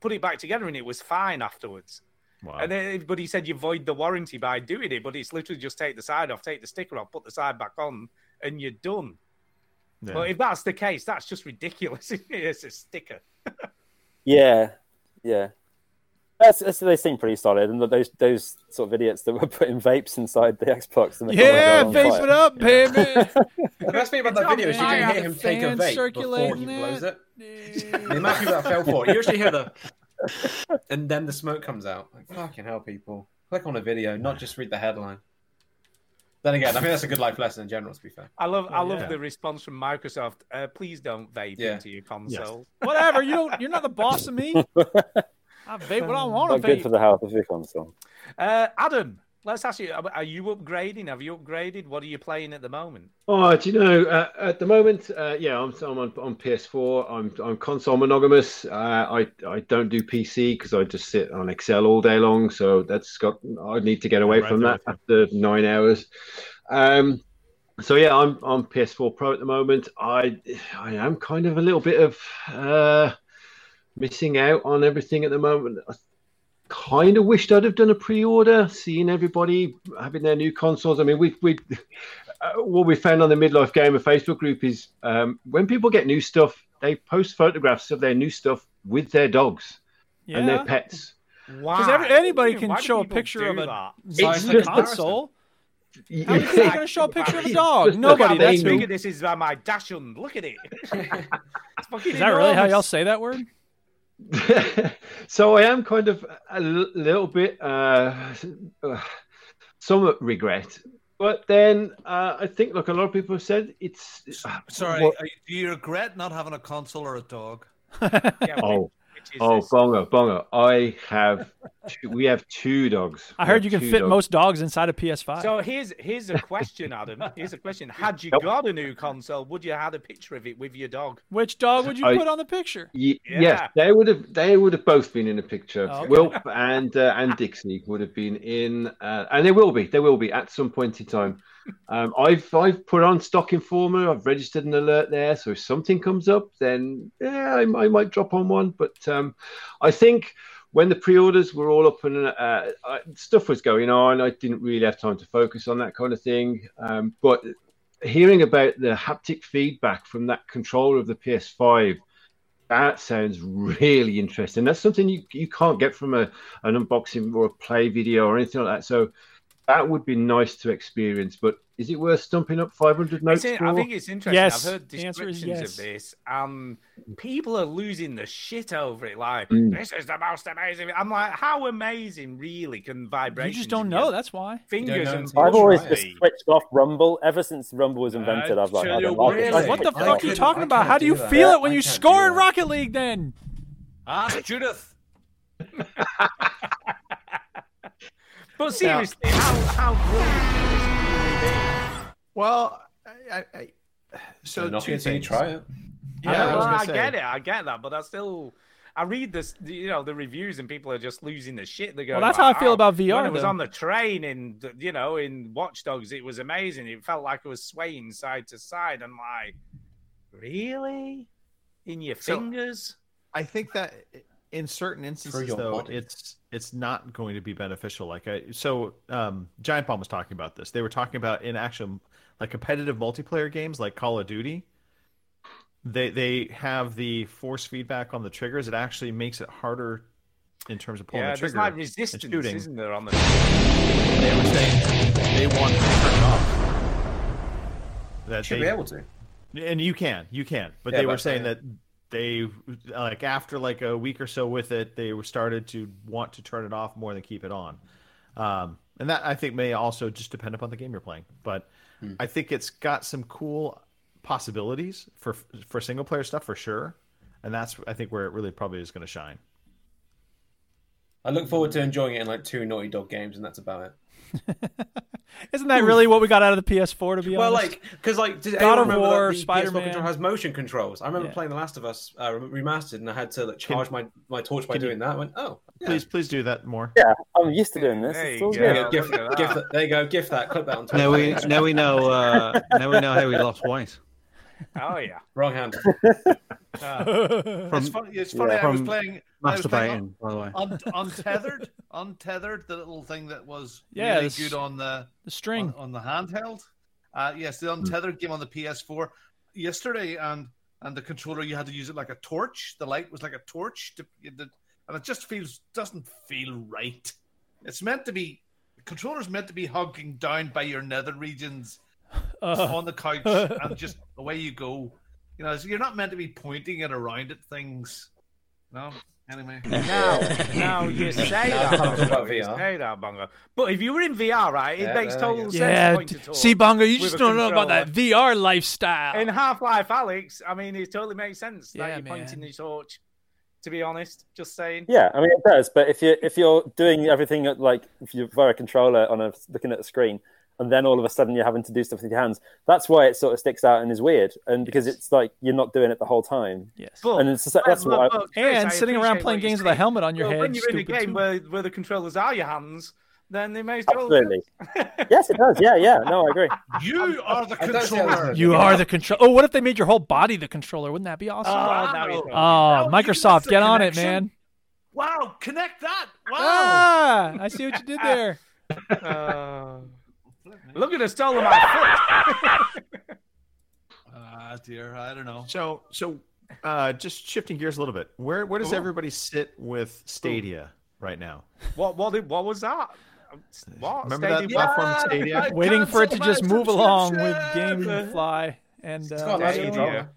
Speaker 5: put it back together, and it was fine afterwards.
Speaker 3: Wow.
Speaker 5: And then, eh, but he said you void the warranty by doing it, but it's literally just take the side off, take the sticker off, put the side back on, and you're done.
Speaker 3: Yeah.
Speaker 5: But if that's the case, that's just ridiculous. it's a sticker.
Speaker 15: Yeah, yeah. That's, that's, they seem pretty solid, and those those sort of idiots that were putting vapes inside the Xbox. And they thought "Oh they
Speaker 2: Yeah, vape
Speaker 15: were on fire.
Speaker 2: it up, baby.
Speaker 20: The best thing about that video is you can hear him take a vape before he
Speaker 2: circulating
Speaker 20: blows it. The amount of people that fell for it. You actually hear the and then the smoke comes out. Like, fucking hell, people! Click on a video, not just read the headline. Then again, I think that's a good life lesson in general. To be fair,
Speaker 5: I love I
Speaker 20: Oh,
Speaker 5: love
Speaker 20: yeah.
Speaker 5: the response from Microsoft. Uh, please don't vape
Speaker 20: Yeah.
Speaker 5: into your console.
Speaker 2: Whatever. You don't. You're not the boss of me. I vape what I want
Speaker 15: Not
Speaker 2: to
Speaker 15: good
Speaker 2: vape.
Speaker 15: for the health of your console.
Speaker 5: Uh, Adam, let's ask you: Are are you upgrading? Have you upgraded? What are you playing at the moment?
Speaker 17: Oh, do you know? Uh, at the moment, uh, yeah, I'm, I'm on, on PS4. I'm I'm console monogamous. Uh, I I don't do PC because I just sit on Excel all day long. So that's got. I need to get away
Speaker 3: right
Speaker 17: from
Speaker 3: there
Speaker 17: that after nine hours. Um, so yeah, I'm on PS4 Pro at the moment. I I am kind of a little bit of uh, missing out on everything at the moment. I kind of wished I'd have done a pre-order, seeing everybody having their new consoles. I mean, we we uh, what we found on the midlife gamer Facebook group is um, when people get new stuff, they post photographs of their new stuff with their dogs and
Speaker 2: Yeah.
Speaker 17: their pets.
Speaker 5: Why?
Speaker 2: Because anybody
Speaker 5: Why
Speaker 2: can
Speaker 5: do
Speaker 2: show a
Speaker 5: people
Speaker 2: picture
Speaker 5: do
Speaker 2: of a
Speaker 5: that?
Speaker 2: it's
Speaker 17: just-
Speaker 2: console. How is
Speaker 17: Yeah.
Speaker 2: that going to show a picture of a
Speaker 5: Just
Speaker 2: dog?
Speaker 5: look
Speaker 2: Nobody.
Speaker 5: how big
Speaker 2: That's
Speaker 5: bigger
Speaker 2: who.
Speaker 5: this is than my dashund. Look at it. It's fucking
Speaker 2: Is that really how
Speaker 5: enormous.
Speaker 2: y'all say that word?
Speaker 17: so I am kind of a l- little bit uh, uh, somewhat regret, but then uh, I think like a lot of people have said it's
Speaker 18: Sorry,
Speaker 17: What-
Speaker 18: are you- do you regret not having a console or a dog?
Speaker 17: oh oh bongo bongo. I have two, we have two dogs.
Speaker 2: I
Speaker 17: We
Speaker 2: heard
Speaker 17: have
Speaker 2: you can
Speaker 17: two
Speaker 2: fit
Speaker 17: dogs.
Speaker 2: most dogs inside a PS5.
Speaker 5: So here's here's a question, Adam. Here's a question: Had you got a new console, would you have had a picture of it with your dog?
Speaker 2: Which dog would you
Speaker 17: I-
Speaker 2: put on the picture?
Speaker 17: Ye-
Speaker 5: Yeah.
Speaker 17: Yes, they would have. They would have both been in a picture.
Speaker 2: Oh, okay.
Speaker 17: Wilp and uh, and Dixie would have been in, uh, and they will be. They will be at some point in time. Um, I've I've put on Stock Informer. I've registered an alert there, so if something comes up, then yeah, I, I might drop on one. But um, I think when the pre-orders were all up and uh, I, stuff was going on, I didn't really have time to focus on that kind of thing. Um, but hearing about the haptic feedback from that controller of the PS5 that sounds really interesting. That's something you, you can't get from a an unboxing or a play video or anything like that. So that would be nice to experience. But is it worth stumping up 500 notes
Speaker 5: It's in-
Speaker 17: for?
Speaker 5: I think it's interesting.
Speaker 2: Yes.
Speaker 5: I've heard
Speaker 2: The answer is
Speaker 5: descriptions
Speaker 2: yes.
Speaker 5: of this. Um, people are losing the shit over it. Like,
Speaker 2: Mm.
Speaker 5: this is the most amazing. I'm like, how amazing really can
Speaker 2: You
Speaker 5: vibrations?
Speaker 2: just don't
Speaker 5: in
Speaker 2: know.
Speaker 5: your
Speaker 2: That's why.
Speaker 5: Fingers and
Speaker 15: I've always
Speaker 5: touch
Speaker 15: just
Speaker 5: be?
Speaker 15: switched off Rumble ever since Rumble was invented. I've like, I don't like it.
Speaker 2: Like, what the fuck are you talking about? How do you
Speaker 15: that.
Speaker 2: feel
Speaker 15: Yeah,
Speaker 2: it when
Speaker 15: I
Speaker 2: you
Speaker 15: can't
Speaker 2: score in Rocket League? Then
Speaker 18: Ask Judith.
Speaker 5: But seriously, how how brilliant can this really be?
Speaker 3: Well, I, I, I so
Speaker 20: Knock
Speaker 3: two
Speaker 20: it till you
Speaker 3: things.
Speaker 20: try it.
Speaker 5: Yeah,
Speaker 3: Yeah, I
Speaker 5: I,
Speaker 3: was gonna
Speaker 5: get
Speaker 3: say.
Speaker 5: it. I get that, but I still. I read this, you know, the reviews and people are just losing the shit. They go.
Speaker 2: Well, that's how I feel about
Speaker 5: When
Speaker 2: VR
Speaker 5: I was
Speaker 2: though."
Speaker 5: on the train in, the- you know, in Watch Dogs, it was amazing. It felt like I was swaying side to side. I'm like, really? In your
Speaker 3: So-
Speaker 5: fingers?
Speaker 3: I think that in certain instances,
Speaker 5: your
Speaker 3: though,
Speaker 5: body.
Speaker 3: it's it's not going to be beneficial. Like I, so, um, Giant Bomb was talking about this. They were talking about in action, like competitive multiplayer games, like Call of Duty. They they have the force feedback on the triggers. It actually makes it harder in terms of pulling
Speaker 5: yeah,
Speaker 3: the
Speaker 5: there's
Speaker 3: trigger.
Speaker 5: like
Speaker 3: and
Speaker 5: resistance,
Speaker 3: shooting.
Speaker 5: isn't there? On the
Speaker 3: They were saying they want to turn it off. That
Speaker 20: Should
Speaker 3: they
Speaker 20: be able to.
Speaker 3: and you can, you can. But
Speaker 20: Yeah,
Speaker 3: they were
Speaker 20: but-
Speaker 3: saying that they like after like a week or so with it, they were started to want to turn it off more than keep it on. Um, and that I think may also just depend upon the game you're playing. But
Speaker 4: Hmm.
Speaker 3: I think it's got some cool possibilities for for single player stuff for sure. And that's I think where it really probably is going to shine.
Speaker 20: I look forward to enjoying it in like two Naughty Dog games, and that's about it.
Speaker 2: isn't that really what we got out of the PS4? To be
Speaker 20: well,
Speaker 2: honest,
Speaker 20: like because like did
Speaker 2: God
Speaker 20: anyone
Speaker 2: of
Speaker 20: remember
Speaker 2: War,
Speaker 20: that the
Speaker 2: Spider-Man.
Speaker 20: PS4 controller has motion controls? I remember
Speaker 2: Yeah.
Speaker 20: playing The Last of Us uh, remastered, and I had to like charge my, my torch by
Speaker 3: can you-
Speaker 20: doing that. I went, oh, yeah.
Speaker 3: Please, please do that more.
Speaker 15: Yeah, I'm used to doing this.
Speaker 5: There
Speaker 15: It's
Speaker 5: you
Speaker 15: all
Speaker 5: go.
Speaker 20: There
Speaker 15: good.
Speaker 20: you go, gift,
Speaker 5: look at that.
Speaker 20: gift that. There you go, gift that. Clip that on
Speaker 13: uh,
Speaker 20: Twitter.
Speaker 13: Now we now we know uh, now we know how he lost weight.
Speaker 5: Oh yeah.
Speaker 20: Wrong hand.
Speaker 2: Ah.
Speaker 4: Uh, it's funny. It's funny. I was playing. I was playing
Speaker 13: Masturbating, by the way.
Speaker 4: un- untethered, untethered. The little thing that was
Speaker 2: Yeah,
Speaker 4: really
Speaker 2: this-
Speaker 4: good on the
Speaker 2: the string
Speaker 4: on, the handheld. Uh, yes, the
Speaker 13: Mm.
Speaker 4: untethered game on the PS4 yesterday, and and the controller you had to use it like a torch. The light was like a torch, to, you did- and it just feels doesn't feel right. It's meant to be. The controller's meant to be hugging down by your nether regions
Speaker 2: Uh.
Speaker 4: on the couch, and just away you go. You know, so you're not meant to be pointing it around at things. No, anyway.
Speaker 5: Now, now you say that, Bongo, you
Speaker 4: VR.
Speaker 5: say that, Bongo. But if you were in VR, right, it
Speaker 4: Yeah,
Speaker 5: makes
Speaker 4: yeah,
Speaker 5: total
Speaker 4: yeah.
Speaker 5: sense.
Speaker 2: Yeah,
Speaker 5: point
Speaker 2: d-
Speaker 5: to talk
Speaker 2: see, Bongo, you
Speaker 5: with
Speaker 2: just
Speaker 5: a
Speaker 2: don't know about that
Speaker 5: controller.
Speaker 2: VR lifestyle.
Speaker 5: In Half Life Alex, I mean, it totally makes sense that
Speaker 2: Yeah,
Speaker 5: you're pointing
Speaker 2: man.
Speaker 5: the torch, to be honest. Just saying.
Speaker 15: Yeah, I mean it does. But if you if you're doing everything at, like if you're via a controller on a looking at the screen, and then all of a sudden you're having to do stuff with your hands, that's why it sort of sticks out and is weird, and because it's like you're not doing it the whole time.
Speaker 2: Yes,
Speaker 15: and it's just, that's
Speaker 5: But-
Speaker 15: what. I,
Speaker 5: but, Chris,
Speaker 2: And
Speaker 5: I
Speaker 2: sitting around
Speaker 5: appreciate
Speaker 2: playing
Speaker 5: what you're
Speaker 2: games with a
Speaker 5: saying.
Speaker 2: helmet on your
Speaker 5: Well,
Speaker 2: head,
Speaker 5: When you're in a
Speaker 2: stupid
Speaker 5: game
Speaker 2: too.
Speaker 5: where, where the controllers are your hands, then they may still.
Speaker 15: Absolutely. yes, it does. Yeah, yeah. No, I agree.
Speaker 4: You are the
Speaker 5: don't see how this
Speaker 4: controller.
Speaker 5: is-
Speaker 2: You are the control. Oh, what if they made your whole body the controller? Wouldn't that be awesome?
Speaker 4: Oh,
Speaker 5: now he's-
Speaker 2: Oh, Microsoft, get on it,
Speaker 4: connection.
Speaker 2: man.
Speaker 4: Wow, connect that. Wow.
Speaker 2: Ah, I see what you did there.
Speaker 5: Uh, look at us stolen my foot.
Speaker 4: Ah, dear. I don't know.
Speaker 3: So, so uh, just shifting gears a little bit. Where where does
Speaker 5: Ooh.
Speaker 3: everybody sit with Stadia right now?
Speaker 5: what, what, did- what was that? What?
Speaker 3: Remember
Speaker 5: Stadia
Speaker 3: that platform
Speaker 5: Plus?
Speaker 3: Stadia? I
Speaker 2: Waiting for it to just move along with GameFly and
Speaker 5: It's got
Speaker 2: uh,
Speaker 5: a
Speaker 2: Stadia.
Speaker 5: Stadia.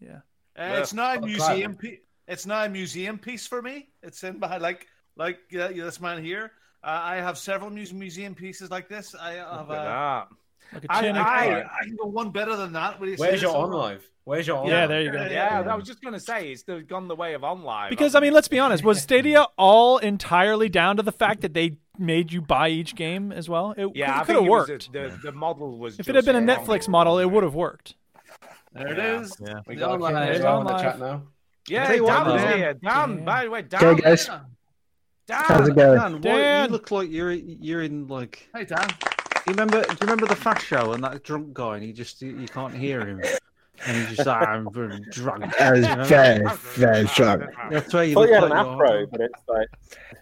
Speaker 2: Yeah.
Speaker 4: Uh, it's now a museum. Pe- it's now a museum piece for me. It's in behind, like like uh, yeah, this man here. Uh, I have several muse- museum pieces like this. I have.
Speaker 5: Look at
Speaker 4: Uh,
Speaker 5: that.
Speaker 2: Like
Speaker 5: I-
Speaker 2: chin
Speaker 5: I-
Speaker 2: icon.
Speaker 4: I can go one better than that. What do you say
Speaker 20: Where's your
Speaker 4: this
Speaker 20: on
Speaker 4: one?
Speaker 20: live? Where's your on
Speaker 2: Yeah,
Speaker 20: live?
Speaker 2: there you go.
Speaker 5: Yeah, I was just gonna say it's the- gone the way of online.
Speaker 2: Because I mean, let's be honest, was Stadia all entirely down to the fact that they made you buy each game as well? It,
Speaker 5: yeah, I
Speaker 2: could
Speaker 5: think
Speaker 2: have
Speaker 5: it was
Speaker 2: worked.
Speaker 5: a- the, the model was.
Speaker 2: if it had been a
Speaker 5: just wrong.
Speaker 2: Netflix model, it would have worked.
Speaker 4: There it
Speaker 5: Yeah.
Speaker 4: is.
Speaker 3: Yeah.
Speaker 20: We
Speaker 4: The
Speaker 20: got a
Speaker 4: online
Speaker 20: kid
Speaker 2: is
Speaker 20: as well in the
Speaker 2: online.
Speaker 20: chat now.
Speaker 5: Yeah,
Speaker 3: Tell you what,
Speaker 5: Dan was
Speaker 3: man.
Speaker 5: here. Dan, by the way, Dan.
Speaker 7: Okay, guys.
Speaker 5: Dan.
Speaker 7: How's it going?
Speaker 13: Dan, What,
Speaker 2: Dan!
Speaker 13: you look like you're you're in like.
Speaker 4: Hey Dan.
Speaker 13: You remember? Do you remember the fast show and that drunk guy and he just you, you can't hear him and he's just ah, I'm very drunk.
Speaker 7: I
Speaker 13: you
Speaker 7: was
Speaker 13: know?
Speaker 7: very, very drunk.
Speaker 13: That's where you
Speaker 15: thought
Speaker 13: look
Speaker 15: you had
Speaker 13: like
Speaker 15: an
Speaker 13: you are.
Speaker 15: afro, but it's like
Speaker 13: Oh,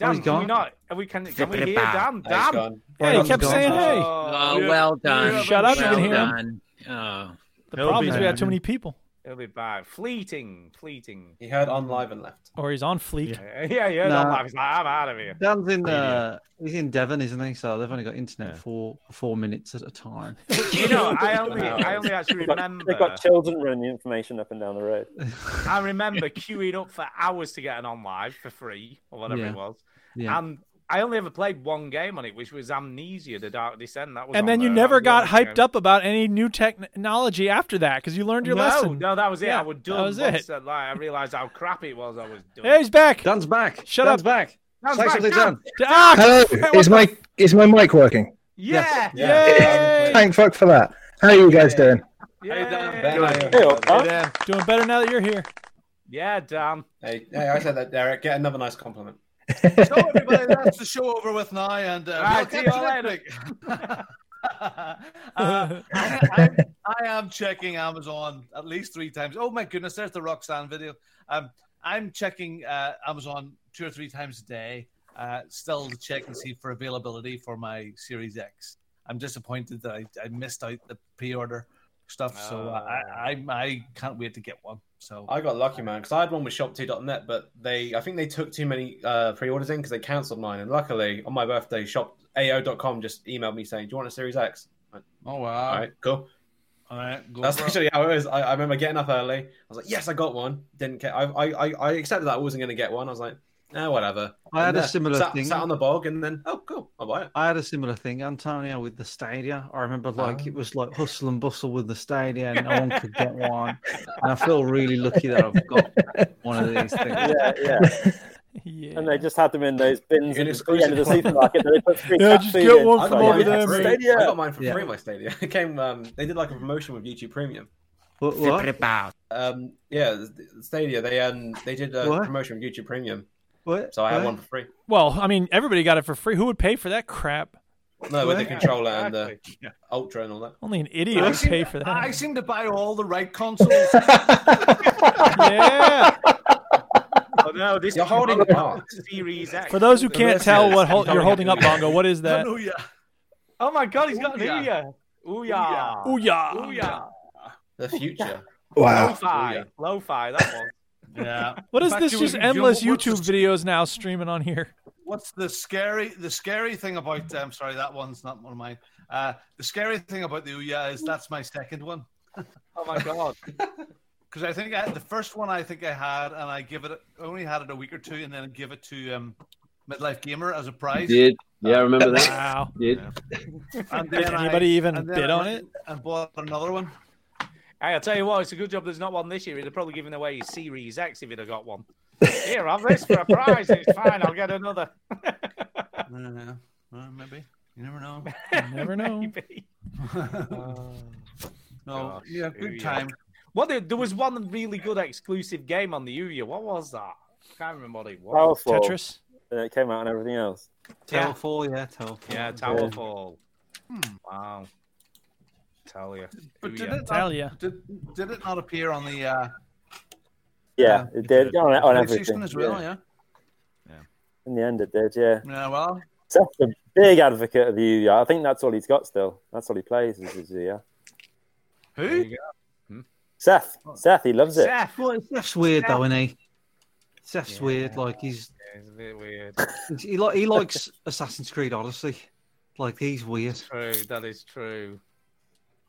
Speaker 2: Oh,
Speaker 5: Dan,
Speaker 13: he's
Speaker 5: can we
Speaker 13: gone.
Speaker 5: not? Are we can? Can we
Speaker 13: Flippity
Speaker 5: hear
Speaker 13: bow.
Speaker 5: Dan?
Speaker 20: Oh, he's
Speaker 5: Dan.
Speaker 20: gone.
Speaker 2: Yeah, he kept saying, "Hey."
Speaker 8: Oh,
Speaker 5: yeah.
Speaker 8: well done.
Speaker 5: Yeah,
Speaker 2: Shut up, you
Speaker 8: Well
Speaker 2: can hear him.
Speaker 8: done. Oh.
Speaker 2: The
Speaker 3: It'll
Speaker 2: problem
Speaker 3: be
Speaker 2: is we had too
Speaker 3: happening.
Speaker 2: many people,
Speaker 5: It'll be bad. Fleeting, fleeting.
Speaker 20: He heard on live and left.
Speaker 2: or he's on fleek.
Speaker 5: Yeah, yeah. yeah
Speaker 13: Nah.
Speaker 5: Dan live. He's like, I'm out of here.
Speaker 13: Dan's in uh, he's in Devon, isn't he? So they've only got internet for four minutes at a time.
Speaker 5: you know, I only, I only actually
Speaker 15: they've got, they've
Speaker 5: remember.
Speaker 15: got children running the information up and down the road.
Speaker 5: I remember queuing up for hours to get an on live for free or whatever
Speaker 13: Yeah.
Speaker 5: it was.
Speaker 13: Yeah.
Speaker 5: And I only ever played one game on it, which was Amnesia: The Dark Descent. That was. on
Speaker 2: And then you
Speaker 5: there.
Speaker 2: never
Speaker 5: That
Speaker 2: got
Speaker 5: was the only
Speaker 2: hyped
Speaker 5: game.
Speaker 2: up about any new technology after that because you learned your
Speaker 5: no,
Speaker 2: lesson.
Speaker 5: No, that was it.
Speaker 2: Yeah,
Speaker 5: I was
Speaker 2: that
Speaker 5: done.
Speaker 2: was
Speaker 5: once
Speaker 2: it.
Speaker 5: that, like, I realised how crappy it was. I was done.
Speaker 2: Hey, he's back.
Speaker 13: Dan's back.
Speaker 2: Shut
Speaker 13: Dan's
Speaker 2: up.
Speaker 13: back.
Speaker 5: Dan's
Speaker 13: Say
Speaker 5: back.
Speaker 13: something,
Speaker 5: Dan.
Speaker 13: Dan.
Speaker 2: Ah,
Speaker 7: Hello,
Speaker 2: what
Speaker 7: is
Speaker 2: the-
Speaker 7: my is my mic working?
Speaker 5: Yeah.
Speaker 2: Yay!
Speaker 7: Thank fuck for that. How are you guys doing?
Speaker 5: Yeah.
Speaker 20: Ben,
Speaker 15: Hey,
Speaker 20: I-
Speaker 15: up, huh?
Speaker 3: Dan,
Speaker 2: Doing better now that you're here.
Speaker 5: Yeah, Dan.
Speaker 20: Hey, hey, I said that, Derek. Get another nice compliment.
Speaker 4: So everybody, that's the show over with now, and uh,
Speaker 5: Right,
Speaker 4: we'll
Speaker 5: see
Speaker 4: catch you
Speaker 5: you
Speaker 4: next
Speaker 5: later.
Speaker 4: week. Uh, I, I, I am checking Amazon at least three times. Oh my goodness, there's the Roxanne video. Um, I'm checking uh, Amazon two or three times a day, uh, still to check and see for availability for my Series X. I'm disappointed that I, I missed out the pre-order stuff, so uh, I, I I can't wait to get one. So
Speaker 20: Ah. I got lucky, man, because I had one with Shop2.net, but they, I think they took too many uh, pre-orders in because they cancelled mine. And luckily, on my birthday, shopao.com just emailed me saying, "Do you want a Series X?" I went,
Speaker 4: oh wow,
Speaker 20: All right, cool.
Speaker 4: all right, go
Speaker 20: That's
Speaker 4: for it.
Speaker 20: actually how it was. I, I remember getting up early. I was like, "Yes, I got one." Didn't care. I, I, I- I accepted that I wasn't going to get one. I was like, "Eh, whatever."
Speaker 13: I had
Speaker 20: And
Speaker 13: a
Speaker 20: there,
Speaker 13: similar
Speaker 20: sat,
Speaker 13: thing.
Speaker 20: Sat on the bog, and then, oh, cool, I'll buy it.
Speaker 13: I had a similar thing, Antonio, with the Stadia. I remember like it was like hustle and bustle with the Stadia, and no one could get one. And I feel really lucky that I've got one of these things.
Speaker 15: Yeah, yeah.
Speaker 2: Yeah.
Speaker 15: And they just had them in those bins
Speaker 20: An
Speaker 15: at the end
Speaker 20: exclusive
Speaker 15: of the supermarket. that They put free
Speaker 2: Yeah,
Speaker 15: cat
Speaker 2: just
Speaker 15: food
Speaker 2: get
Speaker 15: in.
Speaker 2: one
Speaker 20: I
Speaker 2: from
Speaker 20: got,
Speaker 2: over
Speaker 20: mine
Speaker 2: there,
Speaker 20: for
Speaker 2: mate.
Speaker 20: free.
Speaker 15: Stadia.
Speaker 20: I got mine for
Speaker 13: Yeah.
Speaker 20: free. My Stadia. It came. Um, they did like a promotion with YouTube Premium.
Speaker 13: What, what?
Speaker 20: Um, yeah, the- Stadia. They um, they did a
Speaker 13: What?
Speaker 20: promotion with YouTube Premium,
Speaker 13: What?
Speaker 20: so I had
Speaker 13: What?
Speaker 20: one for free.
Speaker 2: Well, I mean, everybody got it for free. Who would pay for that crap?
Speaker 20: No, with the
Speaker 4: Yeah,
Speaker 20: controller and the Ultra and all that.
Speaker 2: Only an idiot would
Speaker 4: seem
Speaker 2: pay
Speaker 4: to-
Speaker 2: for that.
Speaker 4: I seem to buy all the right consoles.
Speaker 2: yeah.
Speaker 4: Oh no, this
Speaker 5: You're holding up.
Speaker 4: Series X.
Speaker 2: For those who can't tell what hol-
Speaker 5: Don't
Speaker 2: you're
Speaker 5: have
Speaker 2: holding
Speaker 5: to
Speaker 2: up,
Speaker 5: do that.
Speaker 2: Bongo, what is that?
Speaker 4: Hallelujah.
Speaker 5: Oh my god, he's got an
Speaker 4: Ooh-yah.
Speaker 5: Ouya. Ouya.
Speaker 2: Ouya.
Speaker 5: Ouya.
Speaker 20: The future.
Speaker 5: Lo-fi. Lo-fi, that one.
Speaker 4: Yeah.
Speaker 2: What is
Speaker 4: In fact,
Speaker 2: this?
Speaker 4: you-
Speaker 2: Just
Speaker 4: you-
Speaker 2: endless
Speaker 4: what's the-
Speaker 2: YouTube videos now streaming on here.
Speaker 4: What's the scary the scary thing
Speaker 2: Mm-hmm.
Speaker 4: about I'm sorry, that one's not one of mine. Uh, the scary thing about the Ouya
Speaker 2: Mm.
Speaker 4: is that's my second one.
Speaker 5: Oh my god.
Speaker 4: Because I think I, the first one I think I had, and I give it I only had it a week or two, and then I give it to um, Midlife Gamer as a
Speaker 17: You
Speaker 4: prize.
Speaker 17: did. Yeah, I remember that.
Speaker 2: Wow.
Speaker 17: You did.
Speaker 4: And
Speaker 2: Did
Speaker 4: then I-
Speaker 2: anybody even
Speaker 4: and then
Speaker 2: bid
Speaker 4: I
Speaker 2: on
Speaker 4: went And bought another one.
Speaker 5: Hey, I'll tell you what, it's a good job there's not one this year. He'd have probably given away his Series X if he'd have got one. Here, have this for a prize. It's fine. I'll get another.
Speaker 4: I don't know. Well, maybe. You never know.
Speaker 2: never know.
Speaker 4: no,
Speaker 5: Gosh,
Speaker 4: yeah, good
Speaker 5: Ouya.
Speaker 4: time.
Speaker 5: What the, there was one really good exclusive game on the Ouya. What was that? I can't remember what it
Speaker 15: Towerfall.
Speaker 5: was.
Speaker 15: And it came out and everything else.
Speaker 5: Yeah.
Speaker 20: Towerfall, yeah, Towerfall.
Speaker 5: Yeah, Towerfall. Hmm, Wow. Tell you.
Speaker 4: But did it
Speaker 2: Tell
Speaker 4: not,
Speaker 2: ya.
Speaker 4: Did, did it not appear on the uh,
Speaker 15: Yeah, it did on, on everything.
Speaker 4: PlayStation as well? Yeah.
Speaker 15: In the end, it did. Yeah.
Speaker 4: Yeah. well,
Speaker 15: Seth's a big advocate of the UR. I think that's all he's got still. That's all he plays is his UR.
Speaker 4: who?
Speaker 15: Seth. Seth, he loves it.
Speaker 1: Well, Seth's weird though, isn't he? Seth's weird. Like he's
Speaker 5: It's a bit weird.
Speaker 1: he like he likes Assassin's Creed Odyssey. Like he's weird.
Speaker 5: True, that is true.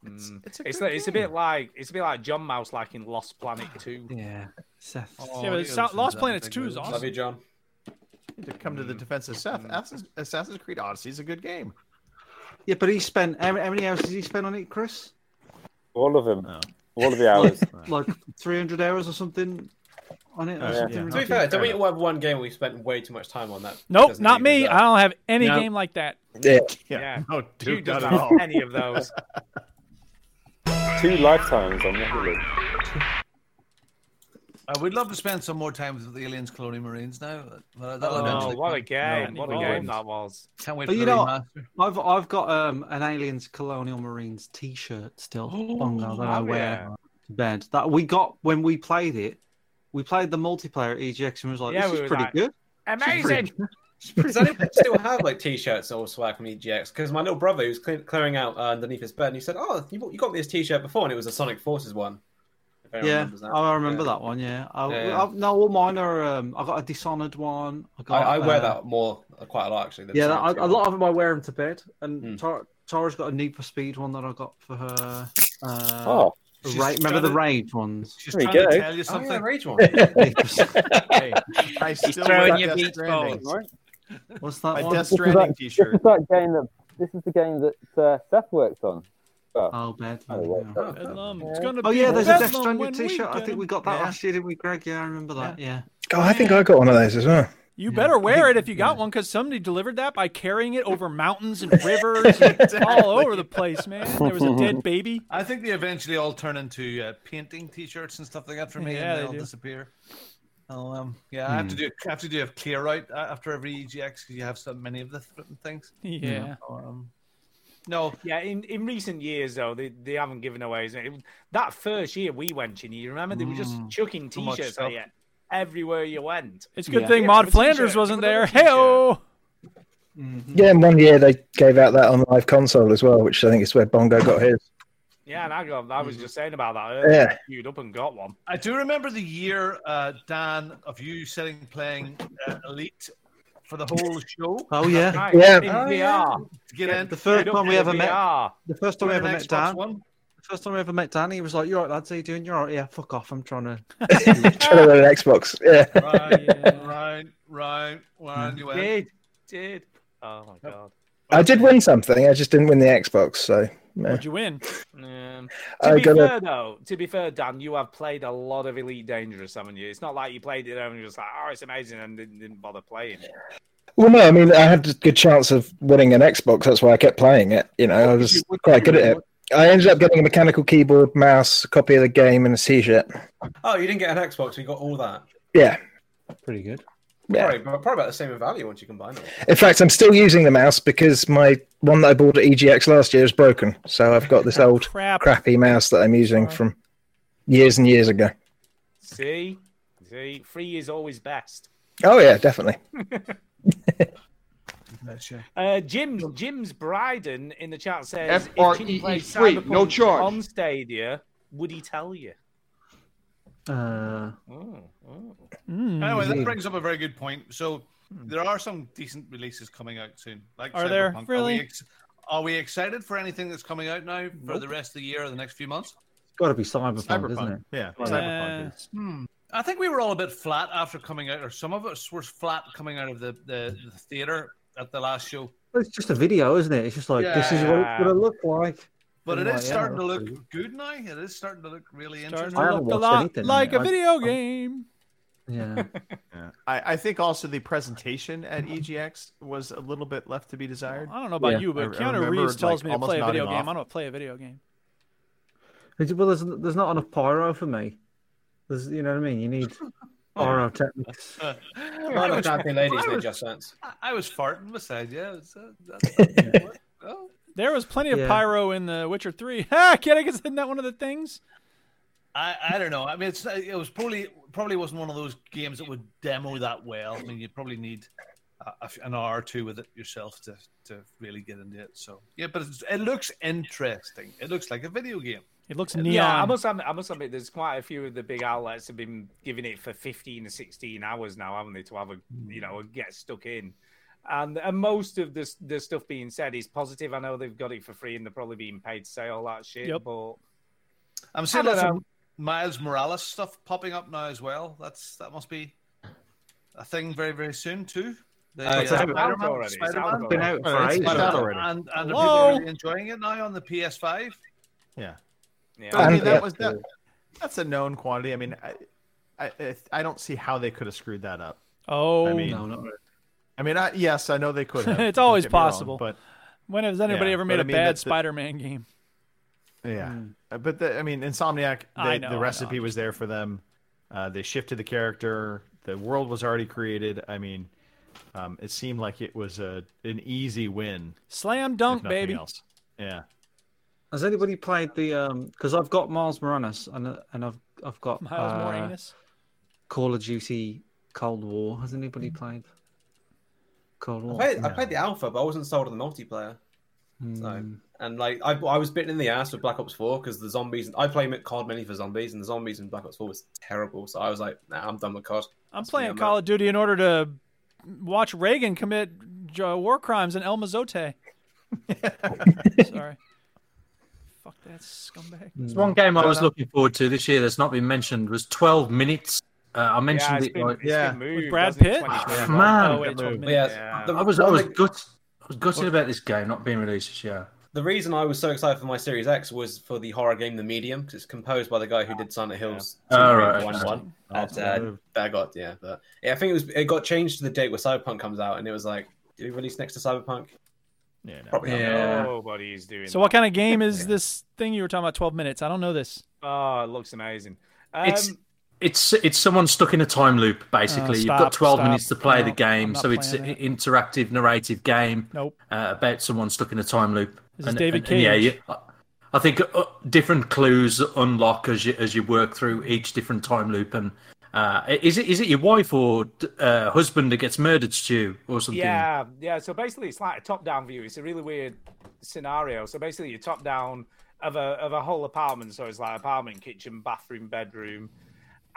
Speaker 5: It's, it's,
Speaker 1: a
Speaker 5: it's,
Speaker 1: good
Speaker 5: a bit like it's a bit like John Mouse, like in Lost Planet Two.
Speaker 1: Yeah, Seth.
Speaker 5: Oh,
Speaker 2: yeah, but it's not- Lost Planets 2 is awesome.
Speaker 20: Love you, John.
Speaker 3: To come to the
Speaker 2: Hmm.
Speaker 3: defense of Seth, Assassin's- Assassin's Creed Odyssey is a good game.
Speaker 1: Yeah, but he spent how, how many hours did he spend on it, Chris?
Speaker 15: All of them. All of the hours.
Speaker 1: Like three hundred hours or something on it. Or
Speaker 15: Yeah.
Speaker 1: something
Speaker 20: To be fair, don't we all have one game we spent way too much time on that?
Speaker 2: Nope,
Speaker 20: doesn't
Speaker 2: not
Speaker 20: even
Speaker 2: me.
Speaker 20: deserve-
Speaker 2: I don't have any
Speaker 20: No.
Speaker 2: game like that.
Speaker 7: Yeah.
Speaker 5: Yeah.
Speaker 3: No,
Speaker 5: Dude,
Speaker 3: dude, not
Speaker 5: doesn't
Speaker 3: at
Speaker 5: have
Speaker 3: all.
Speaker 5: any of those.
Speaker 15: Two lifetimes on everything.
Speaker 4: Uh, we'd love to spend some more time with the Aliens Colonial Marines now. Uh, that'll
Speaker 5: oh,
Speaker 4: eventually
Speaker 5: what a
Speaker 4: come.
Speaker 5: game!
Speaker 4: No,
Speaker 5: what a
Speaker 4: no.
Speaker 5: game that was.
Speaker 4: Can't wait
Speaker 1: But
Speaker 4: for
Speaker 1: you
Speaker 4: the
Speaker 1: know,
Speaker 4: remaster.
Speaker 1: I've I've got um, an Aliens Colonial Marines T-shirt still Bongo, that I
Speaker 5: have
Speaker 1: wear
Speaker 5: ya?
Speaker 1: to bed. That we got when we played it. We played the multiplayer at EGX and was like,
Speaker 5: Yeah,
Speaker 1: "This
Speaker 5: we
Speaker 1: is
Speaker 5: were
Speaker 1: pretty
Speaker 5: like-
Speaker 1: good."
Speaker 5: Amazing.
Speaker 20: Does anyone still have like t-shirts or swag from EGX? Because my little brother he was cle- clearing out uh, underneath his bed, and he said, "Oh, you, bought- you got me this t-shirt before, and it was a Sonic Forces one." If anyone
Speaker 1: Yeah, Oh,
Speaker 20: remembers
Speaker 1: I remember
Speaker 20: Yeah.
Speaker 1: that one. Yeah, I,
Speaker 20: Yeah.
Speaker 1: I, no, all mine are. Um, I got a Dishonored one. I, got,
Speaker 20: I, I wear
Speaker 1: uh,
Speaker 20: that more, quite a lot actually. than
Speaker 1: Yeah, that,
Speaker 20: Sonic
Speaker 1: I,
Speaker 20: two.
Speaker 1: a lot of them I wear them to bed. And
Speaker 15: Hmm.
Speaker 1: Tara, Tara's got a Need for Speed one that I got for her. Uh,
Speaker 15: Oh.
Speaker 1: the
Speaker 15: She's
Speaker 1: Ra- remember
Speaker 15: trying
Speaker 1: the
Speaker 15: to-
Speaker 1: rage ones?
Speaker 4: She's
Speaker 15: There you
Speaker 4: trying to
Speaker 15: go.
Speaker 4: tell you
Speaker 20: Oh, yeah,
Speaker 4: something.
Speaker 20: Rage one.
Speaker 3: Hey, I
Speaker 8: He's
Speaker 3: still
Speaker 8: throwing
Speaker 3: wear
Speaker 8: your
Speaker 3: Death
Speaker 8: beach
Speaker 3: Stranding.
Speaker 1: What's that
Speaker 3: My
Speaker 1: one?
Speaker 3: Death Stranding t-shirt.
Speaker 15: This is that game that this is the game that uh, Seth works on. Well,
Speaker 1: Oh, bad.
Speaker 15: I worked on it.
Speaker 2: Bedlam. It's gonna
Speaker 1: Oh
Speaker 2: be
Speaker 1: yeah, there's a Death
Speaker 2: bedlam
Speaker 1: Stranding
Speaker 2: when we
Speaker 1: T-shirt. I
Speaker 2: get
Speaker 1: think we
Speaker 2: 'em.
Speaker 1: got that last year, didn't we, Greg? Yeah, I remember that. Yeah.
Speaker 7: Oh, I think I got one of those as well.
Speaker 2: You better wear it if you got one, because somebody delivered that by carrying it over mountains and rivers and all over the place, man. There was a dead baby.
Speaker 4: I think they eventually all turn into uh, painting T-shirts and stuff like that for me,
Speaker 2: Yeah,
Speaker 4: and
Speaker 2: they
Speaker 4: they'll
Speaker 2: do.
Speaker 4: disappear. I'll, um, yeah, I have
Speaker 1: Hmm.
Speaker 4: to do. I have to do a clear out uh, after every EGX because you have so many of the flipping things.
Speaker 2: Yeah.
Speaker 4: So, um, no,
Speaker 5: Yeah, in, in recent years though, they, they haven't given away. as- It, that first year we went, Chinny, you remember they were just chucking
Speaker 4: Too much
Speaker 5: t-shirts
Speaker 4: stuff.
Speaker 5: at you everywhere you went.
Speaker 2: Mm. It's a good
Speaker 7: Yeah.
Speaker 2: thing
Speaker 5: Yeah,
Speaker 2: Maud
Speaker 5: it's a t-shirt.
Speaker 2: Flanders wasn't
Speaker 5: Give
Speaker 2: there.
Speaker 5: it a
Speaker 2: Hey
Speaker 20: Mm-hmm.
Speaker 7: Yeah, and one year they gave out that on live console as well, which I think is where Bongo got his.
Speaker 5: Yeah, and I, got, I was just saying about that earlier.
Speaker 7: Yeah.
Speaker 5: Queued up and got one.
Speaker 4: I do remember the year, uh, Dan, of you sitting playing uh, Elite for the whole show. Oh,
Speaker 1: Oh yeah.
Speaker 5: Right,
Speaker 7: Yeah.
Speaker 5: in VR.
Speaker 4: To get in.
Speaker 1: The first
Speaker 5: Queued up
Speaker 1: time we
Speaker 5: in
Speaker 1: ever met.
Speaker 5: VR.
Speaker 1: The first time we
Speaker 4: An
Speaker 1: ever met
Speaker 4: Xbox
Speaker 1: Dan.
Speaker 4: One.
Speaker 1: The first time we ever met Dan, he was like, "You're right, lads. How you doing? You're right. Yeah. Fuck off. I'm trying to."
Speaker 7: Trying to win an Xbox. Yeah.
Speaker 4: Right,
Speaker 2: Yeah.
Speaker 4: right, right.
Speaker 1: Mm.
Speaker 4: Where you went?
Speaker 5: Did did. Oh my god.
Speaker 7: I did win something. I just didn't win the Xbox. So no.
Speaker 2: What'd you win?
Speaker 5: Um, to
Speaker 7: I
Speaker 5: be
Speaker 7: got a-
Speaker 5: fair though, to be fair, Dan, you have played a lot of Elite Dangerous, haven't you? It's not like you played it and you're just like, oh, it's amazing, and didn't, didn't bother playing. it.
Speaker 7: Well, no, I mean, I had a good chance of winning an Xbox. That's why I kept playing it. You know, I was quite good at it. I ended up getting a mechanical keyboard, mouse, a copy of the game, and a t-shirt.
Speaker 20: Oh, you didn't get an Xbox. We got all that.
Speaker 7: Yeah.
Speaker 1: Pretty good.
Speaker 7: Yeah.
Speaker 20: Probably, probably about the same in value once you combine them.
Speaker 7: In fact, I'm still using the mouse because my one that I bought at EGX last year is broken. So I've got
Speaker 1: Oh,
Speaker 7: this old
Speaker 2: Crap.
Speaker 7: crappy mouse that I'm using from years and years ago.
Speaker 5: See, see, free is always best.
Speaker 7: Oh yeah, definitely.
Speaker 5: Uh, Jim Jim's Bryden in the chat says if
Speaker 4: E
Speaker 24: F.R.E.E.
Speaker 5: Chinny played
Speaker 24: free,
Speaker 5: Cyberpunk
Speaker 24: no charge.
Speaker 5: on Stadia, would he tell you?
Speaker 25: Uh,
Speaker 5: Hmm.
Speaker 4: Anyway, that
Speaker 1: Hmm.
Speaker 25: Indeed.
Speaker 4: brings up a very good point. So there are some decent releases coming out soon. Like
Speaker 2: Are there?
Speaker 4: Cyberpunk. Are
Speaker 2: Really?
Speaker 4: we, ex- are we excited for anything that's coming out now for the rest of the year or the next few months?
Speaker 25: got to be cyberpunk, isn't it?
Speaker 3: Yeah,
Speaker 1: Uh,
Speaker 4: Cyberpunk Hmm. I think we were all a bit flat after coming out, or some of us were flat coming out of the, the, the theater at the last show.
Speaker 1: It's just a video, isn't it? It's just like this is what it, what it looked like.
Speaker 4: But it
Speaker 1: And like,
Speaker 4: is
Speaker 1: yeah,
Speaker 4: starting to
Speaker 1: that's
Speaker 4: look
Speaker 1: pretty
Speaker 4: good now. It is starting to look really
Speaker 2: Starting
Speaker 4: interesting.
Speaker 2: to look a lot like a
Speaker 3: I-
Speaker 2: video game.
Speaker 25: Yeah.
Speaker 3: yeah. I, I think also the presentation at EGX was a little bit left to be desired.
Speaker 2: I don't know about you, but Keanu Reeves tells me to play a video game. I don't play a video game.
Speaker 1: It's- Well, there's there's not enough pyro for me. There's, you know what I mean. You need
Speaker 4: Oh,
Speaker 1: pyro techniques.
Speaker 20: Not a happy ladies, they just sense.
Speaker 4: uh, I- I was farting beside you. It's, uh, that's- Oh.
Speaker 2: There was plenty of
Speaker 4: Yeah.
Speaker 2: pyro in The Witcher Ah, 3. Ha! Kidding, isn't that one of the things?
Speaker 4: I, I don't know. I mean, it's it was probably probably wasn't one of those games that would demo that well. I mean, you probably need a, a, an hour or two with it yourself to to really get into it. So yeah, but it's, it looks interesting. It looks like a video game.
Speaker 2: It
Speaker 5: Uh,
Speaker 2: looks
Speaker 5: Yeah, I must, admit, I must admit, there's quite a few of the big outlets have been giving it for 15 to 16 hours now, haven't they, to have a, you know, get stuck in. And, and most of the, the stuff being said is positive. I know they've got it for free and they're probably being paid to say all that shit,
Speaker 4: Yep.
Speaker 5: but um,
Speaker 4: I'm seeing
Speaker 5: I don't
Speaker 4: lots of
Speaker 5: know.
Speaker 4: Miles Morales stuff popping up now as well. That's that must be a thing very very soon too. The,
Speaker 20: Oh, it's out
Speaker 4: Spider-Man-
Speaker 20: already. It's
Speaker 4: Spider-Man-
Speaker 20: out already. Been out for
Speaker 4: Spider-Man-
Speaker 20: ages. Oh, It's out already.
Speaker 4: And, and are people
Speaker 20: Hello?
Speaker 4: really enjoying it now on the PS5.
Speaker 3: Yeah.
Speaker 4: Yeah.
Speaker 3: I mean,
Speaker 4: And-
Speaker 3: that was that. That's a known quantity. I mean, I, I, I don't see how they could have screwed that up.
Speaker 2: Oh,
Speaker 3: I mean,
Speaker 2: No, not really.
Speaker 3: I mean, I, yes, I know they could have.
Speaker 2: it's
Speaker 3: don't
Speaker 2: always
Speaker 3: get me wrong,
Speaker 2: possible.
Speaker 3: but
Speaker 2: when has anybody
Speaker 3: Yeah,
Speaker 2: ever
Speaker 3: but
Speaker 2: made
Speaker 3: I
Speaker 2: a
Speaker 3: mean,
Speaker 2: bad
Speaker 3: that's the-
Speaker 2: Spider-Man game?
Speaker 3: Yeah,
Speaker 2: Hmm.
Speaker 3: Uh, but the, I mean, Insomniac.
Speaker 2: I
Speaker 3: They,
Speaker 2: know, I know,
Speaker 3: the recipe was there for them. Uh, they shifted the character. The world was already created. I mean, um, it seemed like it was a an easy win.
Speaker 2: Slam
Speaker 3: if
Speaker 2: dunk,
Speaker 3: nothing
Speaker 2: baby.
Speaker 3: Else. Yeah.
Speaker 1: Has anybody played the um? Because I've got Miles Moranis and uh, and I've I've got
Speaker 2: Miles
Speaker 1: uh,
Speaker 2: Moranis?
Speaker 1: Call of Duty Cold War. Has
Speaker 26: Hmm.
Speaker 1: anybody played Cold
Speaker 20: I
Speaker 1: War?
Speaker 20: played, I played the alpha, but I wasn't sold on the multiplayer. So, and like I, I was bitten in the ass with Black Ops 4 because the zombies. I play COD mainly for zombies, and the zombies in Black Ops 4 was terrible. So I was like, nah, I'm done with COD.
Speaker 2: I'm playing Call of Duty in order to watch Reagan commit j- uh, war crimes in El Mazote. Sorry. Fuck that scumbag.
Speaker 23: There's one game I was looking forward to this year that's not been mentioned was 12 minutes. Uh, I mentioned
Speaker 5: it's
Speaker 23: it
Speaker 5: been-
Speaker 23: like
Speaker 5: it's been Yeah. moved,
Speaker 2: With Brad
Speaker 5: hasn't it?
Speaker 2: Pitt?
Speaker 5: 20,
Speaker 23: Ah,
Speaker 5: yeah.
Speaker 23: man,
Speaker 5: Oh, wait, 12 minutes.
Speaker 20: Yes.
Speaker 5: Yeah.
Speaker 20: The-
Speaker 23: I was I
Speaker 20: one
Speaker 23: was
Speaker 20: that-
Speaker 23: gut, I was gutted about this game not being released this year.
Speaker 20: The reason I was so excited for my Series X was for the horror game The Medium because it's composed by the guy who did Silent Hills
Speaker 23: Yeah.
Speaker 20: 2,
Speaker 23: Oh,
Speaker 20: 3,
Speaker 23: right,
Speaker 20: 1,
Speaker 23: okay.
Speaker 20: 1. And,
Speaker 23: Awesome
Speaker 20: uh,
Speaker 23: move.
Speaker 20: that got yeah, but yeah, I think it was it got changed to the date where Cyberpunk comes out, and it was like, did we release next to Cyberpunk?
Speaker 3: Yeah, no.
Speaker 20: probably.
Speaker 5: Yeah.
Speaker 20: not.
Speaker 5: Nobody's doing.
Speaker 2: So what kind of game is this thing you were talking about? Twelve minutes. I don't know this.
Speaker 5: Oh, it looks amazing. Um,
Speaker 23: It's- It's it's someone stuck in a time loop basically.
Speaker 2: Oh,
Speaker 23: You've
Speaker 2: stop,
Speaker 23: got 12
Speaker 2: stop.
Speaker 23: minutes to play
Speaker 2: No,
Speaker 23: the
Speaker 2: I'm
Speaker 23: game,
Speaker 2: not
Speaker 23: so it's an
Speaker 2: playing
Speaker 23: interactive narrative game
Speaker 2: Nope.
Speaker 23: uh, about someone stuck in a time loop.
Speaker 2: This is David
Speaker 23: yeah,
Speaker 2: Cage.
Speaker 23: you, I think uh, different clues unlock as you as you work through each different time loop. And uh, is it is it your wife or uh, husband that gets murdered, Stu, or something?
Speaker 5: Yeah, yeah. So basically, it's like a top-down view. It's a really weird scenario. So basically, you're top-down of a of a whole apartment. So it's like apartment, kitchen, bathroom, bedroom,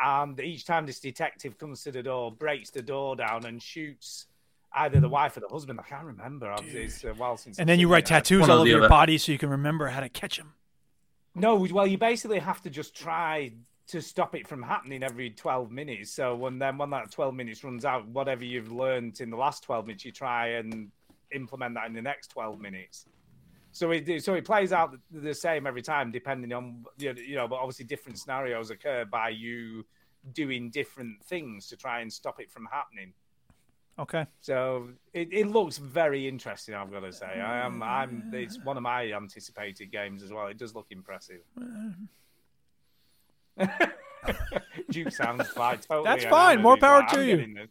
Speaker 5: and each time this detective comes to the door, breaks the door down, and shoots either the wife or the husband. I can't remember. Obviously, it's a while since.
Speaker 2: Hmm. And
Speaker 5: I've
Speaker 2: then you
Speaker 5: seen
Speaker 2: write
Speaker 5: it.
Speaker 2: tattoos all over your body so you can remember how to catch them.
Speaker 5: No, well, you basically have to just try to stop it from happening every 12 minutes. So when then when that 12 minutes runs out, whatever you've learned in the last 12 minutes, you try and implement that in the next 12 minutes. So it so it plays out the- the same every time, depending on you know- you know. But obviously, different scenarios occur by you doing different things to try and stop it from happening.
Speaker 2: Okay.
Speaker 5: So it, it looks very interesting. I've got to say, I am. I'm. It's one of my anticipated games as well. It does look impressive. Duke sounds like totally.
Speaker 2: That's fine. More
Speaker 5: anonymous,
Speaker 2: power
Speaker 5: like,
Speaker 2: to
Speaker 5: I'm
Speaker 2: you.
Speaker 5: getting this.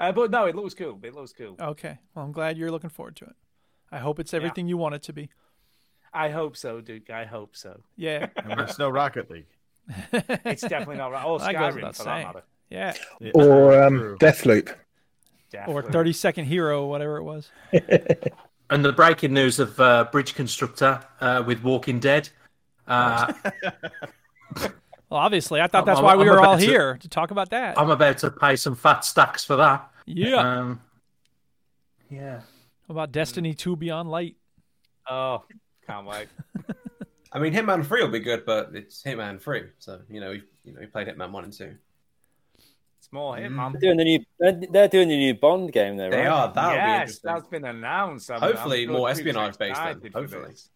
Speaker 5: Uh, but no, it looks cool. It looks cool.
Speaker 2: Okay. Well, I'm glad you're looking forward to it. I hope it's everything you want it to be.
Speaker 5: I hope so, Duke. I hope so.
Speaker 2: Yeah.
Speaker 3: it's no Rocket League.
Speaker 5: it's definitely not right. Or
Speaker 2: That
Speaker 5: Skyrim,
Speaker 2: goes without
Speaker 5: for
Speaker 2: saying.
Speaker 5: that matter.
Speaker 2: Yeah.
Speaker 7: Or um, Deathloop.
Speaker 2: Or 30 Second Hero, whatever it was.
Speaker 23: And the breaking news of uh, Bridge Constructor uh, with Walking Dead. Uh,
Speaker 2: Well, obviously, I thought that's
Speaker 23: I'm-
Speaker 2: why we
Speaker 23: I'm
Speaker 2: were
Speaker 23: about
Speaker 2: all
Speaker 23: to-
Speaker 2: here to talk about that.
Speaker 23: I'm about to pay some fat stacks for that.
Speaker 2: Yeah.
Speaker 23: Um, yeah.
Speaker 2: about Destiny 2 Beyond Light?
Speaker 5: Oh, can't wait.
Speaker 20: I mean, Hitman Three will be good, but it's Hitman Three, so you know, you, you know, you played Hitman One and Two.
Speaker 5: It's more hit, man.
Speaker 15: They're doing the new. They're, they're doing the new Bond game, though.
Speaker 20: Mm. They
Speaker 15: right?
Speaker 20: are. That'll be
Speaker 5: yes,
Speaker 20: interesting.
Speaker 5: that's been announced. I mean,
Speaker 20: Hopefully,
Speaker 5: I'm
Speaker 20: more
Speaker 5: pretty
Speaker 20: espionage based.
Speaker 5: excited
Speaker 20: Then.
Speaker 5: for
Speaker 20: Hopefully,
Speaker 5: this.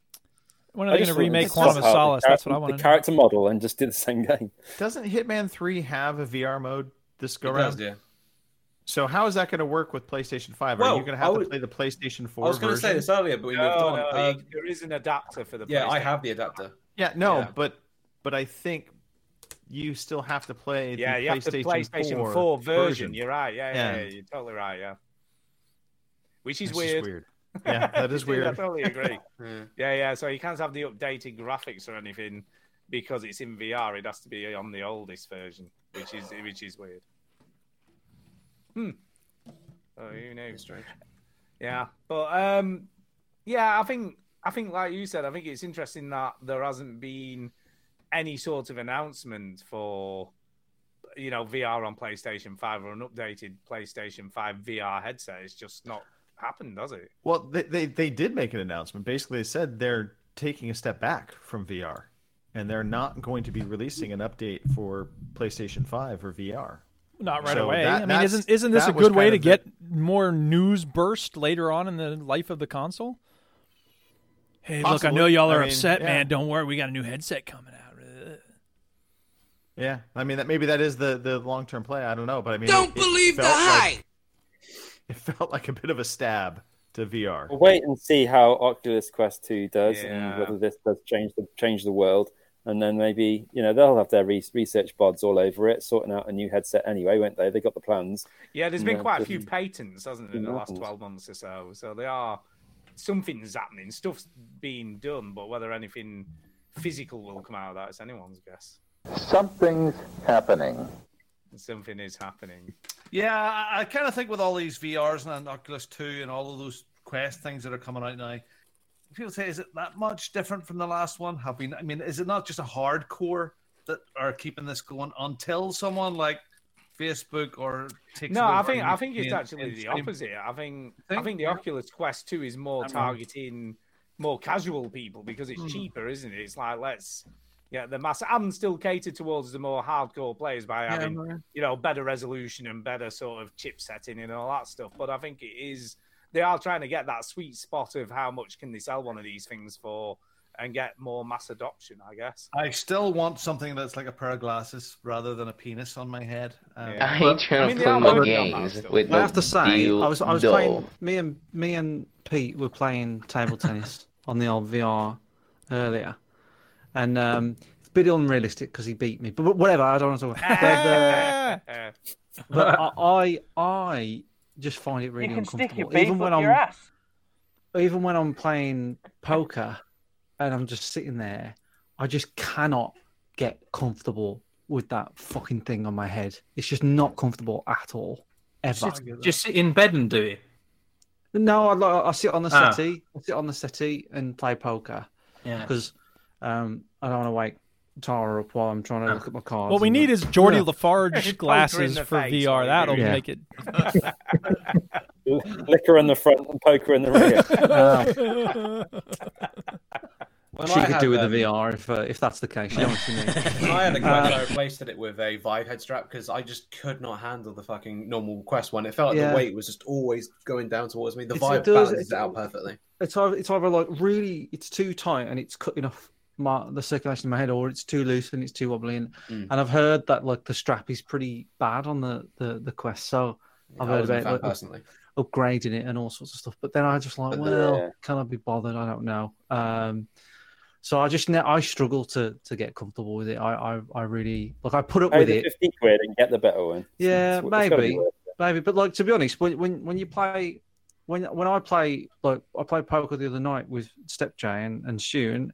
Speaker 2: When
Speaker 15: I
Speaker 2: are they
Speaker 15: just
Speaker 2: going to
Speaker 15: want
Speaker 2: remake
Speaker 15: to
Speaker 2: Quantum of
Speaker 15: swap out the
Speaker 2: Solace? That's what I
Speaker 15: character-
Speaker 2: want
Speaker 15: The
Speaker 2: to know.
Speaker 15: character model and just do the same game.
Speaker 3: Doesn't Hitman 3 have a VR mode this go
Speaker 20: It
Speaker 3: around?
Speaker 20: does, yeah.
Speaker 3: So how is that going to work with PlayStation 5? Are
Speaker 20: Well,
Speaker 3: you going to
Speaker 20: I
Speaker 3: have
Speaker 20: would-
Speaker 3: to play the Playstation 4
Speaker 20: I was going to
Speaker 3: version?
Speaker 20: say this earlier, but we moved
Speaker 5: No,
Speaker 20: on.
Speaker 5: no,
Speaker 20: But you-
Speaker 5: there is an adapter for the.
Speaker 20: yeah, I
Speaker 5: PlayStation.
Speaker 20: have the adapter.
Speaker 3: Yeah, no,
Speaker 20: Yeah.
Speaker 3: but but I think you still have to play the
Speaker 5: Yeah, you have the
Speaker 3: PlayStation,
Speaker 5: PlayStation 4, version. You're right. Yeah, yeah,
Speaker 3: Yeah.
Speaker 5: yeah, You're totally right. Yeah. Which is
Speaker 3: That's just
Speaker 5: weird.
Speaker 3: weird. Yeah, that is
Speaker 5: Dude, I
Speaker 3: weird.
Speaker 5: totally agree.
Speaker 20: Yeah.
Speaker 5: yeah, yeah. So you can't have the updated graphics or anything because it's in VR. It has to be on the oldest version, which is which is weird. Hmm. Oh, who knows? Yeah, but um, yeah, I think I think like you said, I think it's interesting that there hasn't been any sort of announcement for you know VR on PlayStation Five or an updated PlayStation Five VR headset. It's just not happened, does it?
Speaker 3: Well, they, they they did make an announcement. Basically, they said they're taking a step back from VR, and they're not going to be releasing an update for PlayStation 5 or VR.
Speaker 2: Not right
Speaker 3: So
Speaker 2: away.
Speaker 3: that-
Speaker 2: I mean,
Speaker 3: that's-
Speaker 2: isn't isn't this a
Speaker 3: that was
Speaker 2: good way
Speaker 3: kind
Speaker 2: to
Speaker 3: of the-
Speaker 2: get more news burst later on in the life of the console? Hey, look, I
Speaker 3: Possibly.
Speaker 2: know y'all
Speaker 3: I
Speaker 2: are
Speaker 3: mean,
Speaker 2: upset,
Speaker 3: yeah.
Speaker 2: man. Don't worry, we got a new headset coming out. Ugh.
Speaker 3: Yeah, I mean that maybe that is the the long term play. I don't know, but I mean,
Speaker 15: Don't
Speaker 3: believe
Speaker 15: the
Speaker 3: Like, it felt like a bit of a stab to VR.
Speaker 15: We'll wait and see how Oculus Quest Two does,
Speaker 3: Yeah.
Speaker 15: and whether this does change the change the world. And then maybe you know they'll have their re- research bods all over it, sorting out a new headset anyway, won't they? They got the plans.
Speaker 5: Yeah, there's
Speaker 15: And
Speaker 5: been
Speaker 15: then
Speaker 5: quite a few
Speaker 15: just-
Speaker 5: patents, hasn't there, in the last
Speaker 15: Models.
Speaker 5: 12 months or so. So they are something's happening, stuff's being done, but whether anything physical will come out of that, it's anyone's guess.
Speaker 1: Something's happening.
Speaker 5: Something is happening.
Speaker 4: Yeah, I, I kind of think with all these VRs and Oculus 2 and all of those Quest things that are coming out now, people say, is it that much different from the last one? Have we? I mean, is it not just a hardcore that are keeping this going until someone like Facebook or takes?
Speaker 5: No,
Speaker 4: it over
Speaker 5: I think
Speaker 4: and
Speaker 5: I
Speaker 4: makes
Speaker 5: think it's
Speaker 4: it
Speaker 5: actually the
Speaker 4: mainstream?
Speaker 5: opposite. I think I
Speaker 4: Think?
Speaker 5: think the Oculus Quest 2 is more
Speaker 4: I'm wrong.
Speaker 5: targeting more casual people because it's
Speaker 4: Hmm.
Speaker 5: cheaper, isn't it? It's like let's yeah, the mass and still cater towards the more hardcore players by
Speaker 4: Yeah,
Speaker 5: having
Speaker 4: man.
Speaker 5: you know better resolution and better sort of chip setting and all that stuff. But I think it is they are trying to get that sweet spot of how much can they sell one of these things for and get more mass adoption, I guess.
Speaker 4: I still want something that's like a pair of glasses rather than a penis on my head. Um,
Speaker 2: I Well,
Speaker 1: I mean, they are working on that still. I have to say, I was I was
Speaker 27: deal.
Speaker 1: playing me and me and Pete were playing table tennis on the old VR earlier, and um, it's a bit unrealistic because he beat me. But wh- whatever, I don't want to talk. About it. but, uh, but I I- I just find it really
Speaker 26: you can stick your
Speaker 1: uncomfortable,
Speaker 26: beef
Speaker 1: even when
Speaker 26: up your
Speaker 1: I'm
Speaker 26: ass.
Speaker 1: even when I'm playing poker, and I'm just sitting there. I just cannot get comfortable with that fucking thing on my head. It's just not comfortable at all, ever.
Speaker 23: Just, just sit in bed and do it.
Speaker 1: No, I, li- I sit on the
Speaker 23: Ah.
Speaker 1: settee. I sit on the settee and play poker.
Speaker 23: Yeah.
Speaker 1: Because um, I don't want to wake Tara up while I'm trying to look at my cards.
Speaker 2: What we
Speaker 1: and
Speaker 2: need
Speaker 1: that.
Speaker 2: is Geordie
Speaker 1: Yeah.
Speaker 2: Lafarge glasses for VR. That'll
Speaker 1: Yeah.
Speaker 2: make it.
Speaker 15: Liquor in the front and poker in the Uh, rear.
Speaker 1: She
Speaker 20: I
Speaker 1: could
Speaker 20: had,
Speaker 1: do with
Speaker 20: um,
Speaker 1: the VR if, uh, if that's the case. You know what I mean?
Speaker 20: I had a
Speaker 1: Uh,
Speaker 20: Quest, I replaced it with a Vive head strap because I just could not handle the fucking normal Quest one. It felt like
Speaker 1: Yeah.
Speaker 20: the weight was just always going down towards me. The
Speaker 1: It's- it
Speaker 20: Vive
Speaker 1: does-
Speaker 20: balances
Speaker 1: it's-
Speaker 20: it out perfectly.
Speaker 1: it's either, it's either like really it's too tight and it's cutting off my the circulation in my head or it's too loose and it's too wobbly and,
Speaker 20: Mm.
Speaker 1: and i've heard that like the strap is pretty bad on the the, the quest so i've
Speaker 20: I
Speaker 1: heard
Speaker 20: wasn't a
Speaker 1: about
Speaker 20: fan
Speaker 1: like, up-
Speaker 20: personally.
Speaker 1: upgrading it and all sorts of stuff but then i just like
Speaker 20: But
Speaker 1: well
Speaker 20: the-
Speaker 1: can i be bothered i don't know um so i just ne- i struggle to to get comfortable with it i i, I really like i put up
Speaker 15: Pay
Speaker 1: with
Speaker 15: the
Speaker 1: it
Speaker 15: fifty quid and get the better one.
Speaker 1: yeah
Speaker 15: It's- it's gotta be
Speaker 1: maybe
Speaker 15: worth it.
Speaker 1: maybe. But like to be honest, when when, when you play, when when I play, like I played poker the other night with Step J and and Stu, and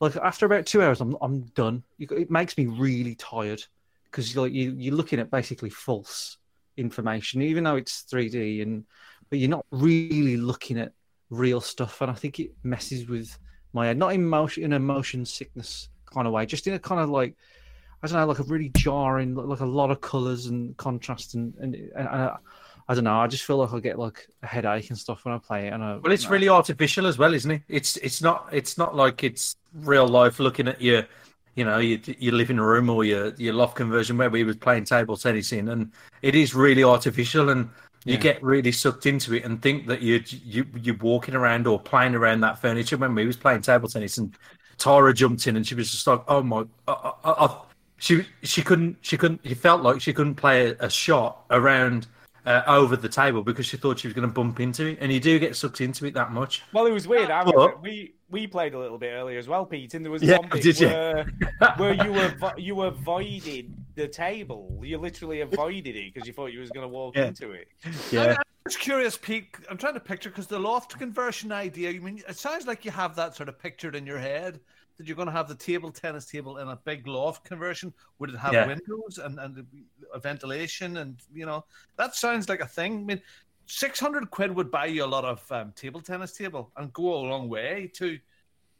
Speaker 1: like after about two hours, I'm I'm done. You- It makes me really tired because like you you're looking at basically false information, even though it's 3D, and but you're not really looking at real stuff. And I think it messes with my head, not in motion in a motion sickness kind of way, just in a kind of like I don't know, like a really jarring, like like a lot of colors and contrast, and and, and I, I don't know. I just feel like I get like a headache and stuff when I play it. And I,
Speaker 23: Well, it's
Speaker 1: no.
Speaker 23: really artificial as well, isn't it? It's it's not it's not like it's real life looking at your, you know, your, your living room or your your loft conversion where we were playing table tennis in, and it is really artificial, and you
Speaker 1: Yeah.
Speaker 23: get really sucked into it and think that you you you're walking around or playing around that furniture. When we was playing table tennis, and Tara jumped in and she was just like, oh my, I, I, I, she she couldn't she couldn't she felt like she couldn't play a, a shot around uh, over the table because she thought she was going to bump into it, and you do get sucked into it that much.
Speaker 5: Well, it was weird. I
Speaker 23: But-
Speaker 5: remember we we played a little bit earlier as well, Pete, and there was
Speaker 23: Yeah,
Speaker 5: one bit
Speaker 23: did you?
Speaker 5: where, where you were vo- you avoided the table. You literally avoided it because you thought you was going to walk
Speaker 23: Yeah.
Speaker 5: into it.
Speaker 23: Yeah.
Speaker 4: I'm just curious, Pete. I'm trying to picture because the loft conversion idea. You mean it sounds like you have that sort of pictured in your head that you're going to have the table tennis table in a big loft conversion. Would it have
Speaker 23: Yeah.
Speaker 4: windows and and a ventilation and you know that sounds like a thing. I mean, six hundred quid would buy you a lot of um, table tennis table and go a long way to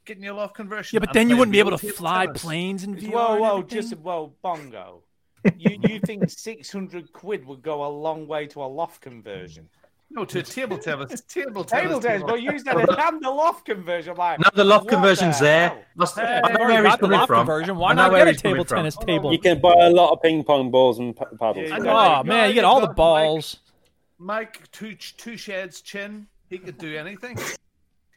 Speaker 4: getting your loft conversion.
Speaker 2: Yeah, but
Speaker 4: and
Speaker 2: then you
Speaker 4: play
Speaker 2: wouldn't be
Speaker 4: real
Speaker 2: able to
Speaker 4: table
Speaker 2: fly
Speaker 4: tennis.
Speaker 2: planes and VR.
Speaker 5: Whoa,
Speaker 2: and
Speaker 5: whoa,
Speaker 2: everything.
Speaker 5: just whoa, bongo. You you think six hundred quid would go a long way to a loft conversion?
Speaker 4: No, to a table tennis. Table tennis.
Speaker 5: Table tennis, but you said it and the loft conversion. I'm Like,
Speaker 23: No, the loft
Speaker 5: what
Speaker 23: conversion's
Speaker 5: the
Speaker 23: there.
Speaker 5: hell?
Speaker 23: That's,
Speaker 5: Hey,
Speaker 23: I know
Speaker 5: we've
Speaker 23: where he's
Speaker 5: got the
Speaker 23: coming
Speaker 5: loft
Speaker 23: from.
Speaker 5: conversion.
Speaker 23: I
Speaker 5: Why
Speaker 23: know
Speaker 5: not
Speaker 23: where
Speaker 5: get a
Speaker 23: he's coming
Speaker 5: table
Speaker 23: from.
Speaker 5: tennis table?
Speaker 15: You can buy a lot of ping pong balls and p- paddles.
Speaker 4: Yeah,
Speaker 15: for
Speaker 4: you
Speaker 15: that.
Speaker 4: got-
Speaker 2: Oh, man, you get all the
Speaker 4: got Mike-
Speaker 2: balls.
Speaker 4: Mike two two sheds chin. He could do anything.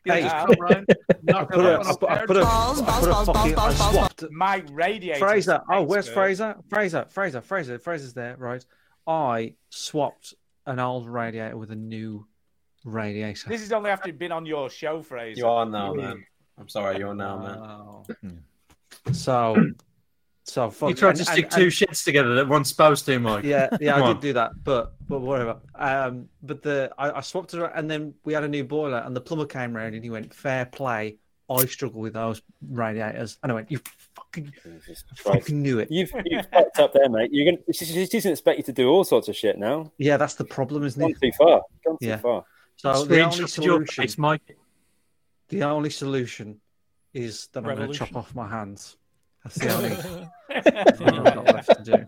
Speaker 1: Hey.
Speaker 4: just come round,
Speaker 1: I
Speaker 4: knock
Speaker 1: put
Speaker 4: him
Speaker 1: a,
Speaker 4: up
Speaker 1: I
Speaker 4: on
Speaker 1: put, I
Speaker 4: a
Speaker 1: put a,
Speaker 4: balls,
Speaker 1: I put a
Speaker 4: balls, balls,
Speaker 1: fucking, I
Speaker 4: balls, balls,
Speaker 1: swapped
Speaker 5: My radiator.
Speaker 1: Fraser. Oh, where's
Speaker 5: expert.
Speaker 1: Fraser? Fraser, Fraser, Fraser, Fraser's there, right? I swapped an old radiator with a new radiator.
Speaker 5: This is only after you've been on your show, Fraser.
Speaker 20: You are now, man. I'm sorry, you're now,
Speaker 1: Uh,
Speaker 20: man.
Speaker 1: So, Oh. so fuck.
Speaker 23: You tried
Speaker 1: and-
Speaker 23: to
Speaker 1: and-
Speaker 23: stick
Speaker 1: and-
Speaker 23: two shits together that one's supposed to, Mike.
Speaker 1: Yeah, yeah,
Speaker 23: Come
Speaker 1: I
Speaker 23: on.
Speaker 1: did do that, but but whatever. Um, but the I, I swapped it, around, and then we had a new boiler, and the plumber came round and he went, "Fair play, I struggle with those radiators," and I went, "You fucking, fucking knew it."
Speaker 15: You've, you've fucked up there, mate. You're gonna. She, she doesn't expect you to do all sorts of shit now.
Speaker 1: Yeah, that's the problem, isn't
Speaker 15: Gone
Speaker 1: it?
Speaker 15: too far. Gone too
Speaker 1: Yeah.
Speaker 15: far.
Speaker 1: So the
Speaker 23: Screenshot
Speaker 1: only
Speaker 23: of your
Speaker 1: solution,
Speaker 23: face, Mike.
Speaker 1: the only solution, is that I'm going to chop
Speaker 2: Revolution.
Speaker 1: off my hands. That's the only thing I've got left to do.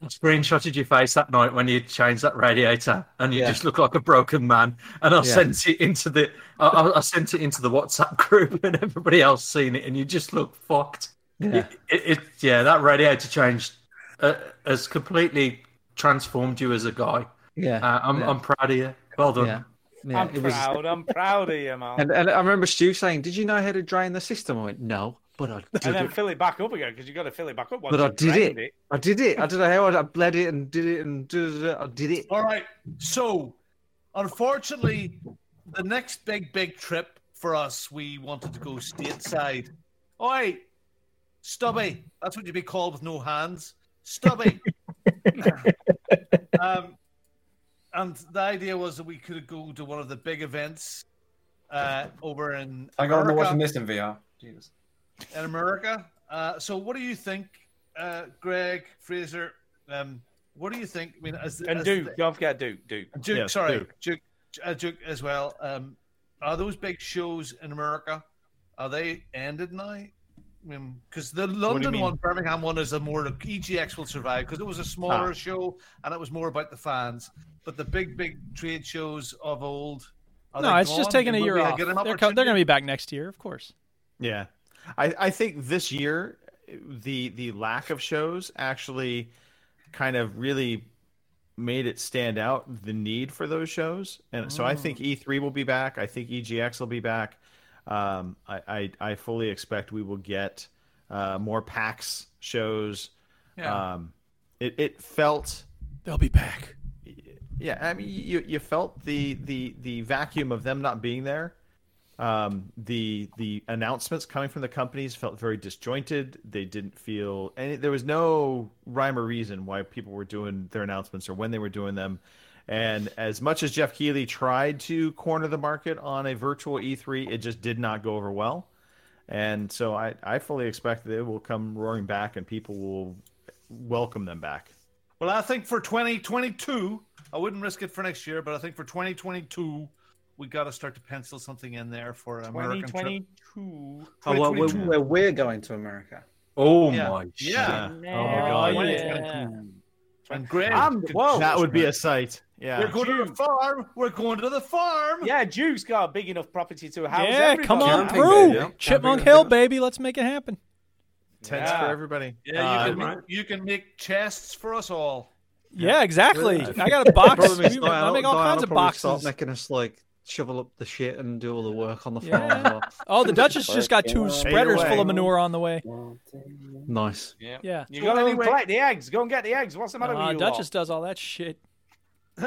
Speaker 23: I screenshotted your face that night when you changed that radiator, and you
Speaker 1: Yeah.
Speaker 23: just look like a broken man. And I
Speaker 1: Yeah.
Speaker 23: sent it into the I- I, I sent it into the WhatsApp group, and everybody else seen it, and you just look fucked.
Speaker 1: Yeah.
Speaker 23: It, it, yeah, that radiator change uh, has completely transformed you as a guy.
Speaker 1: Yeah.
Speaker 23: uh, I'm,
Speaker 1: Yeah.
Speaker 23: I'm proud of you. Well done.
Speaker 1: Yeah. Yeah,
Speaker 5: I'm
Speaker 1: it was-
Speaker 5: proud. I'm proud of you, man.
Speaker 1: And, and I remember Stu saying, "Did you know how to drain the system?" I went, "No, but I did
Speaker 5: and then
Speaker 1: it.
Speaker 5: fill it back up again because you got to fill it back up. Once
Speaker 1: But I
Speaker 5: you've
Speaker 1: did it.
Speaker 5: drained
Speaker 1: I did it. I don't know how I, I bled it and did it and did it. I did it."
Speaker 4: All right. So, unfortunately, the next big, big trip for us, we wanted to go stateside. Oi, Stubby. That's what you'd be called with no hands. Stubby. um, and the idea was that we could go to one of the big events uh, over in.
Speaker 20: I got
Speaker 4: America
Speaker 20: watching this in VR. Jesus.
Speaker 4: in America. Uh, so, what do you think, uh, Greg Fraser? Um, what do you think? I mean, as,
Speaker 5: And
Speaker 4: as
Speaker 5: Duke, don't forget Duke. Duke.
Speaker 4: Duke,
Speaker 5: Yes,
Speaker 4: sorry, Duke,
Speaker 5: Duke.
Speaker 4: uh, Duke as well. Um, are those big shows in America? Are they ended now? I mean, because the London
Speaker 3: mean?
Speaker 4: one, Birmingham one, is a more EGX will survive because it was a smaller
Speaker 3: Ah.
Speaker 4: show and it was more about the fans. But the big, big trade shows of old. are
Speaker 2: no,
Speaker 4: they
Speaker 2: it's just
Speaker 4: gone?
Speaker 2: taking a
Speaker 4: Will
Speaker 2: year
Speaker 4: we
Speaker 2: off.
Speaker 4: get
Speaker 2: They're,
Speaker 4: an
Speaker 2: co- they're going to be back next year, of course.
Speaker 3: Yeah, I, I think this year the the lack of shows actually kind of really made it stand out the need for those shows, and so I think E3 will be back. I think EGX will be back. Um, I, I I fully expect we will get uh, more PAX shows.
Speaker 4: Yeah.
Speaker 3: Um, it it felt
Speaker 2: They'll be back.
Speaker 3: yeah, I mean you you felt the the the vacuum of them not being there um, the the announcements coming from the companies felt very disjointed. They didn't feel any. There was no rhyme or reason why people were doing their announcements or when they were doing them. And as much as Jeff Keighley tried to corner the market on a virtual E3, it just did not go over well. And so I, I fully expect that it will come roaring back and people will welcome them back.
Speaker 4: Well, I think for 2022, I wouldn't risk it for next year, but I think for 2022, we got to start to pencil something in there for American trip.
Speaker 28: 2022. Oh, well, we're, we're, we're going to America.
Speaker 23: Oh
Speaker 4: Yeah.
Speaker 23: my
Speaker 4: Yeah.
Speaker 23: shit.
Speaker 4: Oh,
Speaker 23: Oh my god.
Speaker 4: yeah. And Greg,
Speaker 23: I'm- whoa.
Speaker 3: that would be a sight. Yeah.
Speaker 4: We're going to the farm. We're going to the farm.
Speaker 5: Yeah, Duke's got a big enough property to house
Speaker 2: yeah,
Speaker 5: everybody.
Speaker 2: come on through, Chipmunk Hill, baby. Let's make it happen.
Speaker 3: Tents
Speaker 4: Yeah.
Speaker 3: for everybody.
Speaker 4: Yeah, you,
Speaker 3: Uh,
Speaker 4: can make, you can make chests for us all.
Speaker 2: Yeah, exactly.
Speaker 28: Right.
Speaker 2: I got a box.
Speaker 28: Problem is
Speaker 2: We-
Speaker 28: Diana-
Speaker 2: I make all
Speaker 28: Diana
Speaker 2: kinds of
Speaker 28: probably Start
Speaker 2: boxes.
Speaker 28: making us like shovel up the shit and do all the work on the farm.
Speaker 2: Yeah. Oh, the Duchess just got two
Speaker 28: Either
Speaker 2: spreaders
Speaker 28: way.
Speaker 2: full of manure on the way.
Speaker 28: Nice.
Speaker 5: Yeah.
Speaker 2: Yeah.
Speaker 5: You got to collect the eggs. Go and get the eggs. What's the matter
Speaker 2: Uh,
Speaker 5: with you?
Speaker 2: Duchess does all that shit.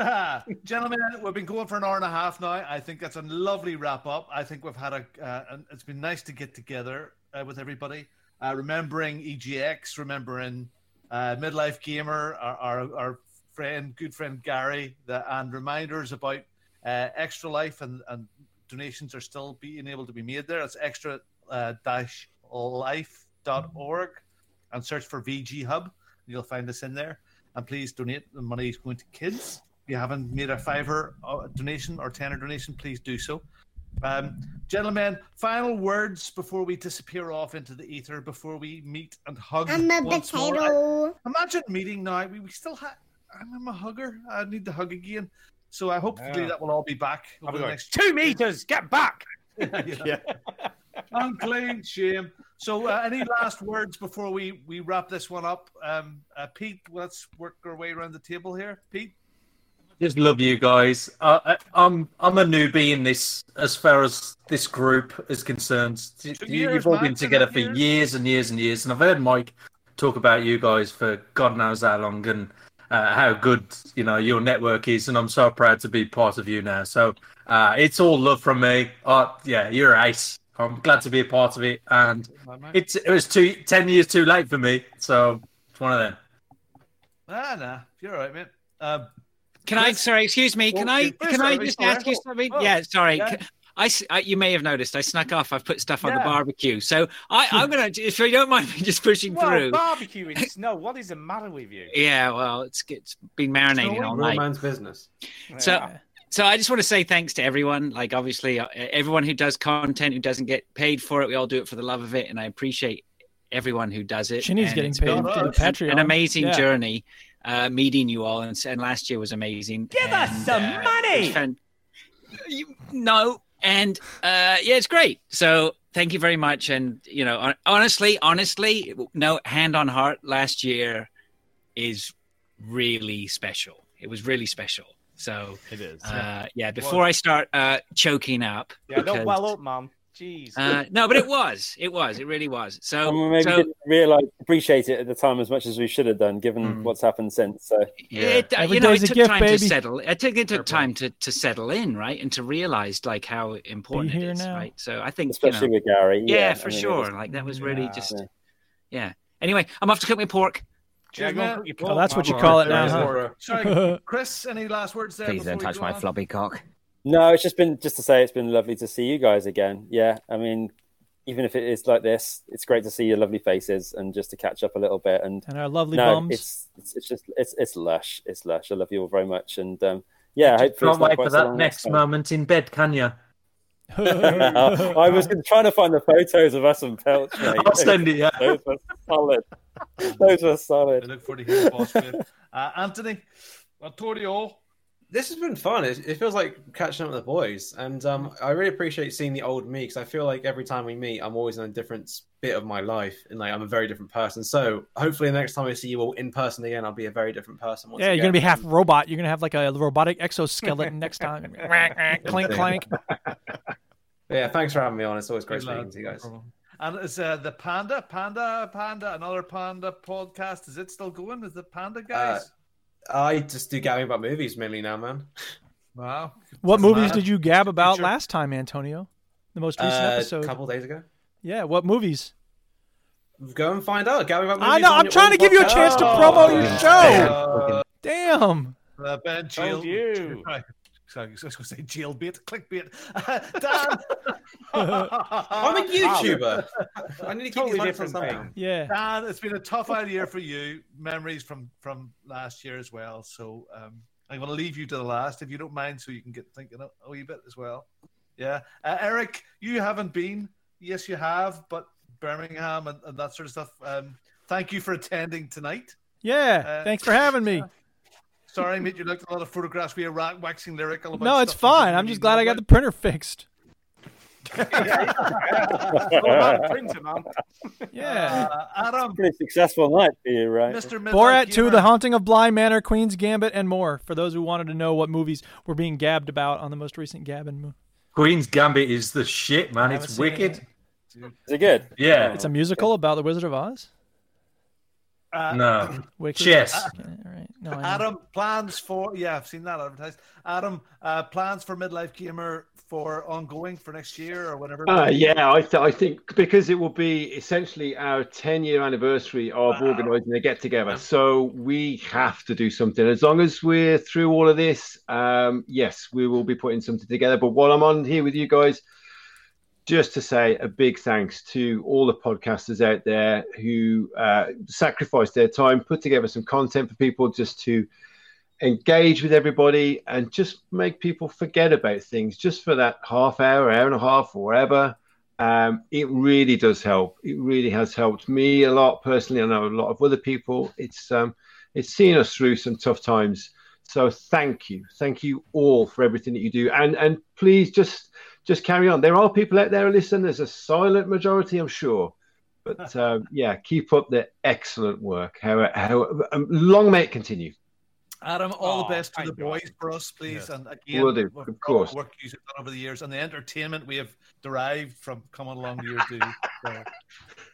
Speaker 4: Gentlemen, we've been going for an hour and a half now. I think that's a lovely wrap up. I think we've had a. Uh, an- it's been nice to get together uh, with everybody, uh, remembering EGX, remembering uh, midlife gamer, our, our our friend, good friend Gary, the, and reminders about uh, extra life and and donations are still being able to be made there. It's extra uh, dash life.org and search for VG Hub. and You'll find us in there. And please donate. The money is going to kids. If you haven't made a fiver uh, donation or tenner donation, please do so. Um, gentlemen, final words before we disappear off into the ether, before we meet and hug.
Speaker 14: I'm a
Speaker 4: once more.
Speaker 14: potato.
Speaker 4: I- imagine meeting now. We, we still have. I'm a hugger. I need to hug again. So I hopefully
Speaker 5: Yeah.
Speaker 4: that will all be back over the
Speaker 5: going,
Speaker 4: next
Speaker 5: Two meters. Get back.
Speaker 4: yeah. Unclean shame. So, uh, any last words before we, we wrap this one up? Um, uh, Pete, let's work our way around the table here. Pete,
Speaker 23: Just love you guys. Uh, I, I'm I'm a newbie in this as far as this group is concerned. You,
Speaker 4: years,
Speaker 23: have all
Speaker 4: man,
Speaker 23: been
Speaker 4: two
Speaker 23: together
Speaker 4: and a
Speaker 23: for
Speaker 4: half
Speaker 23: years. and years and years, and I've heard Mike talk about you guys for God knows how long and uh, how good you know your network is, and I'm so proud to be part of you now. So uh, it's all love from me. Uh, yeah, you're ace. I'm glad to be a part of it, and it's it was two, 10 years too late for me, so it's one of them.
Speaker 4: ah, nah, you're all right, mate. Um,
Speaker 8: Can I? Sorry, excuse me. Can
Speaker 4: Well,
Speaker 8: I?
Speaker 4: you-
Speaker 8: Can I just ask you something?
Speaker 4: Oh,
Speaker 8: Yeah, sorry.
Speaker 4: yeah.
Speaker 8: C- I, s- I- you may have noticed I snuck off. I've put stuff on the
Speaker 5: Yeah.
Speaker 8: barbecue, so I, I'm gonna. If you don't mind me just pushing
Speaker 5: Well,
Speaker 8: through.
Speaker 5: barbecue in snow. What is the matter with you?
Speaker 8: Yeah, well, it's it's been marinating all
Speaker 20: Real
Speaker 8: night.
Speaker 20: man's business.
Speaker 8: So, so I just want to say thanks to everyone. Like, obviously, uh, everyone who does content who doesn't get paid for it, we all do it for the love of it, and I appreciate everyone who does it.
Speaker 2: Ginny's
Speaker 8: And
Speaker 2: getting
Speaker 8: it's
Speaker 2: paid
Speaker 8: been
Speaker 2: through
Speaker 8: an-
Speaker 2: Patreon.
Speaker 8: An amazing
Speaker 2: Yeah.
Speaker 8: journey, uh, meeting you all, and, s- and last year was amazing. Give
Speaker 5: us some money!
Speaker 8: you, uh, no, and uh, yeah, it's great. So. Thank you very much, and you know, hon- honestly, honestly, no hand on heart. Last year, is really special. It was really special. So
Speaker 3: it is.
Speaker 8: Uh, yeah.
Speaker 5: Yeah.
Speaker 8: Before I start uh, choking up.
Speaker 5: Yeah,
Speaker 8: because-
Speaker 5: don't well up, mom. Jeez.
Speaker 8: uh, no, but it was. It was. It really was. So,
Speaker 15: And we maybe
Speaker 8: so
Speaker 15: didn't realize appreciate it at the time as much as we should have done, given
Speaker 1: Hmm.
Speaker 15: what's happened since. So
Speaker 8: it, uh, you know, it took time to settle. I think it took time to, to settle in, right, and to realize like how important it
Speaker 2: here
Speaker 8: is,
Speaker 2: now.
Speaker 8: right. So I think, you
Speaker 15: especially
Speaker 8: know,
Speaker 15: with Gary,
Speaker 8: yeah,
Speaker 15: yeah, I
Speaker 8: for
Speaker 15: mean, it
Speaker 8: sure.
Speaker 15: was-
Speaker 8: like that was really just,
Speaker 15: Yeah.
Speaker 8: yeah. Anyway, I'm off to cook my pork.
Speaker 4: Cheers,
Speaker 5: go and
Speaker 4: mate.
Speaker 5: cook your
Speaker 2: Oh, that's what you call it now,
Speaker 15: Yeah.
Speaker 2: huh?
Speaker 4: Sorry, Chris, any last words there?
Speaker 15: Please
Speaker 4: before
Speaker 15: don't
Speaker 4: we
Speaker 15: touch
Speaker 4: go
Speaker 15: my
Speaker 4: on?
Speaker 15: floppy cock. No, it's just been just to say it's been lovely to see you guys again. Yeah, I mean, even if it is like this, it's great to see your lovely faces and just to catch up a little bit and
Speaker 2: And our lovely
Speaker 15: no,
Speaker 2: bums.
Speaker 15: It's, it's it's just it's it's lush. It's lush. I love you all very much and um, yeah, hopefully it's
Speaker 23: Can't
Speaker 15: not
Speaker 23: wait
Speaker 15: quite
Speaker 23: for
Speaker 15: so
Speaker 23: that
Speaker 15: long
Speaker 23: next
Speaker 15: time.
Speaker 23: moment in bed, can you?
Speaker 15: I was trying to find the photos of us and Pelch. Mate.
Speaker 23: I'll send it, yeah.
Speaker 15: Those were solid. Those were solid.
Speaker 4: I look forward to hearing your boss, mate. Uh, Anthony, Antonio,
Speaker 20: This has been fun. It, it feels like catching up with the boys, and um, I really appreciate seeing the old me because I feel like every time we meet, I'm always in a different bit of my life, and like I'm a very different person. So hopefully, the next time I see you all in person again, I'll be a very different person. Once
Speaker 2: Yeah, you're
Speaker 20: again.
Speaker 2: gonna be half robot. You're gonna have like a robotic exoskeleton next time. clank, clank.
Speaker 20: But yeah, thanks for having me on. It's always great
Speaker 4: Good lad.
Speaker 20: speaking to you guys.
Speaker 4: and it's uh, the Panda, Panda, Panda, another Panda podcast. Is it still going? Is the Panda guys?
Speaker 20: Uh, I just do gabbing about movies mainly now, man.
Speaker 4: wow.
Speaker 2: What
Speaker 20: Doesn't
Speaker 2: movies
Speaker 20: matter.
Speaker 2: did you gab about last time, Antonio? The most recent
Speaker 20: Uh,
Speaker 2: episode.
Speaker 20: A couple days ago.
Speaker 2: Yeah, what movies?
Speaker 20: Go and find out. Gary, about
Speaker 2: I
Speaker 20: movies
Speaker 2: know,
Speaker 20: on
Speaker 2: I'm
Speaker 20: your
Speaker 2: trying
Speaker 20: own
Speaker 2: to give you a chance to
Speaker 20: podcast.
Speaker 2: promo your
Speaker 20: Oh.
Speaker 2: show. Damn.
Speaker 4: Uh, Ben jail.
Speaker 20: you.
Speaker 4: Sorry, I was going to say jailbait, clickbait. Dan.
Speaker 20: I'm a YouTuber. I need to keep
Speaker 4: Totally
Speaker 20: these lights on
Speaker 4: different
Speaker 20: somehow.
Speaker 4: thing.
Speaker 2: Yeah.
Speaker 4: Dan, it's been a tough out year for you. Memories from from last year as well. So um, I'm going to leave you to the last, if you don't mind, so you can get thinking a, a wee bit as well. Yeah. Uh, Eric, you haven't been. Yes, you have, but Birmingham and, and that sort of stuff. Um, thank you for attending tonight.
Speaker 2: Yeah.
Speaker 4: Uh,
Speaker 2: thanks for having me.
Speaker 4: Sorry, mate, you looked at a lot of photographs. We are ra- waxing lyrical about
Speaker 2: No, it's
Speaker 4: stuff you
Speaker 2: fine.
Speaker 4: didn't
Speaker 2: I'm
Speaker 4: really
Speaker 2: just glad
Speaker 4: know
Speaker 2: I got
Speaker 4: about.
Speaker 2: the printer fixed.
Speaker 4: Yeah. Uh, Adam.
Speaker 15: Pretty successful night for you, right?
Speaker 4: Mr.
Speaker 2: Borat 2, The Haunting of Bly Manor, Queen's Gambit, and more. For those who wanted to know what movies were being gabbed about on the most recent Gabbin movie.
Speaker 23: Queen's Gambit is the shit, man.
Speaker 2: Haven't
Speaker 23: It's
Speaker 2: seen it
Speaker 23: wicked.
Speaker 15: Is it good?
Speaker 23: Yeah.
Speaker 2: It's a musical about the Wizard of Oz?
Speaker 4: Uh,
Speaker 23: No.
Speaker 2: Wicked.
Speaker 23: Chess.
Speaker 2: Okay, all right. No, I
Speaker 4: Adam plans for yeah, I've seen that advertised. Adam uh, plans for midlife gamer for ongoing for next year or whatever.
Speaker 17: Uh, yeah, I, th- I think because it will be essentially our 10 year anniversary of organizing a get together. So we have to do something. As long as we're through all of this, um, yes, we will be putting something together. But while I'm on here with you guys, just to say a big thanks to all the podcasters out there who uh, sacrificed their time, put together some content for people just to engage with everybody and just make people forget about things just for that half hour, hour and a half, or whatever. Um, it really does help. It really has helped me a lot personally. I know a lot of other people. It's um, it's seen us through some tough times. So thank you, thank you all for everything that you do, and and please just just carry on. There are people out there who listen. There's a silent majority, I'm sure, but um, yeah, keep up the excellent work. How how um, long may it continue.
Speaker 4: Adam, all the best to the boys for us, please. And again,
Speaker 17: Will do,
Speaker 4: we've
Speaker 17: of
Speaker 4: got
Speaker 17: course.
Speaker 4: the work you've done over the years and the entertainment we have derived from coming along to your do. So,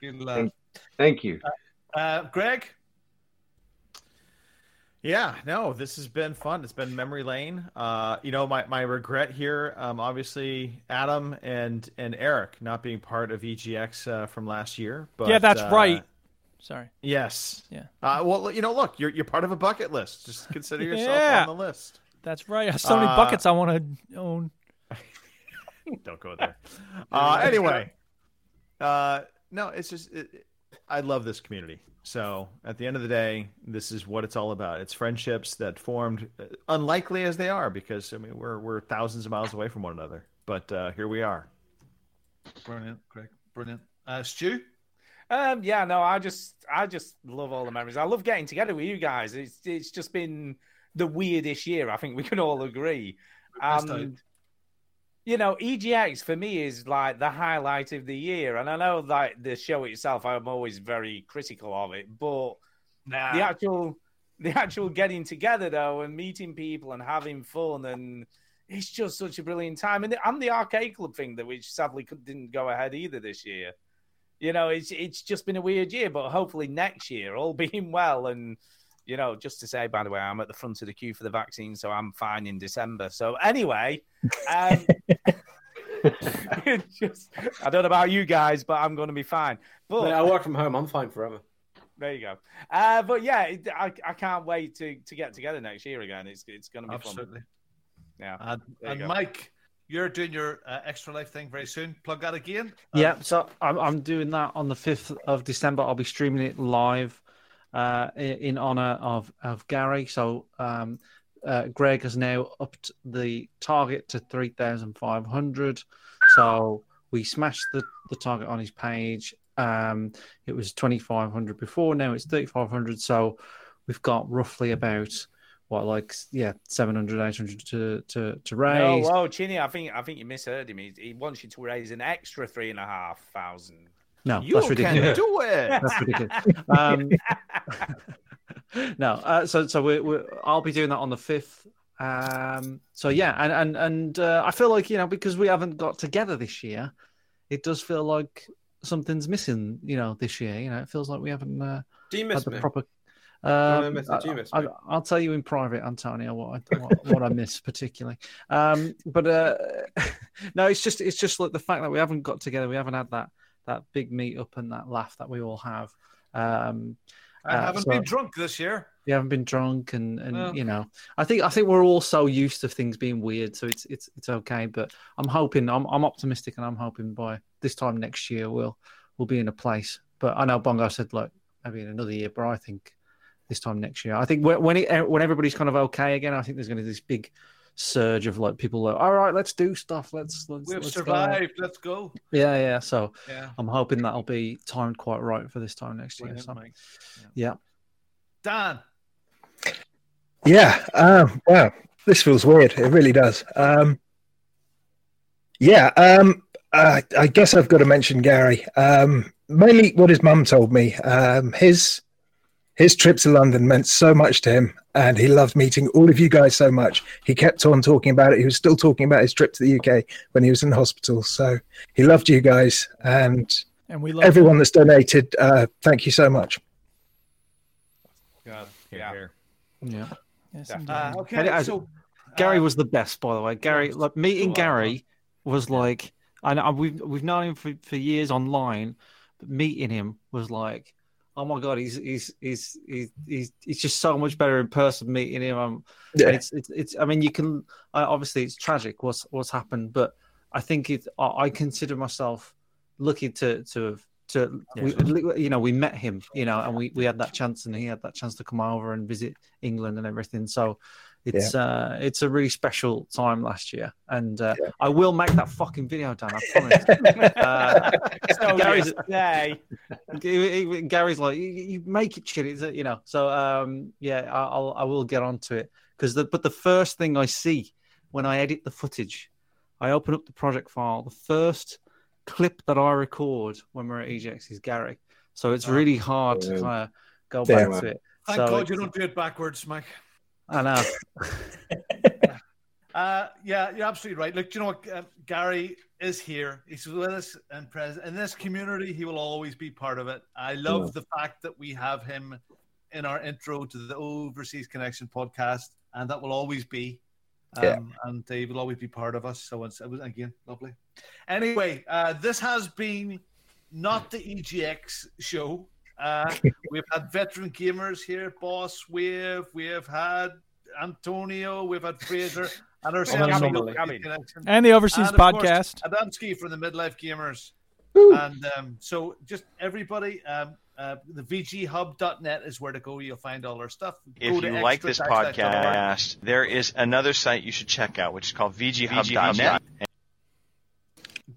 Speaker 4: good lad.
Speaker 17: Thank, thank you.
Speaker 4: Uh, Greg,
Speaker 3: Yeah, no, this has been fun. It's been memory lane. Uh, you know, my, my regret here, um, obviously Adam and and Eric not being part of EGX uh, from last year. But
Speaker 2: yeah, that's
Speaker 3: uh,
Speaker 2: right. Sorry.
Speaker 3: Yes.
Speaker 2: Yeah.
Speaker 3: Uh, well, you know, look, you're you're part of a bucket list. Just consider yourself
Speaker 2: Yeah.
Speaker 3: on the list.
Speaker 2: That's right. I have so many
Speaker 3: Uh,
Speaker 2: buckets I want to own.
Speaker 3: Don't go there. Uh, anyway, uh, no, it's just it, it- I love this community. So at the end of the day, this is what it's all about. It's friendships that formed, uh, unlikely as they are, because I mean we're we're thousands of miles away from one another, but uh, here we are.
Speaker 4: brilliant, Greg, brilliant. Uh, Stu,
Speaker 5: Um, yeah, no, I just, I just love all the memories. I love getting together with you guys. It's, it's just been the weirdest year. I think we can all agree.
Speaker 4: Best out.
Speaker 5: And you know, EGX for me is like the highlight of the year. And I know like the show itself, I'm always very critical of it, but the actual, the actual getting together though, and meeting people and having fun, and it's just such a brilliant time. And the, and the arcade club thing that which sadly could- didn't go ahead either this year you know, it's it's just been a weird year, but hopefully next year, all being well, and you know, just to say, by the way, I'm at the front of the queue for the vaccine, so I'm fine in December. So anyway, um, it's just I don't know about you guys, but I'm going to be fine. But
Speaker 20: Mate, I work from home. I'm fine forever.
Speaker 5: there you go. Uh, but yeah, it, I, I can't wait to, to get together next year again. It's it's going to be
Speaker 4: Absolutely.
Speaker 5: fun. Yeah.
Speaker 4: and,
Speaker 5: There you
Speaker 4: and
Speaker 5: go.
Speaker 4: Mike, you're doing your uh, extra life thing very soon. Plug that again.
Speaker 1: Yeah, so I'm, I'm doing that on the 5th of December. I'll be streaming it live uh, i- in honor of, of Gary. So um, uh, Greg has now upped the target to 3,500. So we smashed the, the target on his page. Um, it was 2,500 before, now it's 3,500. So we've got roughly about what, like, yeah, 700, 800 to, to, to
Speaker 5: No,
Speaker 1: raise.
Speaker 5: whoa, Chinny, I think I think you misheard him. He, he wants you to raise an extra three and a half thousand.
Speaker 1: No, that's ridiculous. That's ridiculous. Um, no, uh, so so we we I'll be doing that on the fifth. Um, so yeah, and and and uh, I feel like you know because we haven't got together this year, it does feel like something's missing. You know, this year, you know, it feels like we haven't uh,
Speaker 20: Do you
Speaker 1: had
Speaker 20: miss
Speaker 1: the
Speaker 20: me?
Speaker 1: proper.
Speaker 20: wanna
Speaker 1: Um,
Speaker 20: message you, Miss
Speaker 1: I,
Speaker 20: May?
Speaker 1: will tell you in private, Antonio, what I, what, what I miss particularly. Um, but uh, no, it's just it's just like the fact that we haven't got together, we haven't had that that big meet up and that laugh that we all have. Um,
Speaker 4: I
Speaker 1: uh,
Speaker 4: haven't
Speaker 1: so-
Speaker 4: been drunk this year.
Speaker 1: you haven't been drunk and and
Speaker 4: No.
Speaker 1: you know i think i think we're all so used to things being weird so it's it's it's okay but i'm hoping i'm, I'm optimistic and i'm hoping by this time next year we'll we'll be in a place but i know bongo said like maybe in another year but i think this time next year i think when when, it, when everybody's kind of okay again i think there's going to be this big surge of like people like all right let's do stuff let's let's,
Speaker 4: We've
Speaker 1: let's go out."
Speaker 4: survived. Let's go.
Speaker 1: yeah yeah so
Speaker 4: Yeah.
Speaker 1: i'm hoping that'll be timed quite right for this time next year
Speaker 4: Brilliant,
Speaker 1: so
Speaker 4: Mike.
Speaker 1: yeah
Speaker 4: Dan,
Speaker 7: Yeah. Um, wow. This feels weird. It really does. Um, yeah. Um, I, I guess I've got to mention Gary. Um, mainly what his mum told me. Um, his his trip to London meant so much to him, and he loved meeting all of you guys so much. He kept on talking about it. He was still talking about his trip to the UK when he was in hospital. So he loved you guys and
Speaker 2: And we love
Speaker 7: everyone that's donated. Uh, thank you so much.
Speaker 4: God,
Speaker 5: yeah.
Speaker 1: yeah
Speaker 2: Yes,
Speaker 5: Yeah.
Speaker 2: indeed.
Speaker 5: Uh,
Speaker 4: okay,
Speaker 1: And I-
Speaker 4: so-
Speaker 1: Gary was the best, by the way. Gary, like meeting Gary was like, and I- we've we've known him for, for years online, but meeting him was like, oh my god, he's he's he's he's he's, he's just so much better in person. Meeting him, um,
Speaker 7: Yeah.
Speaker 1: it's, it's it's. I mean, you can uh, obviously it's tragic what's what's happened, but I think it. I, I consider myself lucky to to have to we, li- you know we met him you know and we we had that chance and he had that chance to come over and visit england and everything so it's
Speaker 29: Yeah.
Speaker 1: uh it's a really special time last year and uh, i will make that fucking video dan i promise uh,
Speaker 5: So
Speaker 1: Gary's-
Speaker 5: yesterday.
Speaker 1: he- he- gary's like you, you make it shit it's a-" you know so um yeah I- i'll i will get on to it because the but the first thing i see when i edit the footage i open up the project file the first clip that I record when we're at EJX is Gary. So it's really hard to
Speaker 4: Oh, Yeah.
Speaker 1: kind of go
Speaker 4: Yeah.
Speaker 1: back to it.
Speaker 4: thank
Speaker 1: so
Speaker 4: God you
Speaker 1: it's-
Speaker 4: don't do it backwards, Mike.
Speaker 1: I know.
Speaker 4: Uh, yeah, you're absolutely right. Look, do you know what? Uh, Gary is here. He's with us and present in this community. He will always be part of it. I love
Speaker 30: Yeah.
Speaker 4: the fact that we have him in our intro to the Overseas Connection podcast, and that will always be. Um,
Speaker 30: Yeah.
Speaker 4: And he will always be part of us. So it's, it was again lovely. Anyway, uh, this has been not the EGX show. Uh, we've had veteran gamers here, Boss Wave. We have had Antonio. We've had Fraser. And ourselves.
Speaker 2: Gabby,
Speaker 4: from the
Speaker 2: Gabby.
Speaker 4: Overseas Connection.
Speaker 2: And the Overseas
Speaker 4: And, of course,
Speaker 2: Podcast.
Speaker 4: Adamski from the Midlife Gamers. And um, so just everybody, um, uh, the VGHub.net is where to go. You'll find all our stuff.
Speaker 3: If you like this podcast, there is another site you should check out, which is called VGHub.net.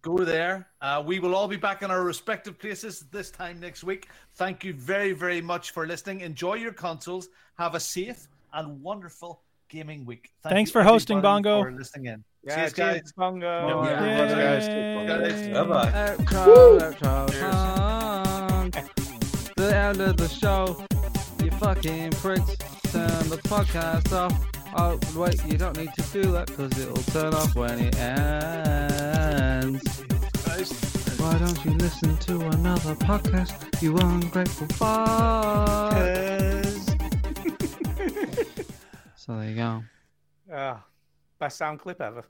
Speaker 4: go there. Uh, we will all be back in our respective places this time next week. Thank you very, very much for listening. Enjoy your consoles. Have a safe and wonderful gaming week. Thank
Speaker 2: Thanks
Speaker 4: you,
Speaker 2: for hosting,
Speaker 4: everybody,
Speaker 2: Bongo.
Speaker 4: For listening in.
Speaker 5: Yeah,
Speaker 4: Cheers,
Speaker 5: cheers,
Speaker 4: guys.
Speaker 5: Bongo.
Speaker 4: Yeah.
Speaker 5: Yeah.
Speaker 4: Guys.
Speaker 1: The end of the show. You fucking pricks. Turn the podcast off. Oh, wait, you don't need to do that because it'll turn off when it ends. Why don't you listen to another podcast, you ungrateful fuck? so there you go.
Speaker 5: Oh, Ah, best sound clip ever.